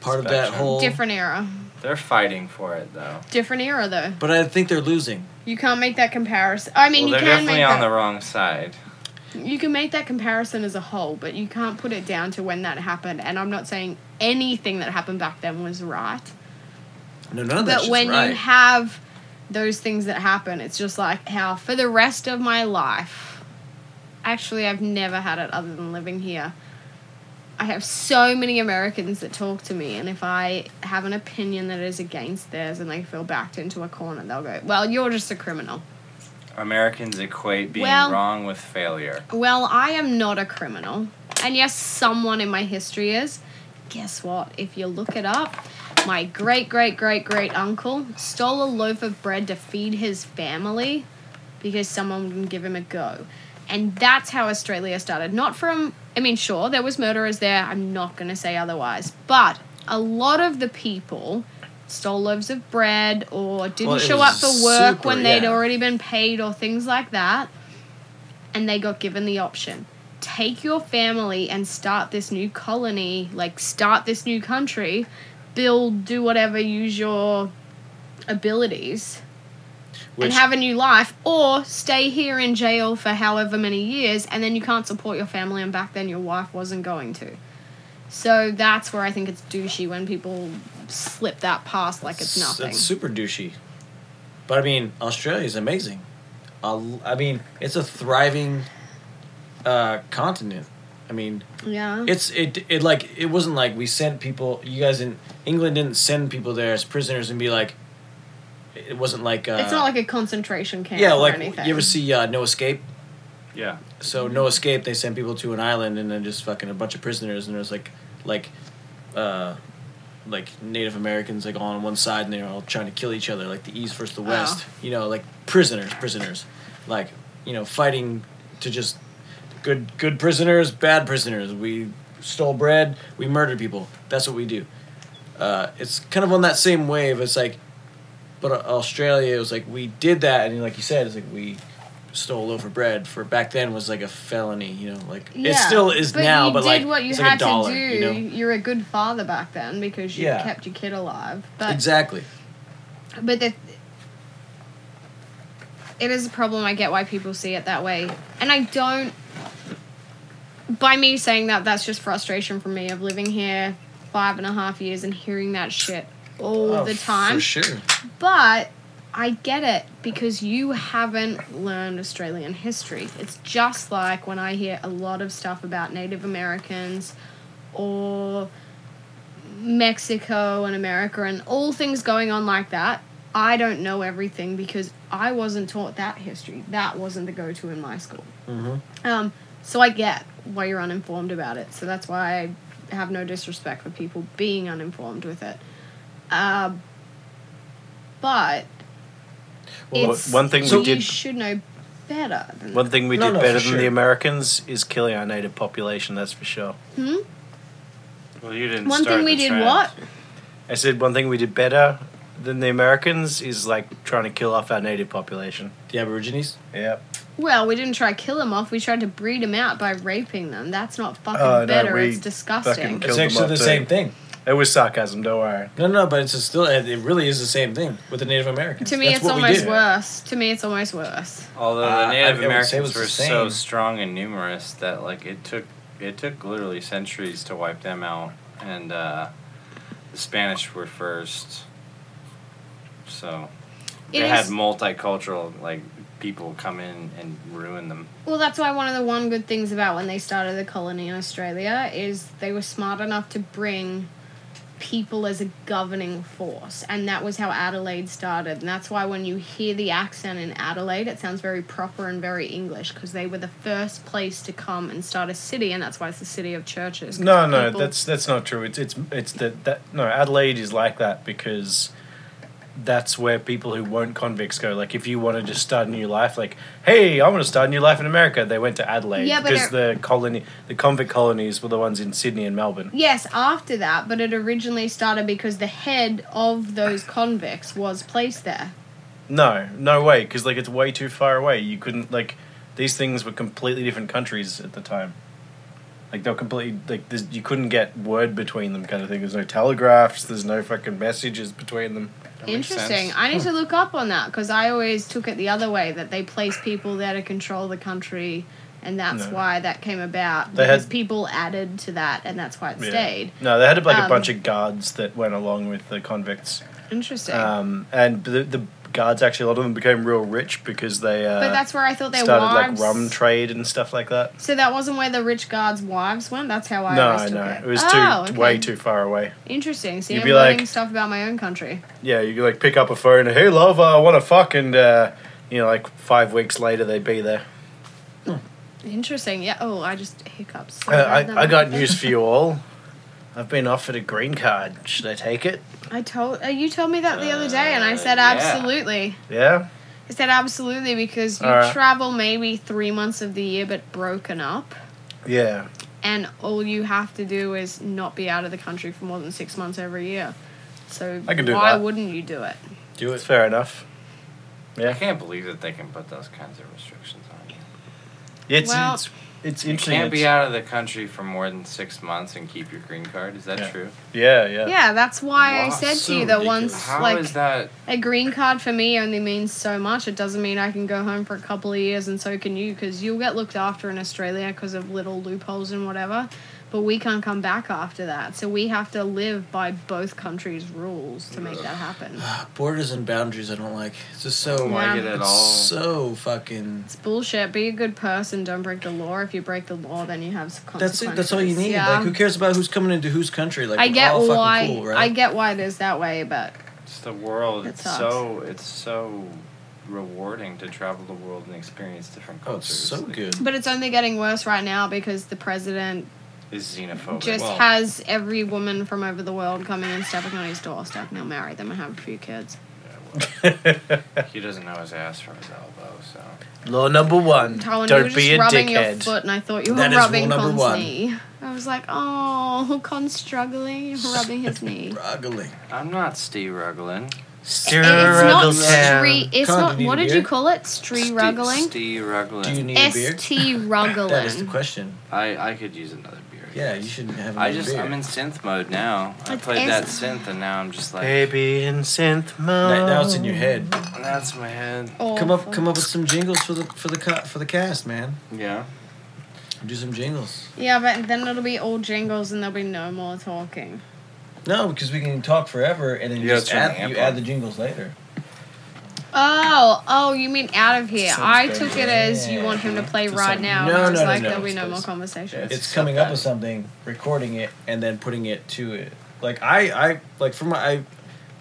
[SPEAKER 3] Part of that
[SPEAKER 5] Spectrum.
[SPEAKER 3] whole
[SPEAKER 6] Different era.
[SPEAKER 5] They're fighting for it though.
[SPEAKER 6] Different era, though.
[SPEAKER 3] But I think they're losing.
[SPEAKER 6] You can't make that comparison. I mean,
[SPEAKER 5] well,
[SPEAKER 6] you
[SPEAKER 5] they're
[SPEAKER 6] can make
[SPEAKER 5] definitely on the
[SPEAKER 6] that.
[SPEAKER 5] wrong side.
[SPEAKER 6] You can make that comparison as a whole, but you can't put it down to when that happened. And I'm not saying anything that happened back then was right.
[SPEAKER 3] No, none of that
[SPEAKER 6] But
[SPEAKER 3] shit's
[SPEAKER 6] when
[SPEAKER 3] Oh, right.
[SPEAKER 6] you have those things that happen, it's just like how for the rest of my life, actually, I've never had it other than living here. I have so many Americans that talk to me, and if I have an opinion that is against theirs and they feel backed into a corner, they'll go, Well, you're just a criminal.
[SPEAKER 5] Americans equate being
[SPEAKER 6] Well-
[SPEAKER 5] wrong with failure.
[SPEAKER 6] Well, I am not a criminal. And yes, someone in my history is. Guess what? If you look it up, my great great great great uncle stole a loaf of bread to feed his family because someone wouldn't give him a go. And that's how Australia started. Not from, I mean, sure, there was murderers there. I'm not going to say otherwise. But a lot of the people stole loaves of bread or didn't
[SPEAKER 3] Well, it
[SPEAKER 6] show up
[SPEAKER 3] was
[SPEAKER 6] for work
[SPEAKER 3] super,
[SPEAKER 6] when they'd
[SPEAKER 3] yeah.
[SPEAKER 6] already been paid or things like that and they got given the option take your family and start this new colony like start this new country build do whatever use your abilities
[SPEAKER 3] Which-
[SPEAKER 6] and have a new life or stay here in jail for however many years and then you can't support your family and back then your wife wasn't going to so that's where i think it's douchey when people slip that past like it's
[SPEAKER 3] S-
[SPEAKER 6] nothing
[SPEAKER 3] It's super douchey. But I mean, Australia is amazing. I l- I mean, it's a thriving uh, continent. I mean,
[SPEAKER 6] yeah
[SPEAKER 3] it's it it like it wasn't like we sent people. You guys in England didn't send people there as prisoners and be like. It wasn't like uh,
[SPEAKER 6] it's not like a concentration camp
[SPEAKER 3] yeah,
[SPEAKER 6] or
[SPEAKER 3] like
[SPEAKER 6] anything
[SPEAKER 3] you ever see uh, No Escape?
[SPEAKER 5] Yeah.
[SPEAKER 3] So no escape. They send people to an island and then just fucking a bunch of prisoners and there's like, like, uh, like Native Americans like all on one side and they're all trying to kill each other like the East versus the West. You know, like prisoners, prisoners, like you know fighting to just good good prisoners, bad prisoners. We stole bread. We murdered people. That's what we do. Uh, it's kind of on that same wave. It's like But uh, Australia, it was like we did that, and like you said, it's like we stole a loaf of bread for back then was like a felony, you know, like it
[SPEAKER 6] Yeah,
[SPEAKER 3] still is now,
[SPEAKER 6] you
[SPEAKER 3] but
[SPEAKER 6] did
[SPEAKER 3] like
[SPEAKER 6] what you
[SPEAKER 3] it's like
[SPEAKER 6] had
[SPEAKER 3] a dollar,
[SPEAKER 6] to do.
[SPEAKER 3] you know.
[SPEAKER 6] are a good father back then because you
[SPEAKER 3] Yeah.
[SPEAKER 6] kept your kid alive. But
[SPEAKER 3] exactly.
[SPEAKER 6] but the, it is a problem. I get why people see it that way, and I don't. By me saying that, that's just frustration from me of living here five and a half years and hearing that shit all
[SPEAKER 3] Oh,
[SPEAKER 6] the time.
[SPEAKER 3] For sure.
[SPEAKER 6] But I get it because you haven't learned Australian history. It's just like when I hear a lot of stuff about Native Americans or Mexico and America and all things going on like that. I don't know everything because I wasn't taught that history. That wasn't the go to in my school.
[SPEAKER 8] Mm-hmm.
[SPEAKER 6] Um, so I get why you're uninformed about it. So that's why I have no disrespect for people being uninformed with it. Uh, but
[SPEAKER 8] Well,
[SPEAKER 6] it's,
[SPEAKER 8] one thing we
[SPEAKER 6] you
[SPEAKER 8] did-
[SPEAKER 6] should know better. Than
[SPEAKER 8] One thing we
[SPEAKER 3] No,
[SPEAKER 8] did
[SPEAKER 3] no,
[SPEAKER 8] better
[SPEAKER 3] for
[SPEAKER 8] than the
[SPEAKER 3] sure.
[SPEAKER 8] Americans is killing our native population, that's for sure.
[SPEAKER 6] hmm?
[SPEAKER 5] Well, you didn't.
[SPEAKER 6] One
[SPEAKER 5] start
[SPEAKER 6] thing we
[SPEAKER 5] the
[SPEAKER 6] did
[SPEAKER 5] trend.
[SPEAKER 6] what?
[SPEAKER 8] I said one thing we did better than the Americans is like trying to kill off our native population.
[SPEAKER 3] The Aborigines.
[SPEAKER 8] Yep.
[SPEAKER 6] Well, we didn't try to kill them off. We tried to breed them out by raping them. That's not fucking
[SPEAKER 8] Oh, no,
[SPEAKER 6] better.
[SPEAKER 8] we
[SPEAKER 6] it's disgusting.
[SPEAKER 8] fucking- Killed
[SPEAKER 3] it's
[SPEAKER 8] them
[SPEAKER 3] actually
[SPEAKER 8] up
[SPEAKER 3] the
[SPEAKER 8] too.
[SPEAKER 3] same thing.
[SPEAKER 8] It was sarcasm, don't worry.
[SPEAKER 3] No, no, but it's still it it really is the same thing with the Native Americans.
[SPEAKER 6] to me,
[SPEAKER 3] That's
[SPEAKER 6] it's
[SPEAKER 3] what we
[SPEAKER 6] almost
[SPEAKER 3] did.
[SPEAKER 6] worse. To me, it's almost worse.
[SPEAKER 5] Although
[SPEAKER 3] Uh,
[SPEAKER 5] the
[SPEAKER 3] I- I would
[SPEAKER 5] Native
[SPEAKER 3] say it was
[SPEAKER 5] Americans
[SPEAKER 3] the
[SPEAKER 5] were so
[SPEAKER 3] same.
[SPEAKER 5] strong and numerous that like it took it took literally centuries to wipe them out, and uh, the Spanish were first. So
[SPEAKER 6] It
[SPEAKER 5] they
[SPEAKER 6] is.
[SPEAKER 5] had multicultural like people come in and ruin them.
[SPEAKER 6] Well, that's why one of the one good things about when they started the colony in Australia is they were smart enough to bring people as a governing force, and that was how Adelaide started. And that's why when you hear the accent in Adelaide, it sounds very proper and very English because they were the first place to come and start a city, and that's why it's the city of churches. 'cause
[SPEAKER 8] No, no,
[SPEAKER 6] people-
[SPEAKER 8] that's that's not true. It's it's it's that that no Adelaide is like that because that's where people who weren't convicts go. Like if you want to just start a new life, like hey, I want to start a new life in America, they went to Adelaide
[SPEAKER 6] Yeah, but
[SPEAKER 8] because
[SPEAKER 6] they're-
[SPEAKER 8] the colony the convict colonies were the ones in Sydney and Melbourne.
[SPEAKER 6] Yes, after that, but it originally started because the head of those convicts was placed there.
[SPEAKER 8] No, no way, because like it's way too far away. You couldn't like these things were completely different countries at the time. Like they're completely like there's- you couldn't get word between them kind of thing. There's no telegraphs. There's no fucking messages between them.
[SPEAKER 5] That makes
[SPEAKER 6] Interesting.
[SPEAKER 5] sense.
[SPEAKER 6] I need to look up on that because I always took it the other way that they place people there to control the country, and that's
[SPEAKER 8] No.
[SPEAKER 6] why that came about.
[SPEAKER 8] They had-
[SPEAKER 6] because people added to that, and that's why it
[SPEAKER 8] Yeah.
[SPEAKER 6] stayed.
[SPEAKER 8] No, they had like
[SPEAKER 6] Um,
[SPEAKER 8] a bunch of guards that went along with the convicts,
[SPEAKER 6] Interesting.
[SPEAKER 8] um, and the, the guards actually a lot of them became real rich because they uh,
[SPEAKER 6] but that's where I thought their
[SPEAKER 8] started
[SPEAKER 6] wives.
[SPEAKER 8] like rum trade and stuff like that.
[SPEAKER 6] so that wasn't where the rich guards' wives went. That's how I always
[SPEAKER 8] no,
[SPEAKER 6] took
[SPEAKER 8] no,
[SPEAKER 6] it.
[SPEAKER 8] it was
[SPEAKER 6] Oh,
[SPEAKER 8] too
[SPEAKER 6] okay.
[SPEAKER 8] way too far away.
[SPEAKER 6] Interesting. See,
[SPEAKER 8] You'd
[SPEAKER 6] I'm
[SPEAKER 8] be
[SPEAKER 6] learning
[SPEAKER 8] like-
[SPEAKER 6] stuff about my own country.
[SPEAKER 8] Yeah, you like pick up a phone, hey love, I want to fuck, and uh, you know like five weeks later they'd be there.
[SPEAKER 6] Interesting. Yeah. Oh, I just hiccups. so
[SPEAKER 8] Uh,
[SPEAKER 6] bad that
[SPEAKER 8] I I got
[SPEAKER 6] happened.
[SPEAKER 8] news for you all. I've been offered a green card. Should I take it?
[SPEAKER 6] I told uh, you told me that the other day, and I
[SPEAKER 5] Uh,
[SPEAKER 6] said
[SPEAKER 5] yeah.
[SPEAKER 6] absolutely.
[SPEAKER 8] Yeah.
[SPEAKER 6] I said absolutely because you
[SPEAKER 8] Alright.
[SPEAKER 6] travel maybe three months of the year, but broken up,
[SPEAKER 8] Yeah.
[SPEAKER 6] and all you have to do is not be out of the country for more than six months every year. So
[SPEAKER 8] I can do
[SPEAKER 6] why
[SPEAKER 8] that.
[SPEAKER 6] wouldn't you do it?
[SPEAKER 8] Do it. Fair enough.
[SPEAKER 5] I
[SPEAKER 8] Yeah.
[SPEAKER 5] can't believe that they can put those kinds of restrictions on you.
[SPEAKER 8] It's
[SPEAKER 6] Well-
[SPEAKER 8] it's it's
[SPEAKER 5] You
[SPEAKER 8] interesting.
[SPEAKER 5] can't be
[SPEAKER 8] It's-
[SPEAKER 6] uh,
[SPEAKER 5] out of the country for more than six months and keep your green card. Is that
[SPEAKER 8] Yeah.
[SPEAKER 5] true?
[SPEAKER 8] Yeah, yeah.
[SPEAKER 6] Yeah, that's why I
[SPEAKER 5] Wow,
[SPEAKER 6] said
[SPEAKER 3] so
[SPEAKER 6] to you that
[SPEAKER 3] ridiculous.
[SPEAKER 6] once
[SPEAKER 5] How is
[SPEAKER 6] like
[SPEAKER 5] that?
[SPEAKER 6] a green card for me only means so much. It doesn't mean I can go home for a couple of years, and so can you, because you'll get looked after in Australia because of little loopholes and whatever. But we can't come back after that, so we have to live by both countries' rules to make that happen.
[SPEAKER 3] Borders and boundaries, I don't like. It's just so
[SPEAKER 5] I don't like it at
[SPEAKER 3] It's
[SPEAKER 5] all.
[SPEAKER 3] so fucking.
[SPEAKER 6] It's bullshit. Be a good person. Don't break the law. If you break the law, then you have s- consequences.
[SPEAKER 3] That's it. That's all you need.
[SPEAKER 6] Yeah.
[SPEAKER 3] Like, who cares about who's coming into whose country? Like,
[SPEAKER 6] I
[SPEAKER 3] we're
[SPEAKER 6] get
[SPEAKER 3] all fucking
[SPEAKER 6] why.
[SPEAKER 3] Cool, right?
[SPEAKER 6] I get why it is that way, but
[SPEAKER 5] It's the world.
[SPEAKER 6] It
[SPEAKER 5] it's
[SPEAKER 6] sucks.
[SPEAKER 5] so it's so rewarding to travel the world and experience different
[SPEAKER 3] Oh, it's
[SPEAKER 5] cultures.
[SPEAKER 3] so good.
[SPEAKER 6] but it's only getting worse right now because the president
[SPEAKER 5] Is xenophobic.
[SPEAKER 6] just
[SPEAKER 5] well,
[SPEAKER 6] has every woman from over the world coming and stepping on his doorstep. And he'll marry them and have a few kids.
[SPEAKER 5] he doesn't know his ass from his elbow. So
[SPEAKER 8] Law number one:
[SPEAKER 6] Tywin, you were
[SPEAKER 8] don't
[SPEAKER 6] just
[SPEAKER 8] be a
[SPEAKER 6] rubbing your
[SPEAKER 8] dickhead.
[SPEAKER 6] foot, and I thought you were
[SPEAKER 3] That is rule
[SPEAKER 6] rubbing
[SPEAKER 3] number
[SPEAKER 6] Con's
[SPEAKER 3] one.
[SPEAKER 6] knee. I was like, oh, Con's struggling, rubbing his knee.
[SPEAKER 3] Struggling.
[SPEAKER 5] I'm not Steve Ruglin.
[SPEAKER 6] And it's not street. It's
[SPEAKER 3] Con, do
[SPEAKER 6] not.
[SPEAKER 3] you
[SPEAKER 6] What
[SPEAKER 3] need a
[SPEAKER 6] did you
[SPEAKER 3] beer?
[SPEAKER 6] call it? Street ruggling.
[SPEAKER 5] Stee
[SPEAKER 3] Do you
[SPEAKER 5] ruggling.
[SPEAKER 3] need a beer?
[SPEAKER 6] S T
[SPEAKER 3] That is the
[SPEAKER 6] ruggling.
[SPEAKER 3] question.
[SPEAKER 5] I, I could use another beer.
[SPEAKER 3] Yeah, you shouldn't have
[SPEAKER 5] I
[SPEAKER 3] another
[SPEAKER 5] just
[SPEAKER 3] beer.
[SPEAKER 5] I'm in synth mode now. I
[SPEAKER 6] It's
[SPEAKER 5] played that
[SPEAKER 6] S-
[SPEAKER 5] synth and now I'm just like "Oh,
[SPEAKER 8] Baby in synth mode.
[SPEAKER 3] That- now it's in your head.
[SPEAKER 5] that's my head.
[SPEAKER 3] Come up, come up with some jingles for the for the co- for the cast, man.
[SPEAKER 5] Yeah.
[SPEAKER 3] Do some jingles.
[SPEAKER 6] Yeah, but then it'll be all jingles and there'll be no more talking.
[SPEAKER 3] No, because we can talk forever, and then you
[SPEAKER 5] Yeah,
[SPEAKER 3] just
[SPEAKER 5] turn the
[SPEAKER 3] add,
[SPEAKER 5] amp
[SPEAKER 3] you
[SPEAKER 5] on.
[SPEAKER 3] add the jingles later.
[SPEAKER 6] Oh, oh, you mean out of here?
[SPEAKER 3] Sounds
[SPEAKER 6] I
[SPEAKER 3] good.
[SPEAKER 6] took it as you want him to
[SPEAKER 3] Yeah.
[SPEAKER 6] play
[SPEAKER 3] It's
[SPEAKER 6] right
[SPEAKER 3] like-
[SPEAKER 6] now.
[SPEAKER 3] No,
[SPEAKER 6] and I was
[SPEAKER 3] no, no,
[SPEAKER 6] like,
[SPEAKER 3] no,
[SPEAKER 6] there'll be
[SPEAKER 3] it's
[SPEAKER 6] no more
[SPEAKER 3] supposed-
[SPEAKER 6] conversation.
[SPEAKER 3] It's, coming up with something, recording it, and then putting it to it. Like I, I like from my, I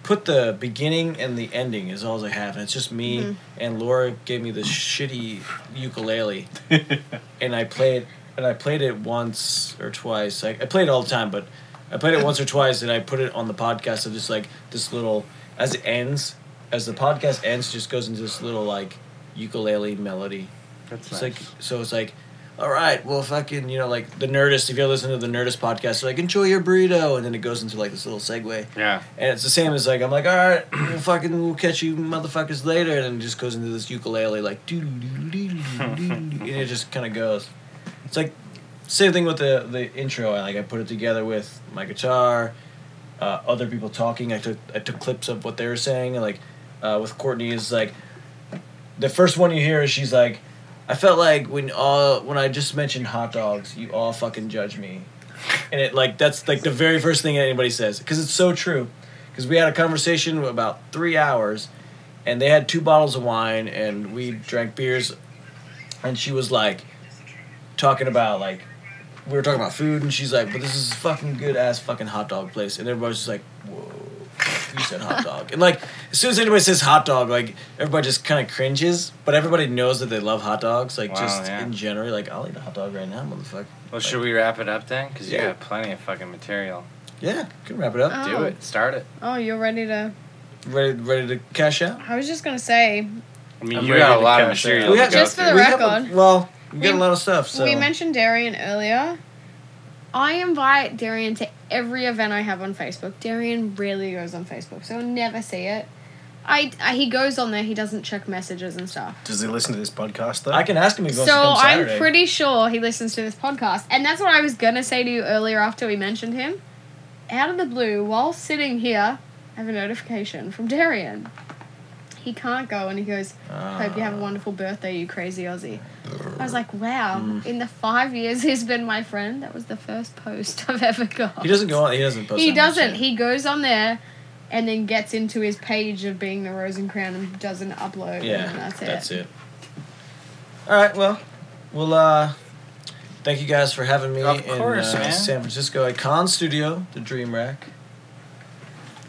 [SPEAKER 3] put the beginning and the ending is all I have, and it's just me and Laura gave me this shitty ukulele, and I played and I played it once or twice. Like I played it all the time, but I played it once or twice, and I put it on the podcast of just like this little as it ends, as the podcast ends, it just goes into this little like ukulele melody.
[SPEAKER 5] That's
[SPEAKER 3] It's like so it's like, all right, well fucking you know like the Nerdist. If you listen to the Nerdist podcast, they're like enjoy your burrito, and then it goes into like this little segue,
[SPEAKER 5] yeah.
[SPEAKER 3] and it's the same as like I'm like all right, we'll fucking we'll catch you motherfuckers later, and then it just goes into this ukulele like doo doo doo doo doo, and it just kind of goes. It's like same thing with the the intro. I like I put it together with my guitar, uh, other people talking. I took I took clips of what they were saying, and like uh, with Courtney is like the first one you hear is she's like, I felt like when all when I just mentioned hot dogs, you all fucking judge me, and it like that's like the very first thing that anybody says because it's so true. Because we had a conversation about three hours, and they had two bottles of wine, and we drank beers, and she was like, talking about like. We were talking about food, and she's like, "But this is a fucking good ass fucking hot dog place," and everybody's just like, "Whoa." you said hot dog. And like, as soon as anybody says hot dog, like everybody just kind of cringes. But everybody knows that they love hot dogs. Like
[SPEAKER 5] Wow,
[SPEAKER 3] just
[SPEAKER 5] yeah.
[SPEAKER 3] in general, like I'll eat a hot dog right now, motherfucker.
[SPEAKER 5] Well, should we wrap it up then? Because
[SPEAKER 3] Yeah.
[SPEAKER 5] you got plenty of fucking material.
[SPEAKER 3] Yeah, can wrap it up.
[SPEAKER 6] Uh,
[SPEAKER 5] Do
[SPEAKER 6] Oh.
[SPEAKER 5] it. Start it.
[SPEAKER 6] Oh, you're ready to.
[SPEAKER 3] Ready, ready to cash out.
[SPEAKER 6] I was just gonna say,
[SPEAKER 5] I mean,
[SPEAKER 7] I'm
[SPEAKER 5] you
[SPEAKER 7] ready
[SPEAKER 5] got a
[SPEAKER 7] to
[SPEAKER 5] lot of
[SPEAKER 7] cash out.
[SPEAKER 5] material.
[SPEAKER 3] We
[SPEAKER 5] to
[SPEAKER 3] have-
[SPEAKER 5] go
[SPEAKER 6] Just for the
[SPEAKER 5] through.
[SPEAKER 3] We have a-
[SPEAKER 6] record.
[SPEAKER 3] well, we get a
[SPEAKER 6] We-
[SPEAKER 3] lot of stuff. So
[SPEAKER 6] we mentioned Darian earlier. I invite Darian to every event I have on Facebook. Darian rarely goes on Facebook, so I'll never see it. I, I he goes on there. He doesn't check messages and stuff.
[SPEAKER 9] Does he listen to this podcast though?
[SPEAKER 3] I can ask him if he
[SPEAKER 6] So
[SPEAKER 3] wants to come Saturday.
[SPEAKER 6] I'm pretty sure he listens to this podcast. And that's what I was going to say to you earlier after we mentioned him. Out of the blue, while sitting here, I have a notification from Darian. He can't go and he goes, Hope you have a
[SPEAKER 3] Ah.
[SPEAKER 6] wonderful birthday, you crazy Aussie. I was like, Wow,
[SPEAKER 3] Mm.
[SPEAKER 6] in the five years he's been my friend, that was the first post I've ever got.
[SPEAKER 3] He doesn't go on. He doesn't post.
[SPEAKER 6] He
[SPEAKER 3] that much,
[SPEAKER 6] doesn't.
[SPEAKER 3] yeah.
[SPEAKER 6] He goes on there and then gets into his page of being the Rose and Crown and doesn't upload.
[SPEAKER 3] Yeah,
[SPEAKER 6] and that's it.
[SPEAKER 3] it. All right, well, well, uh, thank you guys for having me
[SPEAKER 5] Of course,
[SPEAKER 3] in uh,
[SPEAKER 5] man.
[SPEAKER 3] San Francisco at Con Studio, the Dream Rack.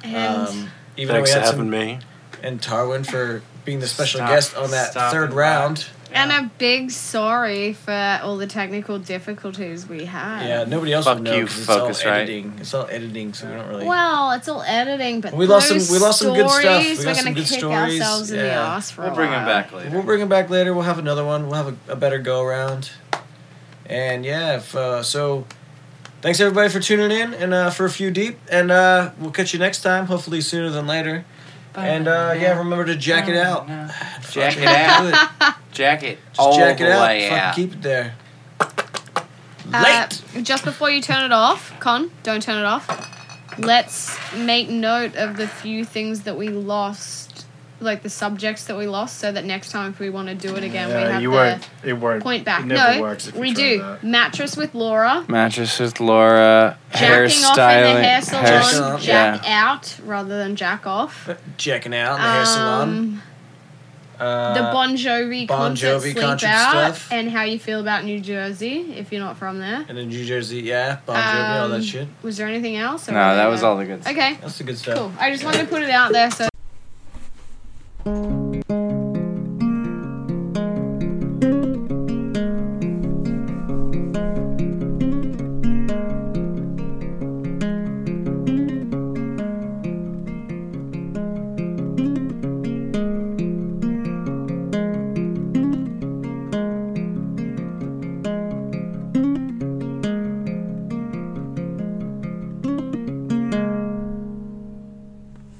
[SPEAKER 6] And
[SPEAKER 3] Um, even though we
[SPEAKER 8] Thanks for
[SPEAKER 3] had
[SPEAKER 8] having
[SPEAKER 3] some,
[SPEAKER 8] me.
[SPEAKER 3] and Tarwin for being the special
[SPEAKER 5] Stop-
[SPEAKER 3] guest on that
[SPEAKER 5] stop
[SPEAKER 3] third
[SPEAKER 5] and
[SPEAKER 3] round.
[SPEAKER 6] And a big sorry for all the technical difficulties we had.
[SPEAKER 3] Yeah, nobody else
[SPEAKER 5] Fuck
[SPEAKER 3] would know
[SPEAKER 5] you,
[SPEAKER 3] 'cause it's
[SPEAKER 5] Focusrite.
[SPEAKER 3] all editing. It's all editing, so we don't really.
[SPEAKER 6] Well, it's all editing, but
[SPEAKER 3] We lost
[SPEAKER 6] those
[SPEAKER 3] some- we lost some good stuff. We
[SPEAKER 6] stories,
[SPEAKER 3] got
[SPEAKER 6] We're
[SPEAKER 3] some
[SPEAKER 6] gonna
[SPEAKER 3] good
[SPEAKER 6] kick
[SPEAKER 3] stories.
[SPEAKER 6] ourselves in the
[SPEAKER 3] Yeah.
[SPEAKER 6] ass for
[SPEAKER 5] We'll
[SPEAKER 6] a
[SPEAKER 5] bring
[SPEAKER 6] while.
[SPEAKER 5] him back later.
[SPEAKER 3] We'll bring him back later. We'll have another one. We'll have a, a better go around. And yeah, if, uh, so thanks everybody for tuning in and uh, for a few deep. And uh, we'll catch you next time, hopefully sooner than later. And uh, yeah, remember to jack it out.
[SPEAKER 5] Jack it out. Oh,
[SPEAKER 3] Just
[SPEAKER 5] Jack it. all
[SPEAKER 3] jack it
[SPEAKER 5] the
[SPEAKER 3] out.
[SPEAKER 5] way
[SPEAKER 3] Fucking
[SPEAKER 5] out.
[SPEAKER 3] keep it there.
[SPEAKER 6] Uh,
[SPEAKER 3] Late.
[SPEAKER 6] just before you turn it off, Con, don't turn it off. Let's make note of the few things that we lost, like the subjects that we lost, so that next time if we want to do it again, we
[SPEAKER 9] Yeah,
[SPEAKER 6] have
[SPEAKER 9] you
[SPEAKER 6] the
[SPEAKER 9] won't. It won't.
[SPEAKER 6] point back.
[SPEAKER 9] It never
[SPEAKER 6] no,
[SPEAKER 9] works if you
[SPEAKER 6] we
[SPEAKER 9] try
[SPEAKER 6] do.
[SPEAKER 9] that.
[SPEAKER 6] Mattress with Laura.
[SPEAKER 5] Mattress with Laura.
[SPEAKER 6] Jacking off in the hair
[SPEAKER 5] hairstyling-
[SPEAKER 6] salon,
[SPEAKER 5] hair-
[SPEAKER 3] salon.
[SPEAKER 6] jack out rather than jack off.
[SPEAKER 3] Jacking out in the hair salon.
[SPEAKER 6] Um,
[SPEAKER 3] Uh,
[SPEAKER 6] the Bon Jovi
[SPEAKER 3] Bon
[SPEAKER 6] concert,
[SPEAKER 3] Jovi
[SPEAKER 6] sleep
[SPEAKER 3] concert
[SPEAKER 6] out,
[SPEAKER 3] stuff.
[SPEAKER 6] and how you feel about New Jersey if you're not from there.
[SPEAKER 3] and then New Jersey, yeah, Bon Jovi, all
[SPEAKER 6] Um,
[SPEAKER 3] that shit.
[SPEAKER 6] Was there anything else? or
[SPEAKER 5] No,
[SPEAKER 6] we
[SPEAKER 5] that
[SPEAKER 6] good?
[SPEAKER 5] was all the good stuff.
[SPEAKER 6] Okay,
[SPEAKER 3] That's the good stuff.
[SPEAKER 6] cool. I just wanted to put it out there so